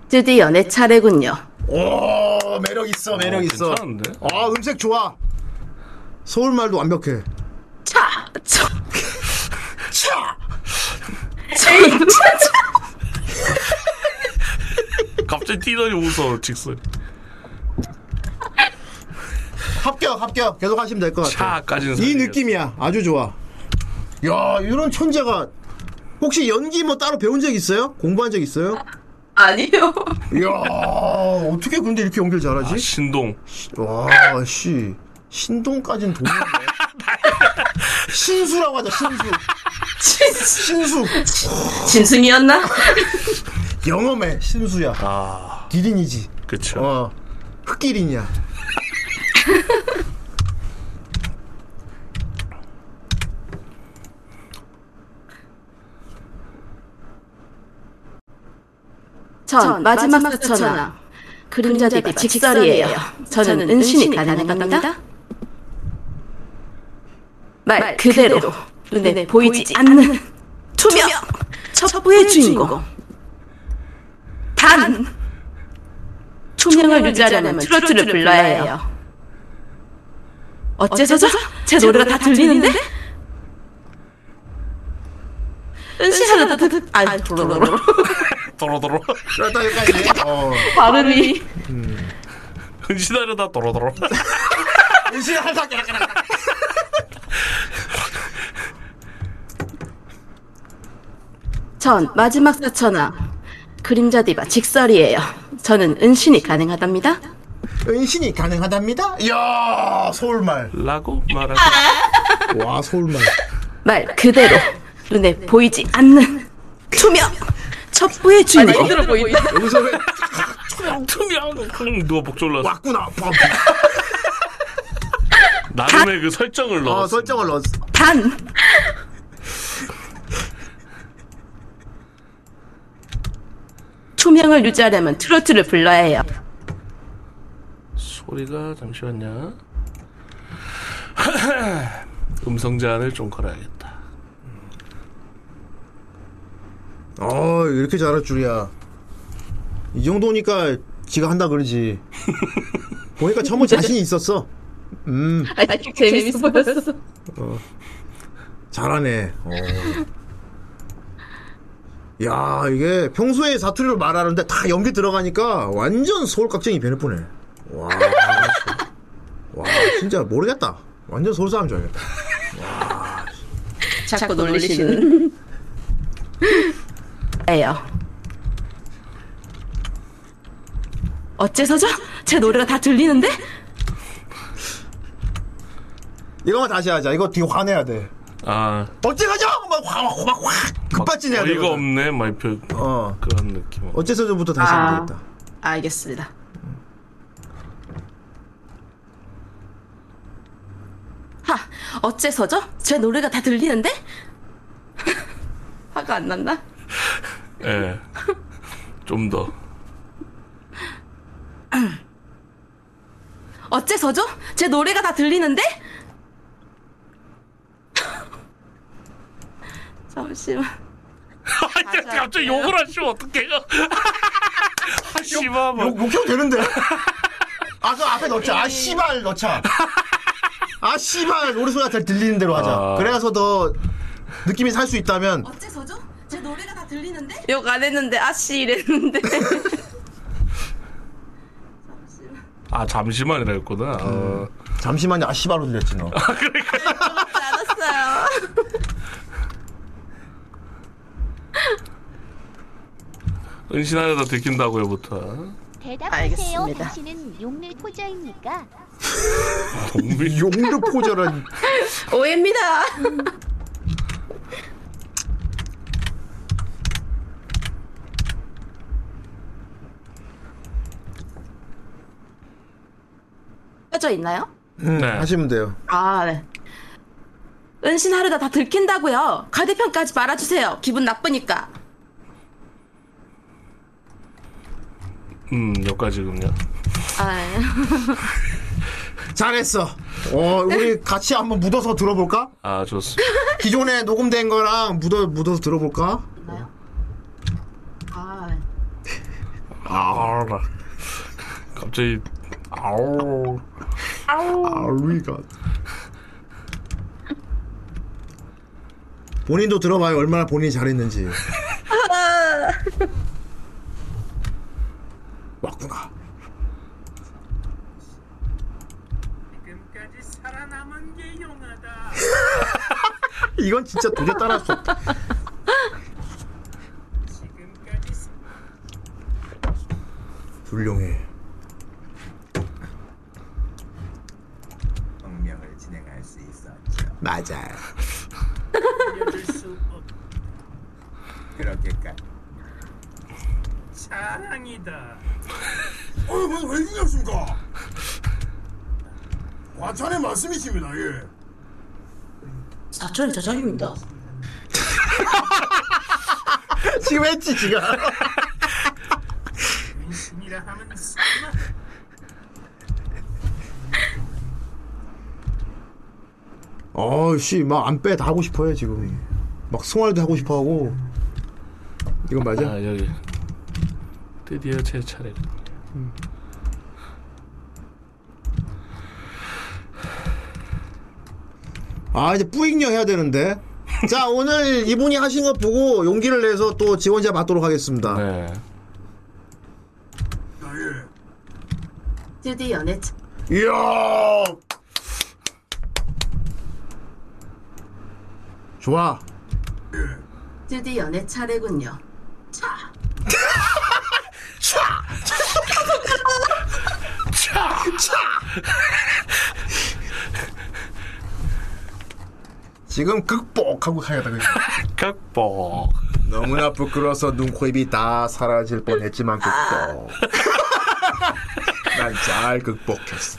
Speaker 4: 드디 연애 차례군요.
Speaker 3: 오, 매력 있어, 매력
Speaker 2: 어,
Speaker 3: 있어.
Speaker 2: 괜찮은데?
Speaker 3: 아, 음색 좋아. 서울말도 완벽해.
Speaker 4: 차! 차!
Speaker 3: 차!
Speaker 2: 갑자기 뛰더니 웃어, 직설.
Speaker 3: 합격, 합격. 계속 하시면 될 것 같아.
Speaker 2: 차까지는.
Speaker 3: 이 느낌이야. 아주 좋아. 야, 이런 천재가 혹시 연기 뭐 따로 배운 적 있어요? 공부한 적 있어요?
Speaker 4: 아니요.
Speaker 3: 이야, 어떻게 근데 이렇게 연기를
Speaker 2: 아,
Speaker 3: 잘하지?
Speaker 2: 신동.
Speaker 3: 와, 씨. 신동까지는 도움이 [LAUGHS] 신수라고 하자, 신수. 신수.
Speaker 4: 진순이었나?
Speaker 3: 영험해, 신수야.
Speaker 2: 아,
Speaker 3: 기린이지.
Speaker 2: 그쵸.
Speaker 3: 어. 흑기린이야.
Speaker 4: 전 마지막 수천왕. 그림자대가 직설이에요. 저는 은신이 가능합니다. 말 그대로 눈에 보이지 않는 [LAUGHS] 투명 첩부의 주인공. 단 투명을 유지하려면 트로트를 불러야 해요. 어째서죠? 제 노래가 다 들리는데? 은신 하나 다 듣... 아, 도로로로 [LAUGHS]
Speaker 2: 도로도로. [LAUGHS]
Speaker 3: 그러다 여기까지. 어.
Speaker 4: 발음이...
Speaker 2: 은신하려다 도로도로.
Speaker 3: [LAUGHS] 은신 한사 깨라깨라.
Speaker 4: 전 마지막 사천왕 그림자 디바 직설이에요. 저는 은신이 가능하답니다.
Speaker 3: 은신이 가능하답니다. 이야, 서울말.
Speaker 2: 라고 말하고.
Speaker 3: 와, 서울말.
Speaker 4: 말 그대로 눈에 보이지 않는 투명 첩부의 주인공.
Speaker 3: 여기서 왜
Speaker 2: 투명. 킁 누가 복졸랐어
Speaker 3: 왔구나.
Speaker 2: 나름의 그 설정을 넣었어.
Speaker 3: 어, 설정을 넣었어.
Speaker 4: 단 투명을 유지하려면 트로트를 불러야 해요.
Speaker 2: 소리가 잠시만요. [LAUGHS] 음성 제한을 좀 걸어야겠다.
Speaker 3: 어, 이렇게 잘할 줄이야. 이 정도니까 지가 한다 그러지. 보니까 전부 자신이 있었어. 음,
Speaker 4: 아, 재밌어 보였어.
Speaker 3: 잘하네. 어. 야, 이게 평소에 사투리로 말하는데 다 연기 들어가니까 완전 서울 깍쟁이 변할 뻔해. 와. 와, 진짜 모르겠다. 완전 서울 사람 줄 알겠다.
Speaker 4: 자꾸 놀리시는. 에요. 어째서죠? 제 노래가 다 들리는데?
Speaker 3: 이거만 다시 하자. 이거 뒤에 화내야 돼.
Speaker 2: 아,
Speaker 3: 어째가죠? 막, 화, 막, 막, 확 급발진해야 돼.
Speaker 2: 어이가 없네, 말표.
Speaker 3: 어.
Speaker 2: 그런 느낌.
Speaker 3: 어째서부터 다시 하면
Speaker 4: 아.
Speaker 3: 되겠다.
Speaker 4: 알겠습니다. 하, 어째서죠? 제 노래가 다 들리는데? 화가 안 났나?
Speaker 2: 예. [LAUGHS] 좀 더.
Speaker 4: 어째서죠? 제 노래가 다 들리는데? [LAUGHS] 잠시만.
Speaker 2: 아니, 갑자기 욕을 하시면 [LAUGHS] 어떡해요? 아, 씨발. 뭐.
Speaker 3: 욕, 욕해도 되는데. 아, 그 앞에 넣자. 아, 씨발 넣자. 아, 씨발. 우리 소리가 잘 들리는 대로 하자.
Speaker 2: 아.
Speaker 3: 그래서 더 느낌이 살 수 있다면.
Speaker 4: 어째서죠? 제 노래가 다 들리는데? 욕 안 했는데 아씨 이랬는데.
Speaker 2: 아, 잠시만이라 했구나. 어.
Speaker 3: 잠시만요. 아, 씨발로 들렸지, 너.
Speaker 4: 알았어요.
Speaker 2: 은신하려다 들킨다고요부터.
Speaker 6: 대답하세요.
Speaker 4: 알겠습니다.
Speaker 6: 당신은 용밀 포자입니까?
Speaker 2: 동물 욕.
Speaker 3: 용도 포절한.
Speaker 4: 오해입니다. 껴져 있나요?
Speaker 3: 음,
Speaker 2: 네.
Speaker 3: 하시면 돼요.
Speaker 4: 아, 네. 은신 하루다 다 들킨다고요. 가대편까지 말아주세요. 기분 나쁘니까.
Speaker 2: 음, 여기까지군요.
Speaker 4: 아,
Speaker 3: 잘했어. 어, 우리 같이 한번 묻어서 들어볼까?
Speaker 2: 아, 좋습니다.
Speaker 3: 기존에 녹음된 거랑 묻어 묻어서 들어볼까?
Speaker 4: 아,
Speaker 2: 아라. 갑자기 아오.
Speaker 3: 아리가. 본인도 들어봐요. 얼마나 본인이 잘했는지. 왔구나.
Speaker 9: 지금까지 살아남은 게 용하다.
Speaker 3: [LAUGHS] 이건 진짜 도저히 따라할 수 없다.
Speaker 9: 지금까지 사-
Speaker 3: 훌륭해.
Speaker 5: 혁명을 진행할 수 있었죠.
Speaker 3: 맞아요.
Speaker 9: 알려줄 수 없.
Speaker 5: 그렇게까지.
Speaker 9: 사랑이다.
Speaker 5: 어, 왜, 왜 이러십니까? 과찬의 말씀이십니다, 예.
Speaker 4: 사촌이 저장입니다.
Speaker 3: [LAUGHS] 지금 했지 지가.
Speaker 9: 민심이라 하면 설마
Speaker 3: 아, 어씨 막 안 빼 다 하고 싶어요 지금. 막 송알도 하고 싶어하고. 이건 맞아?
Speaker 2: 아, 여기. 드디어 제 차례.
Speaker 3: 아 이제 뿌잉령 해야 되는데. 자 오늘 이분이 하신 거 보고 용기를 내서 또 지원자 받도록 하겠습니다.
Speaker 2: 네.
Speaker 4: 드디어 내 차.
Speaker 3: 이야. 좋아.
Speaker 4: 드디어 내 차례군요. 차.
Speaker 3: 지금 극복하고 가야 돼. 그냥.
Speaker 2: 극복.
Speaker 3: [LAUGHS] 너무나 부끄러워서 눈, 코, 입이 다 사라질 뻔했지만 극복. 난 잘 극복했어.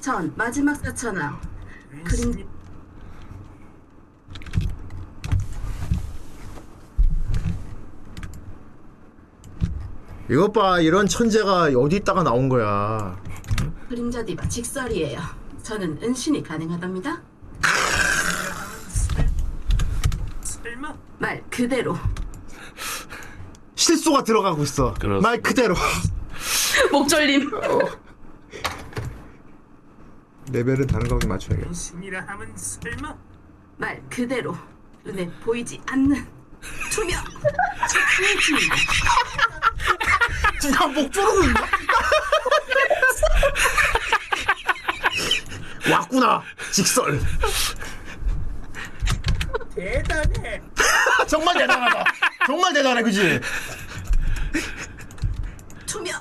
Speaker 4: 전 마지막 사천아. 그림
Speaker 3: 이것 봐, 이런 천재가 어디 있다가 나온 거야.
Speaker 4: 그림자 디바 직설이에요. 저는 은신이 가능하답니다.
Speaker 9: 설마
Speaker 4: 말 그대로.
Speaker 3: 실수가 들어가고 있어.
Speaker 2: 그렇습니다.
Speaker 3: 말 그대로. [LAUGHS]
Speaker 4: 목절림.
Speaker 3: 레벨은 다른 거에 맞춰야겠다.
Speaker 9: 민심이라 하면 설마
Speaker 4: 말 그대로. 눈에 보이지 않는 투명.
Speaker 3: 진짜 목 조르고 있나? 왔구나. 직설.
Speaker 9: 대단해.
Speaker 3: 정말 대단하다. 정말 대단해, 그지?
Speaker 4: 투명.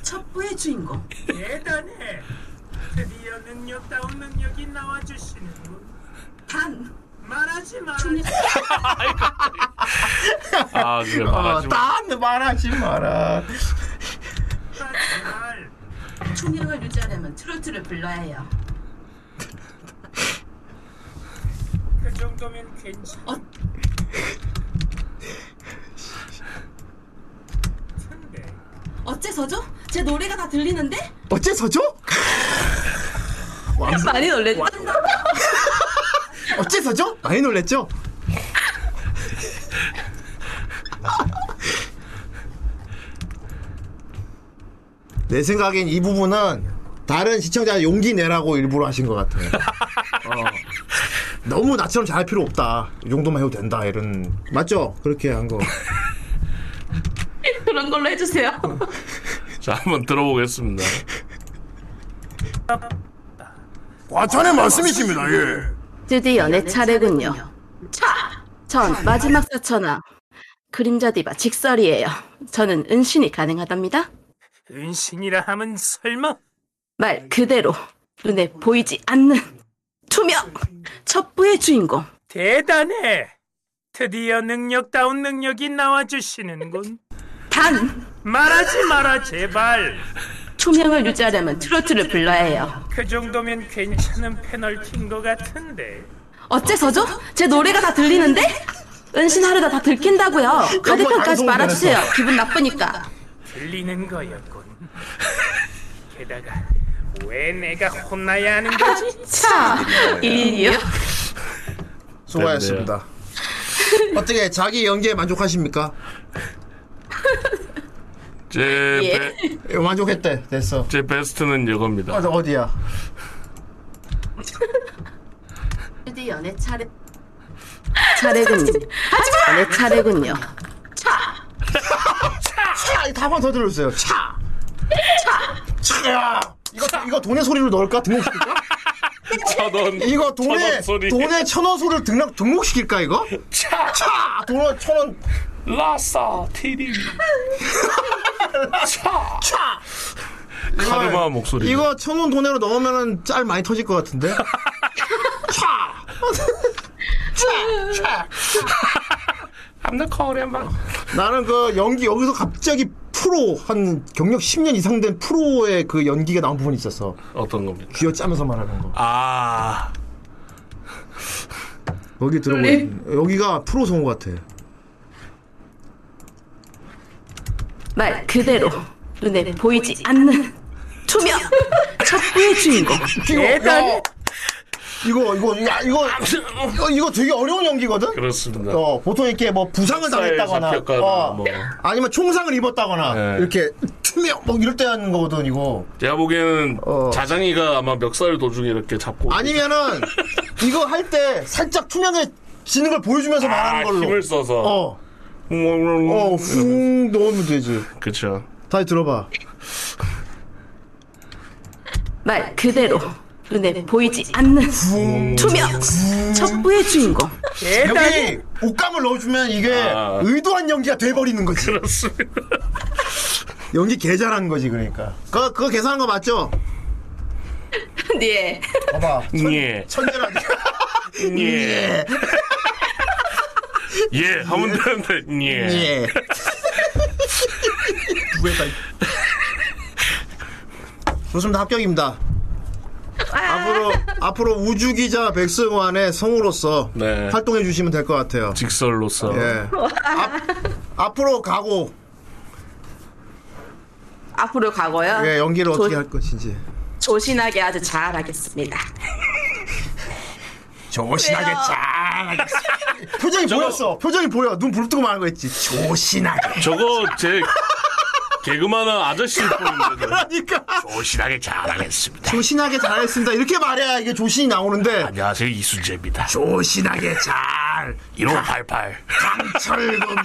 Speaker 4: 첩보의 주인공.
Speaker 9: 대단해. 드디어 능력다운 능력이 나와주시는군.
Speaker 4: 단.
Speaker 9: 말하지 마.
Speaker 2: 아, 그래 말하지 마.
Speaker 3: 딴 말하지 마라.
Speaker 9: 말.
Speaker 4: 투명을 유지하려면 트로트를 불러야 해요.
Speaker 9: [LAUGHS] 그 정도면 괜찮. 텐데.
Speaker 4: 어째서죠? 제 노래가 다 들리는데?
Speaker 3: 어째서죠? [LAUGHS]
Speaker 4: 많이 놀랬죠?
Speaker 3: 어째서죠? 많이 놀랬죠? 내 생각엔 이 부분은 다른 시청자 용기 내라고 일부러 하신 것 같아요. 어. 너무 나처럼 잘할 필요 없다. 이 정도만 해도 된다. 이런 맞죠? 그렇게 한 거.
Speaker 4: 그런 걸로 해주세요.
Speaker 2: 자, 한번 들어보겠습니다.
Speaker 5: 과찬의 말씀이십니다, 예.
Speaker 4: 드디어 내 차례군요. 차! 전 마지막 사천아. 그림자 디바 직설이에요. 저는 은신이 가능하답니다.
Speaker 9: 은신이라 하면 설마
Speaker 4: 말 그대로 눈에 보이지 않는 투명 첩부의 주인공.
Speaker 9: 대단해. 드디어 능력다운 능력이 나와주시는군.
Speaker 4: 단
Speaker 9: 말하지 마라 제발.
Speaker 4: 초명을 유지하려면 트로트를 불러야 해요.
Speaker 9: 그 정도면 괜찮은 페널티인 것 같은데.
Speaker 4: 어째서죠? 제 노래가 다 들리는데? 은신하려다 다 들킨다고요. 가대편까지
Speaker 3: 방송
Speaker 4: 말아주세요. 기분 나쁘니까.
Speaker 9: 들리는 거였군. 게다가 왜 내가 혼나야 하는 거지?
Speaker 4: 차! 1인이요?
Speaker 3: 수고하셨습니다. 어떻게 자기 연기에 만족하십니까?
Speaker 2: 제,
Speaker 4: 예.
Speaker 2: 베,
Speaker 3: 예, 만족했대. 됐어.
Speaker 2: 제 베스트는 이겁니다.
Speaker 3: 맞아, 어디야?
Speaker 4: 드디 연애 차례. 차례군요. 하지마! 연애 차례군요.
Speaker 3: 차! 다만 더 들어주세요. 차! 차! 차야! 이거, 이거 돈의 소리로
Speaker 2: [LAUGHS]
Speaker 3: 넣을까? 등록시킬까?
Speaker 2: 천원.
Speaker 3: 이거 돈의,
Speaker 2: 천원 소리.
Speaker 3: 돈의 천원 소리를 등록, 등록시킬까, 이거?
Speaker 2: 차!
Speaker 3: 차! 돈의 천원,
Speaker 2: 라싸 티리. 차!
Speaker 3: 차!
Speaker 2: 카르마 목소리.
Speaker 3: 이거 천원 돈으로 넣으면은 짤 많이 터질 것 같은데?
Speaker 2: [LAUGHS]
Speaker 3: 차!
Speaker 2: I'm the Korean man.
Speaker 3: 나는 그 연기 여기서 갑자기 프로 한 경력 10년 이상 된 프로의 그 연기가 나온 부분이 있었어.
Speaker 2: 어떤 겁니까?
Speaker 3: 귀어 짜면서 말하는 거.
Speaker 2: 아.
Speaker 3: 여기 들어보 여기가 프로 성우 같아.
Speaker 4: 말 그대로 눈에 보이지 않는 투명 적구의 주인공.
Speaker 3: 대단. 이거 이거 야 이거 이거 이거 되게 어려운 연기거든.
Speaker 2: 그렇습니다.
Speaker 3: 어 보통 이렇게 뭐 부상을
Speaker 2: 그렇죠. 쌀
Speaker 3: 당했다거나,
Speaker 2: 잡혔거나
Speaker 3: 어,
Speaker 2: 뭐.
Speaker 3: 아니면 총상을 입었다거나
Speaker 2: 네.
Speaker 3: 이렇게 투명 뭐 이럴 때 하는 거거든 이거.
Speaker 2: 제가 보기에는
Speaker 3: 어.
Speaker 2: 자장이가 아마 멱살 도중에 이렇게 잡고.
Speaker 3: 아니면은 이거 할 때 살짝 투명해지는 걸 보여주면서
Speaker 2: 아,
Speaker 3: 말하는 걸로.
Speaker 2: 힘을 써서. 음,
Speaker 3: 어. 어, 훅 넣으면 되지.
Speaker 2: 그쵸.
Speaker 3: 다시 들어봐.
Speaker 4: 말 그대로 눈에 보이지 않는
Speaker 3: 음.
Speaker 4: 투명 적구의 주인공.
Speaker 3: 여기 옷감을 넣어주면 이게
Speaker 2: 아.
Speaker 3: 의도한 연기가 돼버리는 거지.
Speaker 2: 그렇습니다.
Speaker 3: 연기 개잘한 거지, 그러니까. 그거, 그거 계산한 거 맞죠?
Speaker 4: 예.
Speaker 3: 봐봐.
Speaker 2: 예.
Speaker 3: 천재라니.
Speaker 2: 예.
Speaker 3: 예.
Speaker 2: [LAUGHS] 예. 하면 되는데. 예.
Speaker 3: 예. 후회다. 좋습니다. 합격입니다. 앞으로, 앞으로 우주기자 백승환의 성우로서
Speaker 2: 네.
Speaker 3: 활동해 주시면 될 것 같아요.
Speaker 2: 직설로서.
Speaker 3: 예. 앞, 앞으로 가고,
Speaker 4: 앞으로 가고요.
Speaker 3: 예, 연기를
Speaker 4: 조-
Speaker 3: 어떻게 할 것인지.
Speaker 4: 조신하게 아주 잘하겠습니다.
Speaker 3: 조신하게
Speaker 4: 왜요?
Speaker 3: 잘하겠습니다. [LAUGHS] 표정이 보였어. 표정이 보여. 눈 부릅뜨고 말한 거 있지. 조신하게.
Speaker 2: 저거 제 개그만한 아저씨일 뿐인데도
Speaker 3: 그러니까.
Speaker 2: 조신하게 잘하겠습니다.
Speaker 3: 조신하게 잘했습니다. 이렇게 말해야 이게 조신이 나오는데.
Speaker 2: 안녕하세요 이순재입니다.
Speaker 3: 조신하게 잘.
Speaker 2: 1588.
Speaker 3: [LAUGHS] 강철군.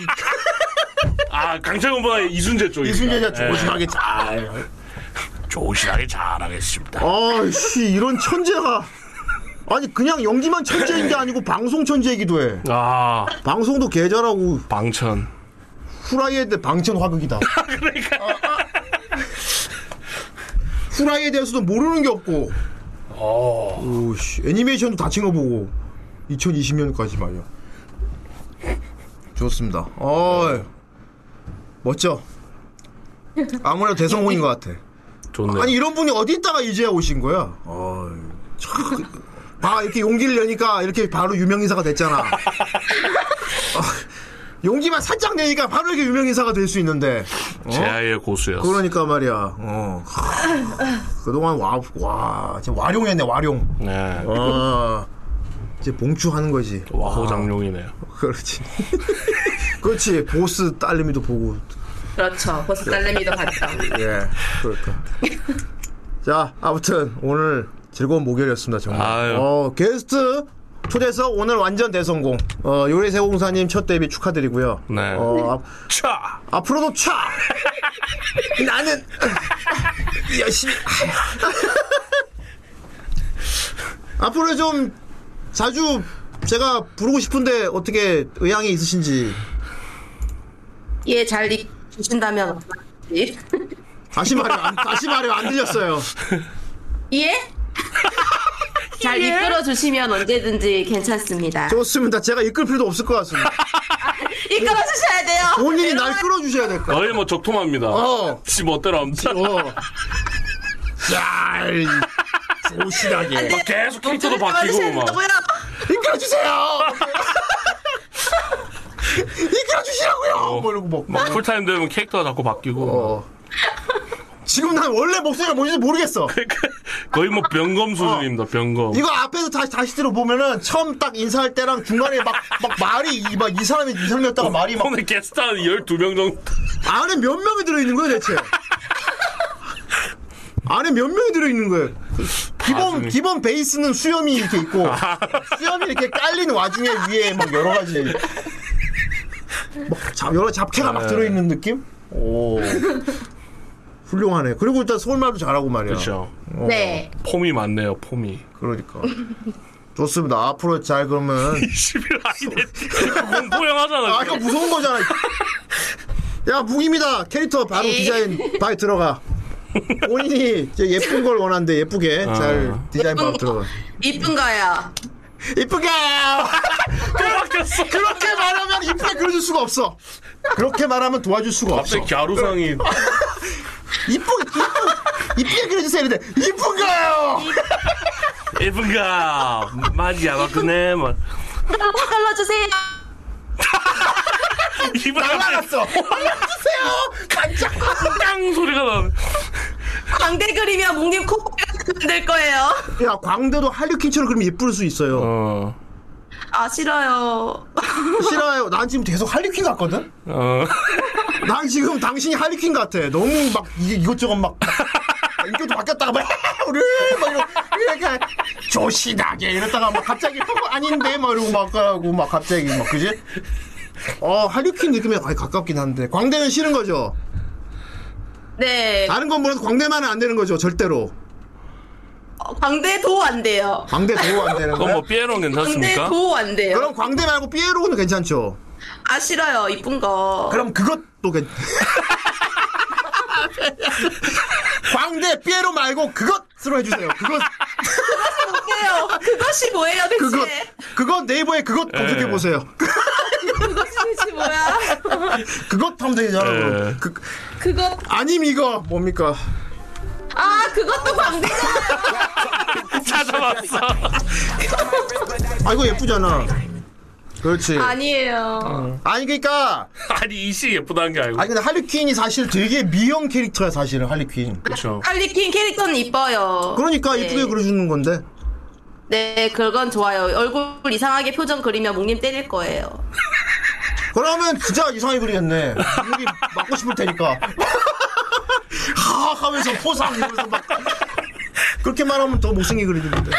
Speaker 2: 아 강창훈보다 이순재 쪽이.
Speaker 3: 이순재자 조신하게 잘.
Speaker 2: 조신하게 잘하겠습니다.
Speaker 3: 아씨 이런 천재가. 아니 그냥 연기만 천재인 게 아니고 방송 천재이기도 해.
Speaker 2: 아
Speaker 3: 방송도 개잘하고
Speaker 2: 방천.
Speaker 3: 후라이에 대해 방천 [LAUGHS] 화극이다. 그러니까. 후라이에 대해서도 모르는 게 없고. 어. 오씨 애니메이션도 다 챙겨보고 2020년까지 말이야. 좋습니다. 어 멋져. 아무래도 대성공인 것 같아.
Speaker 2: 좋네.
Speaker 3: 아니 이런 분이 어디 있다가 이제야 오신 거야? 어이, 참. 봐 이렇게 용기를 내니까 이렇게 바로 유명 인사가 됐잖아. 어, 용기만 살짝 내니까 바로 이렇게 유명 인사가 될 수 있는데. 어?
Speaker 2: 제아의 고수였어.
Speaker 3: 그러니까 말이야. 어. 그동안 와, 와, 진짜 와룡했네, 와룡.
Speaker 2: 네.
Speaker 3: 아, 이제 봉추하는 거지.
Speaker 2: 어. 와호장룡이네요.
Speaker 3: 그렇지. [LAUGHS] 그렇지. 보스 딸내미도 보고.
Speaker 4: 그렇죠. 버스 딸내미도 봤죠.
Speaker 3: 예,
Speaker 2: [LAUGHS]
Speaker 3: 그렇다. 자, 아무튼 오늘 즐거운 목요일이었습니다. 정말.
Speaker 2: 아유.
Speaker 3: 어, 게스트 초대석 오늘 완전 대성공. 어, 요리세공사님 첫 데뷔 축하드리고요.
Speaker 2: 네.
Speaker 3: 어,
Speaker 2: 차.
Speaker 3: 앞, 으로
Speaker 2: [LAUGHS]
Speaker 3: 도 차. 나는 열심히. [LAUGHS] 앞으로 좀 자주 제가 부르고 싶은데 어떻게 의향이 있으신지
Speaker 4: 예, 잘 익- 주신다면 어떡하지? [LAUGHS]
Speaker 3: 다시 말해 안, 다시 말해 안 들렸어요.
Speaker 4: 예? [LAUGHS] 잘 이끌어 주시면 언제든지 괜찮습니다.
Speaker 3: 좋습니다. 제가 이끌 필요도 없을 것 같습니다.
Speaker 4: 이끌어 주셔야 돼요.
Speaker 2: 아,
Speaker 3: 본인이 날 끌어주셔야 될 거야.
Speaker 2: 거의 뭐 적토마입니다.
Speaker 3: 어.
Speaker 2: 지 멋대로 합니다.
Speaker 3: 어. 잘 소실하게
Speaker 2: 막 계속
Speaker 3: 어,
Speaker 2: 캐릭터도 바뀌고
Speaker 4: 좀
Speaker 2: 막
Speaker 4: 도와주셔야 된다고요.
Speaker 3: [LAUGHS] 이끌어주세요. 이끌어주시라고요. 뭐 이러고 뭐.
Speaker 2: 막 풀타임 되면 캐릭터가 자꾸 바뀌고
Speaker 3: 어. 지금 난 원래 목소리가 뭔지 모르겠어.
Speaker 2: 거의 뭐 병검 수준입니다 병검
Speaker 3: 어. 이거 앞에서 다시 다시 들어보면은 처음 딱 인사할 때랑 중간에 막 막 말이 이- 막이 사람이 이 사람이었다가 말이 막
Speaker 2: 오늘 게스트 한 12명 정도
Speaker 3: 안에 몇 명이 들어있는 거예요 대체? 안에 몇 명이 들어있는 거예요? 기본
Speaker 2: 나중에.
Speaker 3: 기본 베이스는 수염이 이렇게 있고
Speaker 2: 아.
Speaker 3: 수염이 이렇게 깔리는 와중에 위에 막 여러 가지 막 잡- 여러 잡채가 막
Speaker 2: 네.
Speaker 3: 들어있는 느낌? 오 훌륭하네. 그리고 일단 서울말도 잘하고 말이야.
Speaker 2: 그렇죠
Speaker 3: 어,
Speaker 4: 네.
Speaker 2: 폼이 많네요 폼이
Speaker 3: 그러니까 좋습니다. 앞으로 잘 그러면
Speaker 2: 20일 아이덴티 공포영화잖아
Speaker 3: 아 이거 무서운 거잖아. 야 무기입니다. 캐릭터 바로
Speaker 4: 예.
Speaker 3: 디자인 바에 들어가. 본인이 이제 예쁜 걸 원하는데 예쁘게
Speaker 2: 아.
Speaker 3: 잘 디자인 바로
Speaker 4: 예쁜
Speaker 3: 들어가.
Speaker 4: 이쁜 거예요.
Speaker 3: 이쁘게
Speaker 2: 또 바뀌었어
Speaker 3: 그렇게 말하면 이쁘게 그려줄 수가 없어. 그렇게 말하면 도와줄 수가 없어.
Speaker 2: 갑자기 갸루상이
Speaker 3: 이쁘게 이쁘, 이쁘게 그려주세요. 이런데 이쁜가요?
Speaker 2: 예쁜가 말이 안 왔네 뭐. 막
Speaker 4: 나도 갈라주세요.
Speaker 2: 입을
Speaker 3: 날라갔어. 올라주세요. 깜짝.
Speaker 2: 땅 소리가 나네
Speaker 4: 광대 그리면 목님 코가 될 거예요.
Speaker 3: 야 광대도 할리퀸처럼 그러면 예쁠 수 있어요.
Speaker 2: 어
Speaker 4: 아 싫어요.
Speaker 3: 싫어요. 난 지금 계속 할리퀸 같거든.
Speaker 2: 어.
Speaker 3: 난 지금 당신이 할리퀸 같아. 너무 막 이게
Speaker 2: [LAUGHS]
Speaker 3: 이것저것 막 막 인격도 바뀌었다가 막 [LAUGHS] 우리 막 이러- 이렇게 조신하게 이랬다가 막 갑자기 어, 아닌데 막 이러고 막 가고 막 갑자기 막 그지? 어 할리퀸 느낌에 많이 가깝긴 한데 광대는 싫은 거죠.
Speaker 4: 네.
Speaker 3: 다른 건 몰라도 광대만은 안 되는 거죠 절대로.
Speaker 4: 어, 광대 도우 안 돼요.
Speaker 3: 광대 도우 안 되는
Speaker 2: 그럼
Speaker 3: 거야.
Speaker 2: 뭐 삐에로는
Speaker 4: 광대
Speaker 2: 괜찮습니까?
Speaker 4: 도우 안 돼요.
Speaker 3: 그럼 광대 말고 삐에로는 괜찮죠.
Speaker 4: 아 싫어요. 이쁜 거.
Speaker 3: 그럼 그것도
Speaker 2: [LAUGHS]
Speaker 3: 괜. [LAUGHS] 광대 삐에로 말고 그것으로 해주세요. 그것.
Speaker 4: 뭐예요? 그것이 뭐예요 대체?
Speaker 3: 그것 그것 네이버에 그것 검색해 보세요.
Speaker 4: 그것이 대체 뭐야?
Speaker 3: 그것 하면 되잖아.
Speaker 2: 예.
Speaker 3: 그럼. 그,
Speaker 4: 그것
Speaker 3: 아님 이거 뭡니까?
Speaker 4: 아 그것도 광대잖아.
Speaker 2: 찾아봤어
Speaker 3: 아 이거 예쁘잖아. 그렇지. 아니, 어.
Speaker 4: 아니에요.
Speaker 3: 그러니까
Speaker 2: [LAUGHS] 아니 이씨 예쁘다는 게 아니고
Speaker 3: 아니 근데 할리퀸이 사실 되게 미형 캐릭터야 사실은 할리퀸.
Speaker 2: 그렇죠
Speaker 4: 할리퀸 캐릭터는 이뻐요.
Speaker 3: 그러니까
Speaker 4: 네.
Speaker 3: 이쁘게 그려주는 건데.
Speaker 4: 네, 그건 좋아요. 얼굴 이상하게 표정 그리면 목님 때릴 거예요.
Speaker 3: 그러면 진짜 이상하게 그리겠네. 여기 맞고 싶을 테니까. [LAUGHS] 하하 하면서 포상 이러면서 막 그렇게 말하면 더 못생기게 그리는데.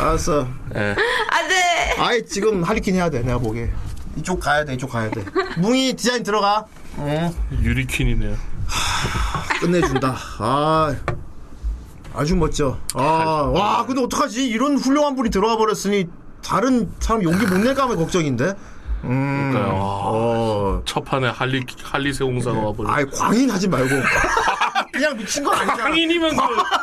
Speaker 3: 알았어.
Speaker 2: 예.
Speaker 4: 안 돼!
Speaker 3: 아예 지금 할리퀸 해야 돼 내가 보기에 이쪽 가야 돼 이쪽 가야 돼 뭉이 디자인 들어가 응
Speaker 2: 유리퀸이네요
Speaker 3: 음. 끝내준다 아 아주 멋져 아와 근데 어떡하지 이런 훌륭한 분이 들어와 버렸으니 다른 사람 용기 못 낼까 하면 걱정인데
Speaker 2: 그러니까요 와,
Speaker 3: 어
Speaker 2: 첫 판에 할리 할리 세공사가 와버려
Speaker 3: 네. 아이 광인 하지 말고 [LAUGHS] 그냥 미친 거 아니잖아
Speaker 2: 광인이면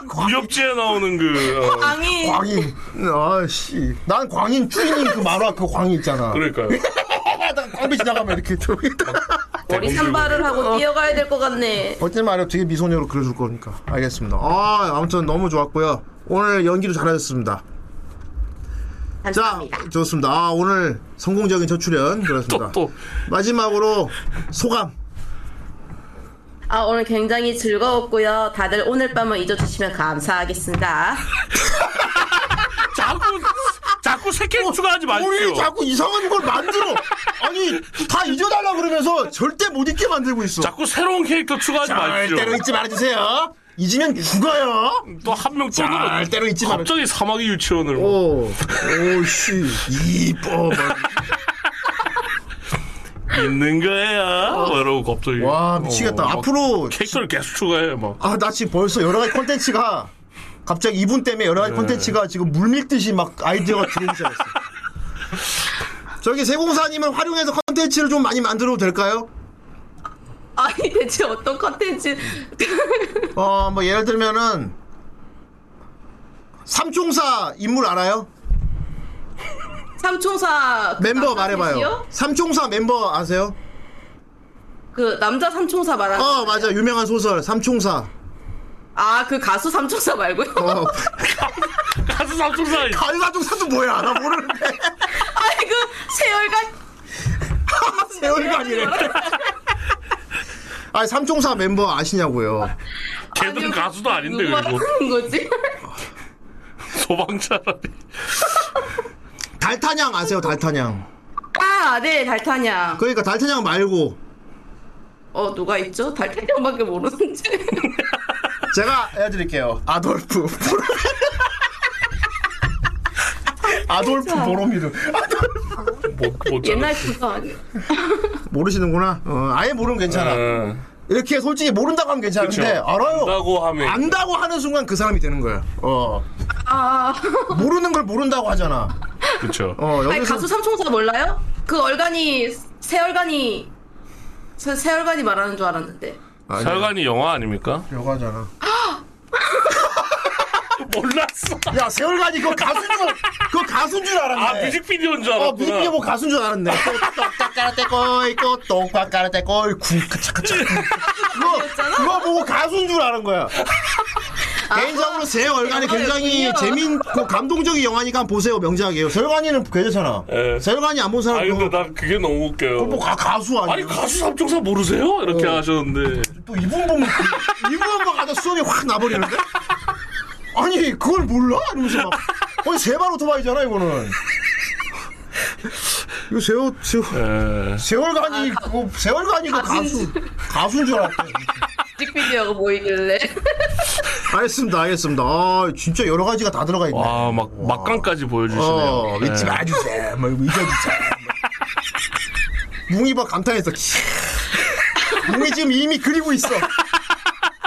Speaker 2: 그 무협지에 나오는 그 어,
Speaker 4: 광인.
Speaker 3: 광인 아씨 난 광인 추인님 그 만화 그 광인 있잖아 [LAUGHS]
Speaker 2: 그러니까요
Speaker 3: 딱 광배 지나가면 이렇게 좀
Speaker 4: 머리 산발을 하고 뛰어가야 될 것 같네.
Speaker 3: 어쨌든 말이야 되게 미소녀로 그려줄 거니까 알겠습니다 아 아무튼 너무 좋았고요 오늘 연기도 잘하셨습니다 자
Speaker 4: 감사합니다.
Speaker 3: 좋습니다 아 오늘 성공적인 첫 출연 그렇습니다
Speaker 2: 또, 또.
Speaker 3: 마지막으로 소감
Speaker 4: 아, 오늘 굉장히 즐거웠고요. 다들 오늘 밤을 잊어주시면 감사하겠습니다. [LAUGHS]
Speaker 2: 자꾸 자꾸 새끼 추가하지 마십시오
Speaker 3: 뭐, 우리 자꾸 이상한 걸 만들어 아니 다 잊어달라 그러면서 절대 못 잊게 만들고 있어
Speaker 2: 자꾸 새로운 캐릭터 추가하지 마십시오
Speaker 3: 절대로 잊지 말아주세요 잊으면 죽어요
Speaker 2: 또 한 명 또 늘어
Speaker 3: 절대로 잊지 말아주세요
Speaker 2: 뭐 갑자기 사마귀 유치원을 뭐 막.
Speaker 3: 오, 오씨, 이뻐, 막.
Speaker 2: 있는 거야 뭐 이러고 갑자기
Speaker 3: 어. 와 미치겠다.
Speaker 2: 어, 막
Speaker 3: 앞으로
Speaker 2: 캐릭터를 계속 추가해 막
Speaker 3: 아, 나 지금 벌써 여러 가지 콘텐츠가 갑자기 이분 때문에 여러 가지 콘텐츠가 지금 물밀듯이 막 아이디어가 들어오기 시작했어. 저기 세공사님을 활용해서 콘텐츠를 좀 많이 만들어도 될까요?
Speaker 4: 아니, 대체 어떤 컨텐츠. [LAUGHS]
Speaker 3: 어, 뭐 예를 들면은 삼총사 인물 알아요?
Speaker 4: 삼총사. 그
Speaker 3: 멤버
Speaker 4: 남자
Speaker 3: 말해봐요.
Speaker 4: 셋이요?
Speaker 3: 삼총사 멤버 아세요?
Speaker 4: 그 남자 삼총사 말하는.
Speaker 3: 어, 맞아. 유명한 소설 삼총사.
Speaker 4: 아 그 가수 삼총사 말고요?
Speaker 3: [LAUGHS] 어,
Speaker 2: 가수 삼총사
Speaker 3: 가사중사도 뭐야? 나 모르는데.
Speaker 4: [LAUGHS] 아니 그 세월간
Speaker 3: [LAUGHS] [LAUGHS] 세월간이래. 아니 삼총사 멤버 아시냐고요?
Speaker 2: 걔들은 가수도 아닌데
Speaker 4: 누가
Speaker 2: 그리고
Speaker 4: 하는 거지? [LAUGHS]
Speaker 2: 소방차라니
Speaker 3: 달타냥 아세요? 달타냥.
Speaker 4: 아네 달타냥
Speaker 3: 그러니까 달타냥 말고
Speaker 4: 어 누가 있죠?
Speaker 2: [LAUGHS]
Speaker 4: 달타냥밖에 모르는지
Speaker 3: 제가 해드릴게요. 아돌프. [LAUGHS] 아돌프 보로미르.
Speaker 2: 못, 못
Speaker 4: 옛날 그거 아니야
Speaker 3: 모르시는구나. 어, 아예 모르면 괜찮아. 이렇게 솔직히 모른다고 하면 괜찮은데
Speaker 2: 그쵸.
Speaker 3: 알아요.
Speaker 2: 안다고 하면
Speaker 3: 안다고 하는 순간 그 사람이 되는 거야. 어.
Speaker 4: 아
Speaker 3: 모르는 걸 모른다고 하잖아.
Speaker 2: 그쵸
Speaker 3: 어, 여기서
Speaker 4: 아니 가수 삼총사 몰라요? 그 얼간이 세월간이 세- 세월간이 말하는 줄 알았는데
Speaker 3: 아니야.
Speaker 2: 세월간이 영화 아닙니까?
Speaker 3: 여가잖아.
Speaker 2: 몰랐어
Speaker 3: 야, 세월간이 그거 가수인 줄, 그거 가수인 줄 알았네.
Speaker 2: 아 뮤직비디오인 줄 알았구나
Speaker 3: 어, 뮤직비디오 보고 가수인 줄 알았네. 똑똑까라떼꺼이, 똑똑까라떼꺼이, 쿵카차카차. 그거, 그거 보고 가수인 줄 아는 거야. 아. 개인적으로 세월간이 굉장히
Speaker 4: 영화였군요.
Speaker 3: 재밌고 감동적인 영화니까 한번 보세요, 명작이에요. 세월간이는 괜찮아.
Speaker 2: 예.
Speaker 3: 세월간이 안 본 사람
Speaker 2: 아니 근데
Speaker 3: 그거
Speaker 2: 난 그게 너무 웃겨요
Speaker 3: 뭐 어. 가, 가수 아니야.
Speaker 2: 아니 가수 삼총사 모르세요? 이렇게 하셨는데
Speaker 3: 또 이분 보면 그- 이분만 봐도 수염이 확 나버리는데? 아니 그걸 몰라? 이러면서 막 아니 세발 오토바이잖아 이거는 이거 세월 세월
Speaker 2: 예.
Speaker 3: 세월간이 그거 세월간이 그 아, 가수 가수인 줄 알았대.
Speaker 4: 뮤직비디오가 보이길래 [LAUGHS]
Speaker 3: 알겠습니다, 알겠습니다. 아 진짜 여러 가지가 다 들어가 있네.
Speaker 2: 와 막 막강까지 보여주시네요
Speaker 3: 어 잊지
Speaker 2: 예.
Speaker 3: 마주세요, 뭐 잊어주세요. 뭉이봐 감탄했어. 뭉이 지금 이미 그리고 있어.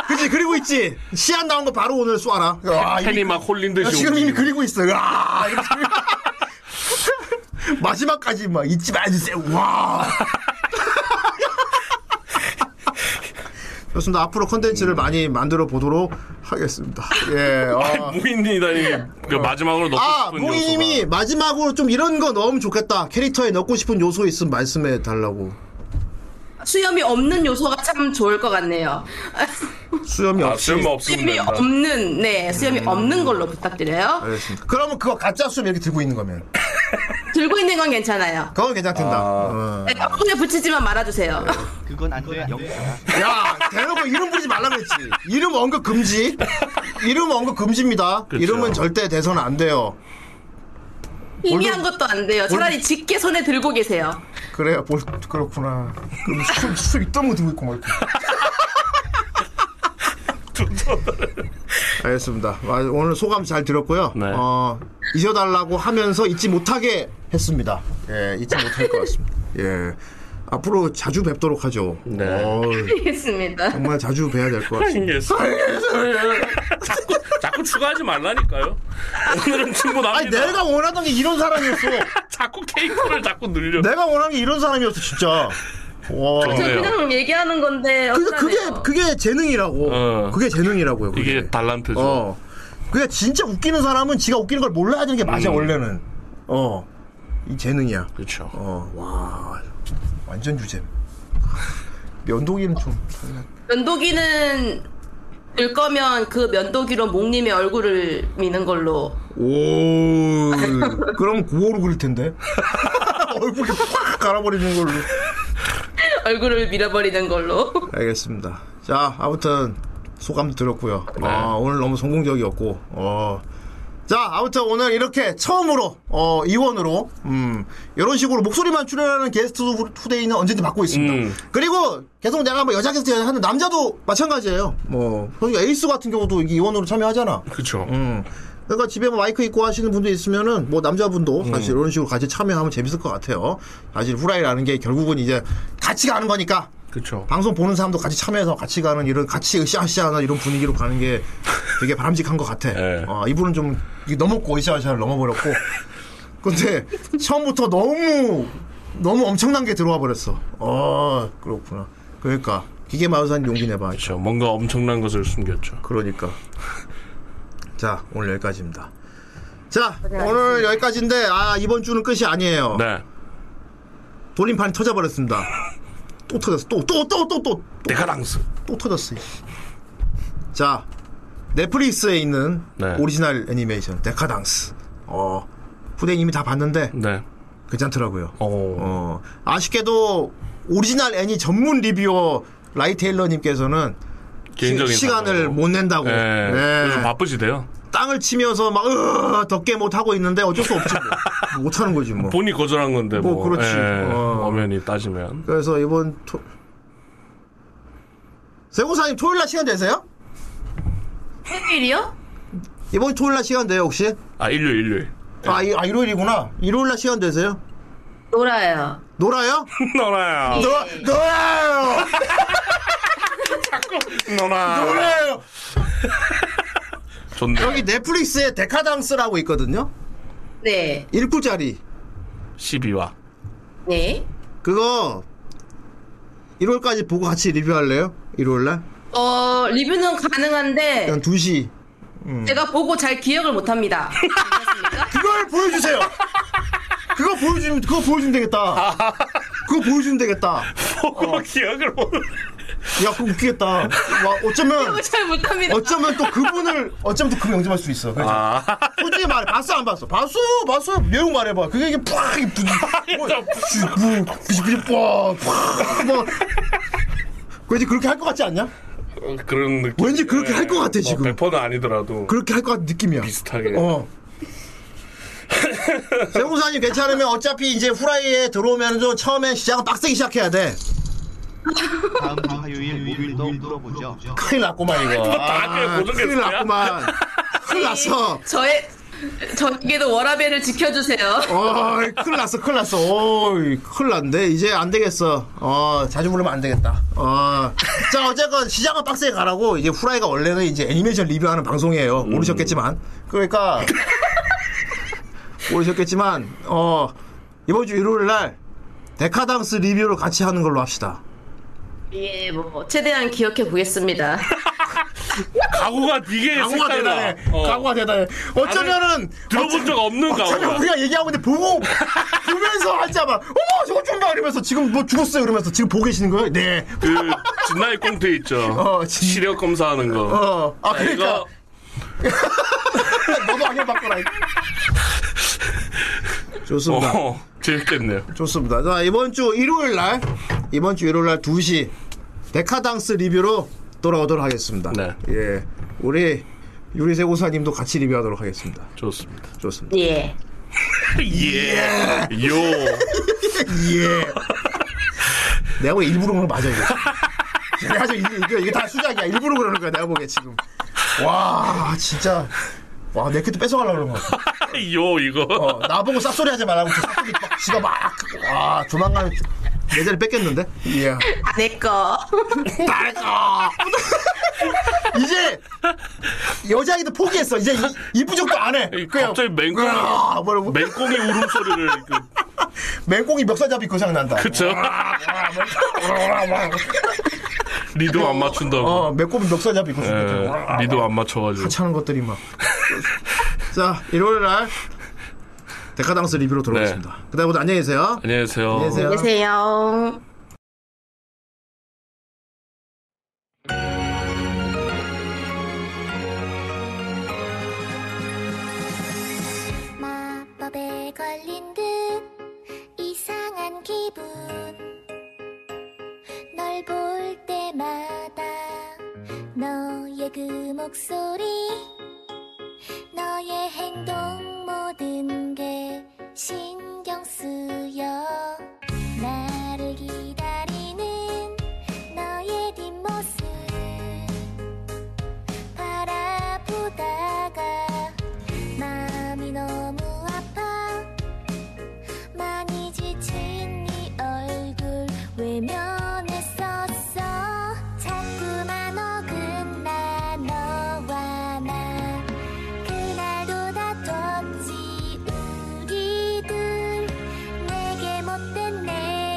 Speaker 3: 그지 그리고 있지. 시안 나온 거 바로 오늘 쏴라. 와, 이미
Speaker 2: 팬이 막 홀린
Speaker 3: 야,
Speaker 2: 듯이
Speaker 3: 아, 지금 이미
Speaker 2: 움직이고.
Speaker 3: 그리고 있어. 와. 이러면서 [LAUGHS] 마지막까지 막 잊지 마주세요. 와. [LAUGHS] 좋습니다. 앞으로 컨텐츠를 많이 만들어 보도록 하겠습니다. 예. 어.
Speaker 2: 무인이다니 그 마지막으로 넣고
Speaker 3: 아,
Speaker 2: 싶은
Speaker 3: 몽이님이
Speaker 2: 요소가
Speaker 3: 마지막으로 좀 이런 거 넣으면 좋겠다. 캐릭터에 넣고 싶은 요소 있으면 말씀해 달라고.
Speaker 4: 수염이 없는 요소가 참 좋을 것 같네요 [LAUGHS]
Speaker 3: 수염이
Speaker 2: 아
Speaker 3: 없이.
Speaker 2: 쓸모 없으면
Speaker 4: 수염이
Speaker 2: 된다
Speaker 4: 없는 네 수염이 없는 걸로 부탁드려요
Speaker 3: 알겠습니다. 그러면 그거 가짜 수염 이렇게 들고 있는 거면.
Speaker 4: 들고 있는 건 괜찮아요
Speaker 3: 그건 괜찮단다. 어.
Speaker 4: 네, 손에 붙이지만 말아주세요
Speaker 7: 그건 안돼 영수야.
Speaker 3: 야, 대놓고 이름 부르지 말라 그랬지. 이름 언급 금지. 이름 언급 금지입니다.
Speaker 2: 그쵸.
Speaker 3: 이름은 절대 대선 안 돼요.
Speaker 4: 힘이
Speaker 3: 뭘로-
Speaker 4: 한 것도 안 돼요 차라리 짙게 손에 들고 계세요 [LAUGHS]
Speaker 3: 그래요, 볼, 그렇구나. 그럼 수, 수 있던 거 들고 있고 말 알겠습니다. 아, 오늘 소감 잘 들었고요.
Speaker 2: 네.
Speaker 3: 어, 잊어달라고 하면서 잊지 못하게 했습니다. 예, 잊지 못할 것 같습니다. 예. 앞으로 자주 뵙도록 하죠.
Speaker 2: 네.
Speaker 3: 어이,
Speaker 4: 알겠습니다
Speaker 3: 정말 자주 뵈야 될 것 같습니다.
Speaker 2: 알겠어. 자꾸, 자꾸 추가하지 말라니까요. 오늘은 충분합니다.
Speaker 3: 아니, 내가 원하던 게 이런 사람이었어.
Speaker 2: 자꾸 케이크를 자꾸 늘려.
Speaker 3: 내가 원하는 게 이런 사람이었어, 진짜. 와.
Speaker 4: 저
Speaker 2: 그래요.
Speaker 4: 그냥 얘기하는 건데
Speaker 3: 그게 그게
Speaker 4: 어쩌네요.
Speaker 3: 그게 재능이라고.
Speaker 2: 어.
Speaker 3: 그게 재능이라고요. 그게.
Speaker 2: 이게 단란표죠.
Speaker 3: 어. 그게 진짜 웃기는 사람은 지가 웃기는 걸 몰라야 되는 게 맞아
Speaker 2: 음.
Speaker 3: 원래는. 어. 이 재능이야.
Speaker 2: 그렇죠.
Speaker 3: 어. 와. 완전 유잼. 면도기는 좀.
Speaker 4: 그 면도기는 들 거면 그 면도기로 목님의 얼굴을 미는 걸로 [LAUGHS]
Speaker 3: 오. 그럼 고어로 그릴 텐데. [LAUGHS] 얼굴이 확 갈아버리는 걸로.
Speaker 4: 얼굴을 밀어버리는 걸로
Speaker 3: 알겠습니다. 자, 아무튼 소감 들었고요. 아, 오늘 너무 성공적이었고. 어. 자, 아무튼 오늘 이렇게 처음으로 어, 이원으로 음, 이런 식으로 목소리만 출연하는 게스트 후- 후대인은 언제든 받고 있습니다.
Speaker 2: 음. 그
Speaker 3: 리고 계속 내가 뭐 여자 게스트 하는 남자도 마찬가지예요. 뭐 솔직히 에이스 같은 경우도 이게 이원으로 참여하잖아.
Speaker 2: 그렇죠.
Speaker 3: 음. 그러니까 집에 뭐 마이크 있고 하시는 분도 있으면은 뭐 남자분도 사실 이런 식으로 같이 참여하면 재밌을 것 같아요. 사실 후라이라는 게 결국은 이제 같이 가는 거니까
Speaker 2: 그렇죠.
Speaker 3: 방송 보는 사람도 같이 참여해서 같이 가는 이런 같이 으쌰으쌰하는 이런 분위기로 가는 게 되게 바람직한 것 같아.
Speaker 2: 예.
Speaker 3: 어, 이분은 좀 이게 넘었고 으쌰으쌰를 넘어버렸고. 근데 처음부터 너무 너무 엄청난 게 들어와 버렸어. 어 그렇구나. 그러니까 기계 마우스한 용기 내봐.
Speaker 2: 그렇죠. 뭔가 엄청난 것을 숨겼죠.
Speaker 3: 그러니까. 자 오늘 여기까지입니다. 자 오늘 여기까지인데 아 이번 주는 끝이 아니에요.
Speaker 2: 네.
Speaker 3: 돌림판이 터져버렸습니다. 또 터졌어. 또 또, 또, 또, 또, 또.
Speaker 2: 데카랑스.
Speaker 3: 또 터졌어. 이씨. 자, 넷플릭스에 있는
Speaker 2: 네.
Speaker 3: 오리지널 애니메이션 데카당스. 어 후대인 이미 다 봤는데
Speaker 2: 네.
Speaker 3: 괜찮더라고요.
Speaker 2: 오.
Speaker 3: 어, 아쉽게도 오리지널 애니 전문 리뷰어 라이테일러님께서는
Speaker 2: 개인적인
Speaker 3: 시, 간을
Speaker 2: 사정으로.
Speaker 3: 못 낸다고
Speaker 2: 예.
Speaker 3: 예.
Speaker 2: 요즘 바쁘시대요.
Speaker 3: 땅을 치면서 막 으, 덥게 못 하고 있는데 어쩔 수 없지 뭐. 못 하는 거지 뭐.
Speaker 2: 본이 거절한 건데
Speaker 3: 뭐
Speaker 2: 뭐.
Speaker 3: 그렇지.
Speaker 2: 예.
Speaker 3: 어.
Speaker 2: 엄연히 따지면.
Speaker 3: 그래서 이번 토... 세고사님 토요일 날 시간 되세요?
Speaker 4: 토요일이요?
Speaker 3: 이번 토요일 날 시간 돼요 혹시?
Speaker 2: 아 일요일 일요일. [LAUGHS]
Speaker 3: 아, 이- 아 일요일이구나. 일요일 날 시간 되세요?
Speaker 4: 놀아요.
Speaker 3: 놀아요?
Speaker 2: 너라야.
Speaker 3: [LAUGHS] 놀 놀아요.
Speaker 2: [LAUGHS] 너라.
Speaker 3: 놀아요.
Speaker 2: 좋네.
Speaker 3: 여기 넷플릭스에 데카당스라고 있거든요.
Speaker 4: 네.
Speaker 3: 1부짜리
Speaker 2: 12화.
Speaker 4: 네.
Speaker 3: 그거 1월까지 보고 같이 리뷰할래요? 1월 날?
Speaker 4: 어, 리뷰는 가능한데
Speaker 3: 한 2시. 음.
Speaker 4: 제가 보고 잘 기억을 못 합니다. [LAUGHS]
Speaker 3: 그걸 보여주세요. 그거 보여주면 그거 보여주면 되겠다. 그거 보여주면 되겠다.
Speaker 2: 아.
Speaker 3: 어.
Speaker 2: 보고 기억을 못.
Speaker 3: 야, 그거 웃기겠다. 와, 어쩌면
Speaker 4: [LAUGHS] 기억을 잘 못 합니다.
Speaker 3: 어쩌면 또 그분을 어쩌면 또 그 명점할 수 있어. 그래서
Speaker 2: 아.
Speaker 3: 솔직히 말해 봤어 안 봤어? 봤어 봤어 내용 말해봐. 그게 이게 팍 이게 부지
Speaker 2: 아,
Speaker 3: 뭐, 부지 뭐 그지 그렇게 할 것 같지 않냐?
Speaker 2: 그런 느낌.
Speaker 3: 왠지 그렇게 할것 같아, 지금.
Speaker 2: 100%는 아니더라도.
Speaker 3: 그렇게 할 것 같은 느낌이야.
Speaker 2: 비슷하게.
Speaker 3: 어. 세무사님 괜찮으면 어차피 이제 후라이에 들어오면 좀 처음엔 시작은 빡세게 시작해야 돼.
Speaker 7: 다음 주 화요일 목요일도 물어보죠.
Speaker 3: 큰일 났구만 이거.
Speaker 2: 다들
Speaker 3: 아,
Speaker 2: 모르겠어요?
Speaker 3: 큰일 났구만. 큰일 났어.
Speaker 4: 저의 저에게도 워라벨을 지켜주세요.
Speaker 3: 어이, 큰일 났어, 큰일 났어. 어이, 큰일 났네. 이제 안 되겠어. 어, 자주 부르면 안 되겠다. 어. 자, 어쨌건 시장은 빡세게 가라고, 이제 후라이가 원래는 이제 애니메이션 리뷰하는 방송이에요. 모르셨겠지만. [LAUGHS] 그러니까. 모르셨겠지만, 어, 이번 주 일요일 날, 데카당스 리뷰를 같이 하는 걸로 합시다.
Speaker 4: 예, 뭐 최대한 기억해 보겠습니다.
Speaker 2: 각오가 되게
Speaker 3: 각오가
Speaker 2: 아, 색달라.
Speaker 3: 대단해. 아,
Speaker 2: 어.
Speaker 3: 각오가 대단해. 어쩌면은,
Speaker 2: 들어본 적 없는
Speaker 3: 전혀
Speaker 2: 각오가.
Speaker 3: 우리가 얘기하고 있는데 보고 보면서 하자 막 어머 저거 좀 봐 이러면서 지금 뭐 죽었어요 이러면서 지금 보고 계시는 거예요? 네.
Speaker 2: 그 진나이 꽁트 있죠.
Speaker 3: 어, 진-
Speaker 2: 시력 검사하는 거.
Speaker 3: 어. 아 그러니까
Speaker 2: 이거
Speaker 3: 너도 악해 바꿔라. 이거. 좋습니다.
Speaker 2: 어, 재밌겠네요.
Speaker 3: 좋습니다. 자 이번 주 일요일 날 이번 주 일요일 날 2시 데카당스 리뷰로 돌아오도록 하겠습니다.
Speaker 2: 네.
Speaker 3: 예. 우리 유리세고사님도 같이 리뷰하도록 하겠습니다.
Speaker 2: 좋습니다.
Speaker 3: 좋습니다.
Speaker 4: 예.
Speaker 2: 예. 요. [LAUGHS]
Speaker 3: 예. 내가 보기 일부러 그런 거 맞아 이거. 내가 지금 이게, 이게, 이게 다 수작이야. 일부러 그러는 거야. 내가 보기에 지금. 와 진짜. 와 내키도 뺏어가려고 그런 거 같아.
Speaker 2: 요 이거.
Speaker 3: 어, 나보고 쌉소리 하지 말라고 저 쌉소리 막 지가 막. 그, 와 조만간 내 자리 뺏겼는데. 예.
Speaker 4: 아, 내 거.
Speaker 3: 딸까. 이제 여자애도 포기했어. 이제 이, 이 부족도 안 해. 그냥
Speaker 2: 갑자기 맹꽁
Speaker 3: 으아, 뭐라고?
Speaker 2: 맹꽁의 울음소리를 그,
Speaker 3: 맹꽁이 멱살잡이 그 생각난다.
Speaker 2: 그쵸? 리도 안 맞춘다고.
Speaker 3: 어, 맹꽁이 멱살잡이 그
Speaker 2: 예,
Speaker 3: 생각난다.
Speaker 2: 리도 안 맞춰가지고.
Speaker 3: 하찮은 것들이 막. 자, 일요일 날 데카당스 리뷰로 돌아오겠습니다. 그다음부터 안녕히 계세요.
Speaker 2: 안녕하세요.
Speaker 3: 안녕히 계세요.
Speaker 4: 계세요.
Speaker 6: 마법에 걸린 듯 이상한 기분 널 볼 때마다 너의 그 목소리 너의 행동 모든 게 신경 쓰여 나를 기다리는 너의 뒷모습 바라보다가 마음이 너무 아파 많이 지친 네 얼굴 외면했었어 자꾸만 어긋나 너와 나 그날도 다퉜지 우리들 내게 못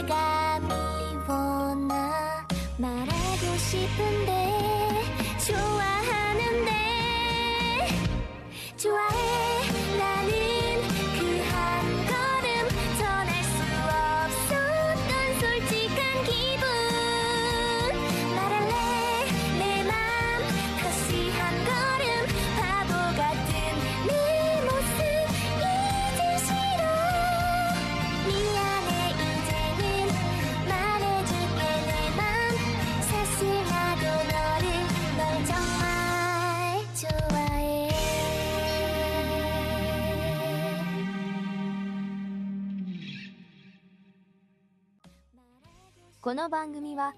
Speaker 8: この番組は、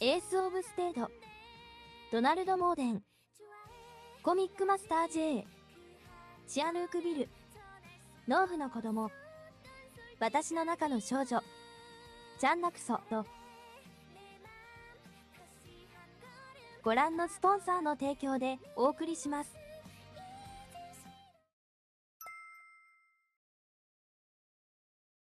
Speaker 8: エース・オブ・ステート、ドナルド・モーデン、コミックマスター J、シアヌーク・ビル、農夫の子供、私の中の少女、ジャンナクソと、ご覧のスポンサーの提供でお送りします。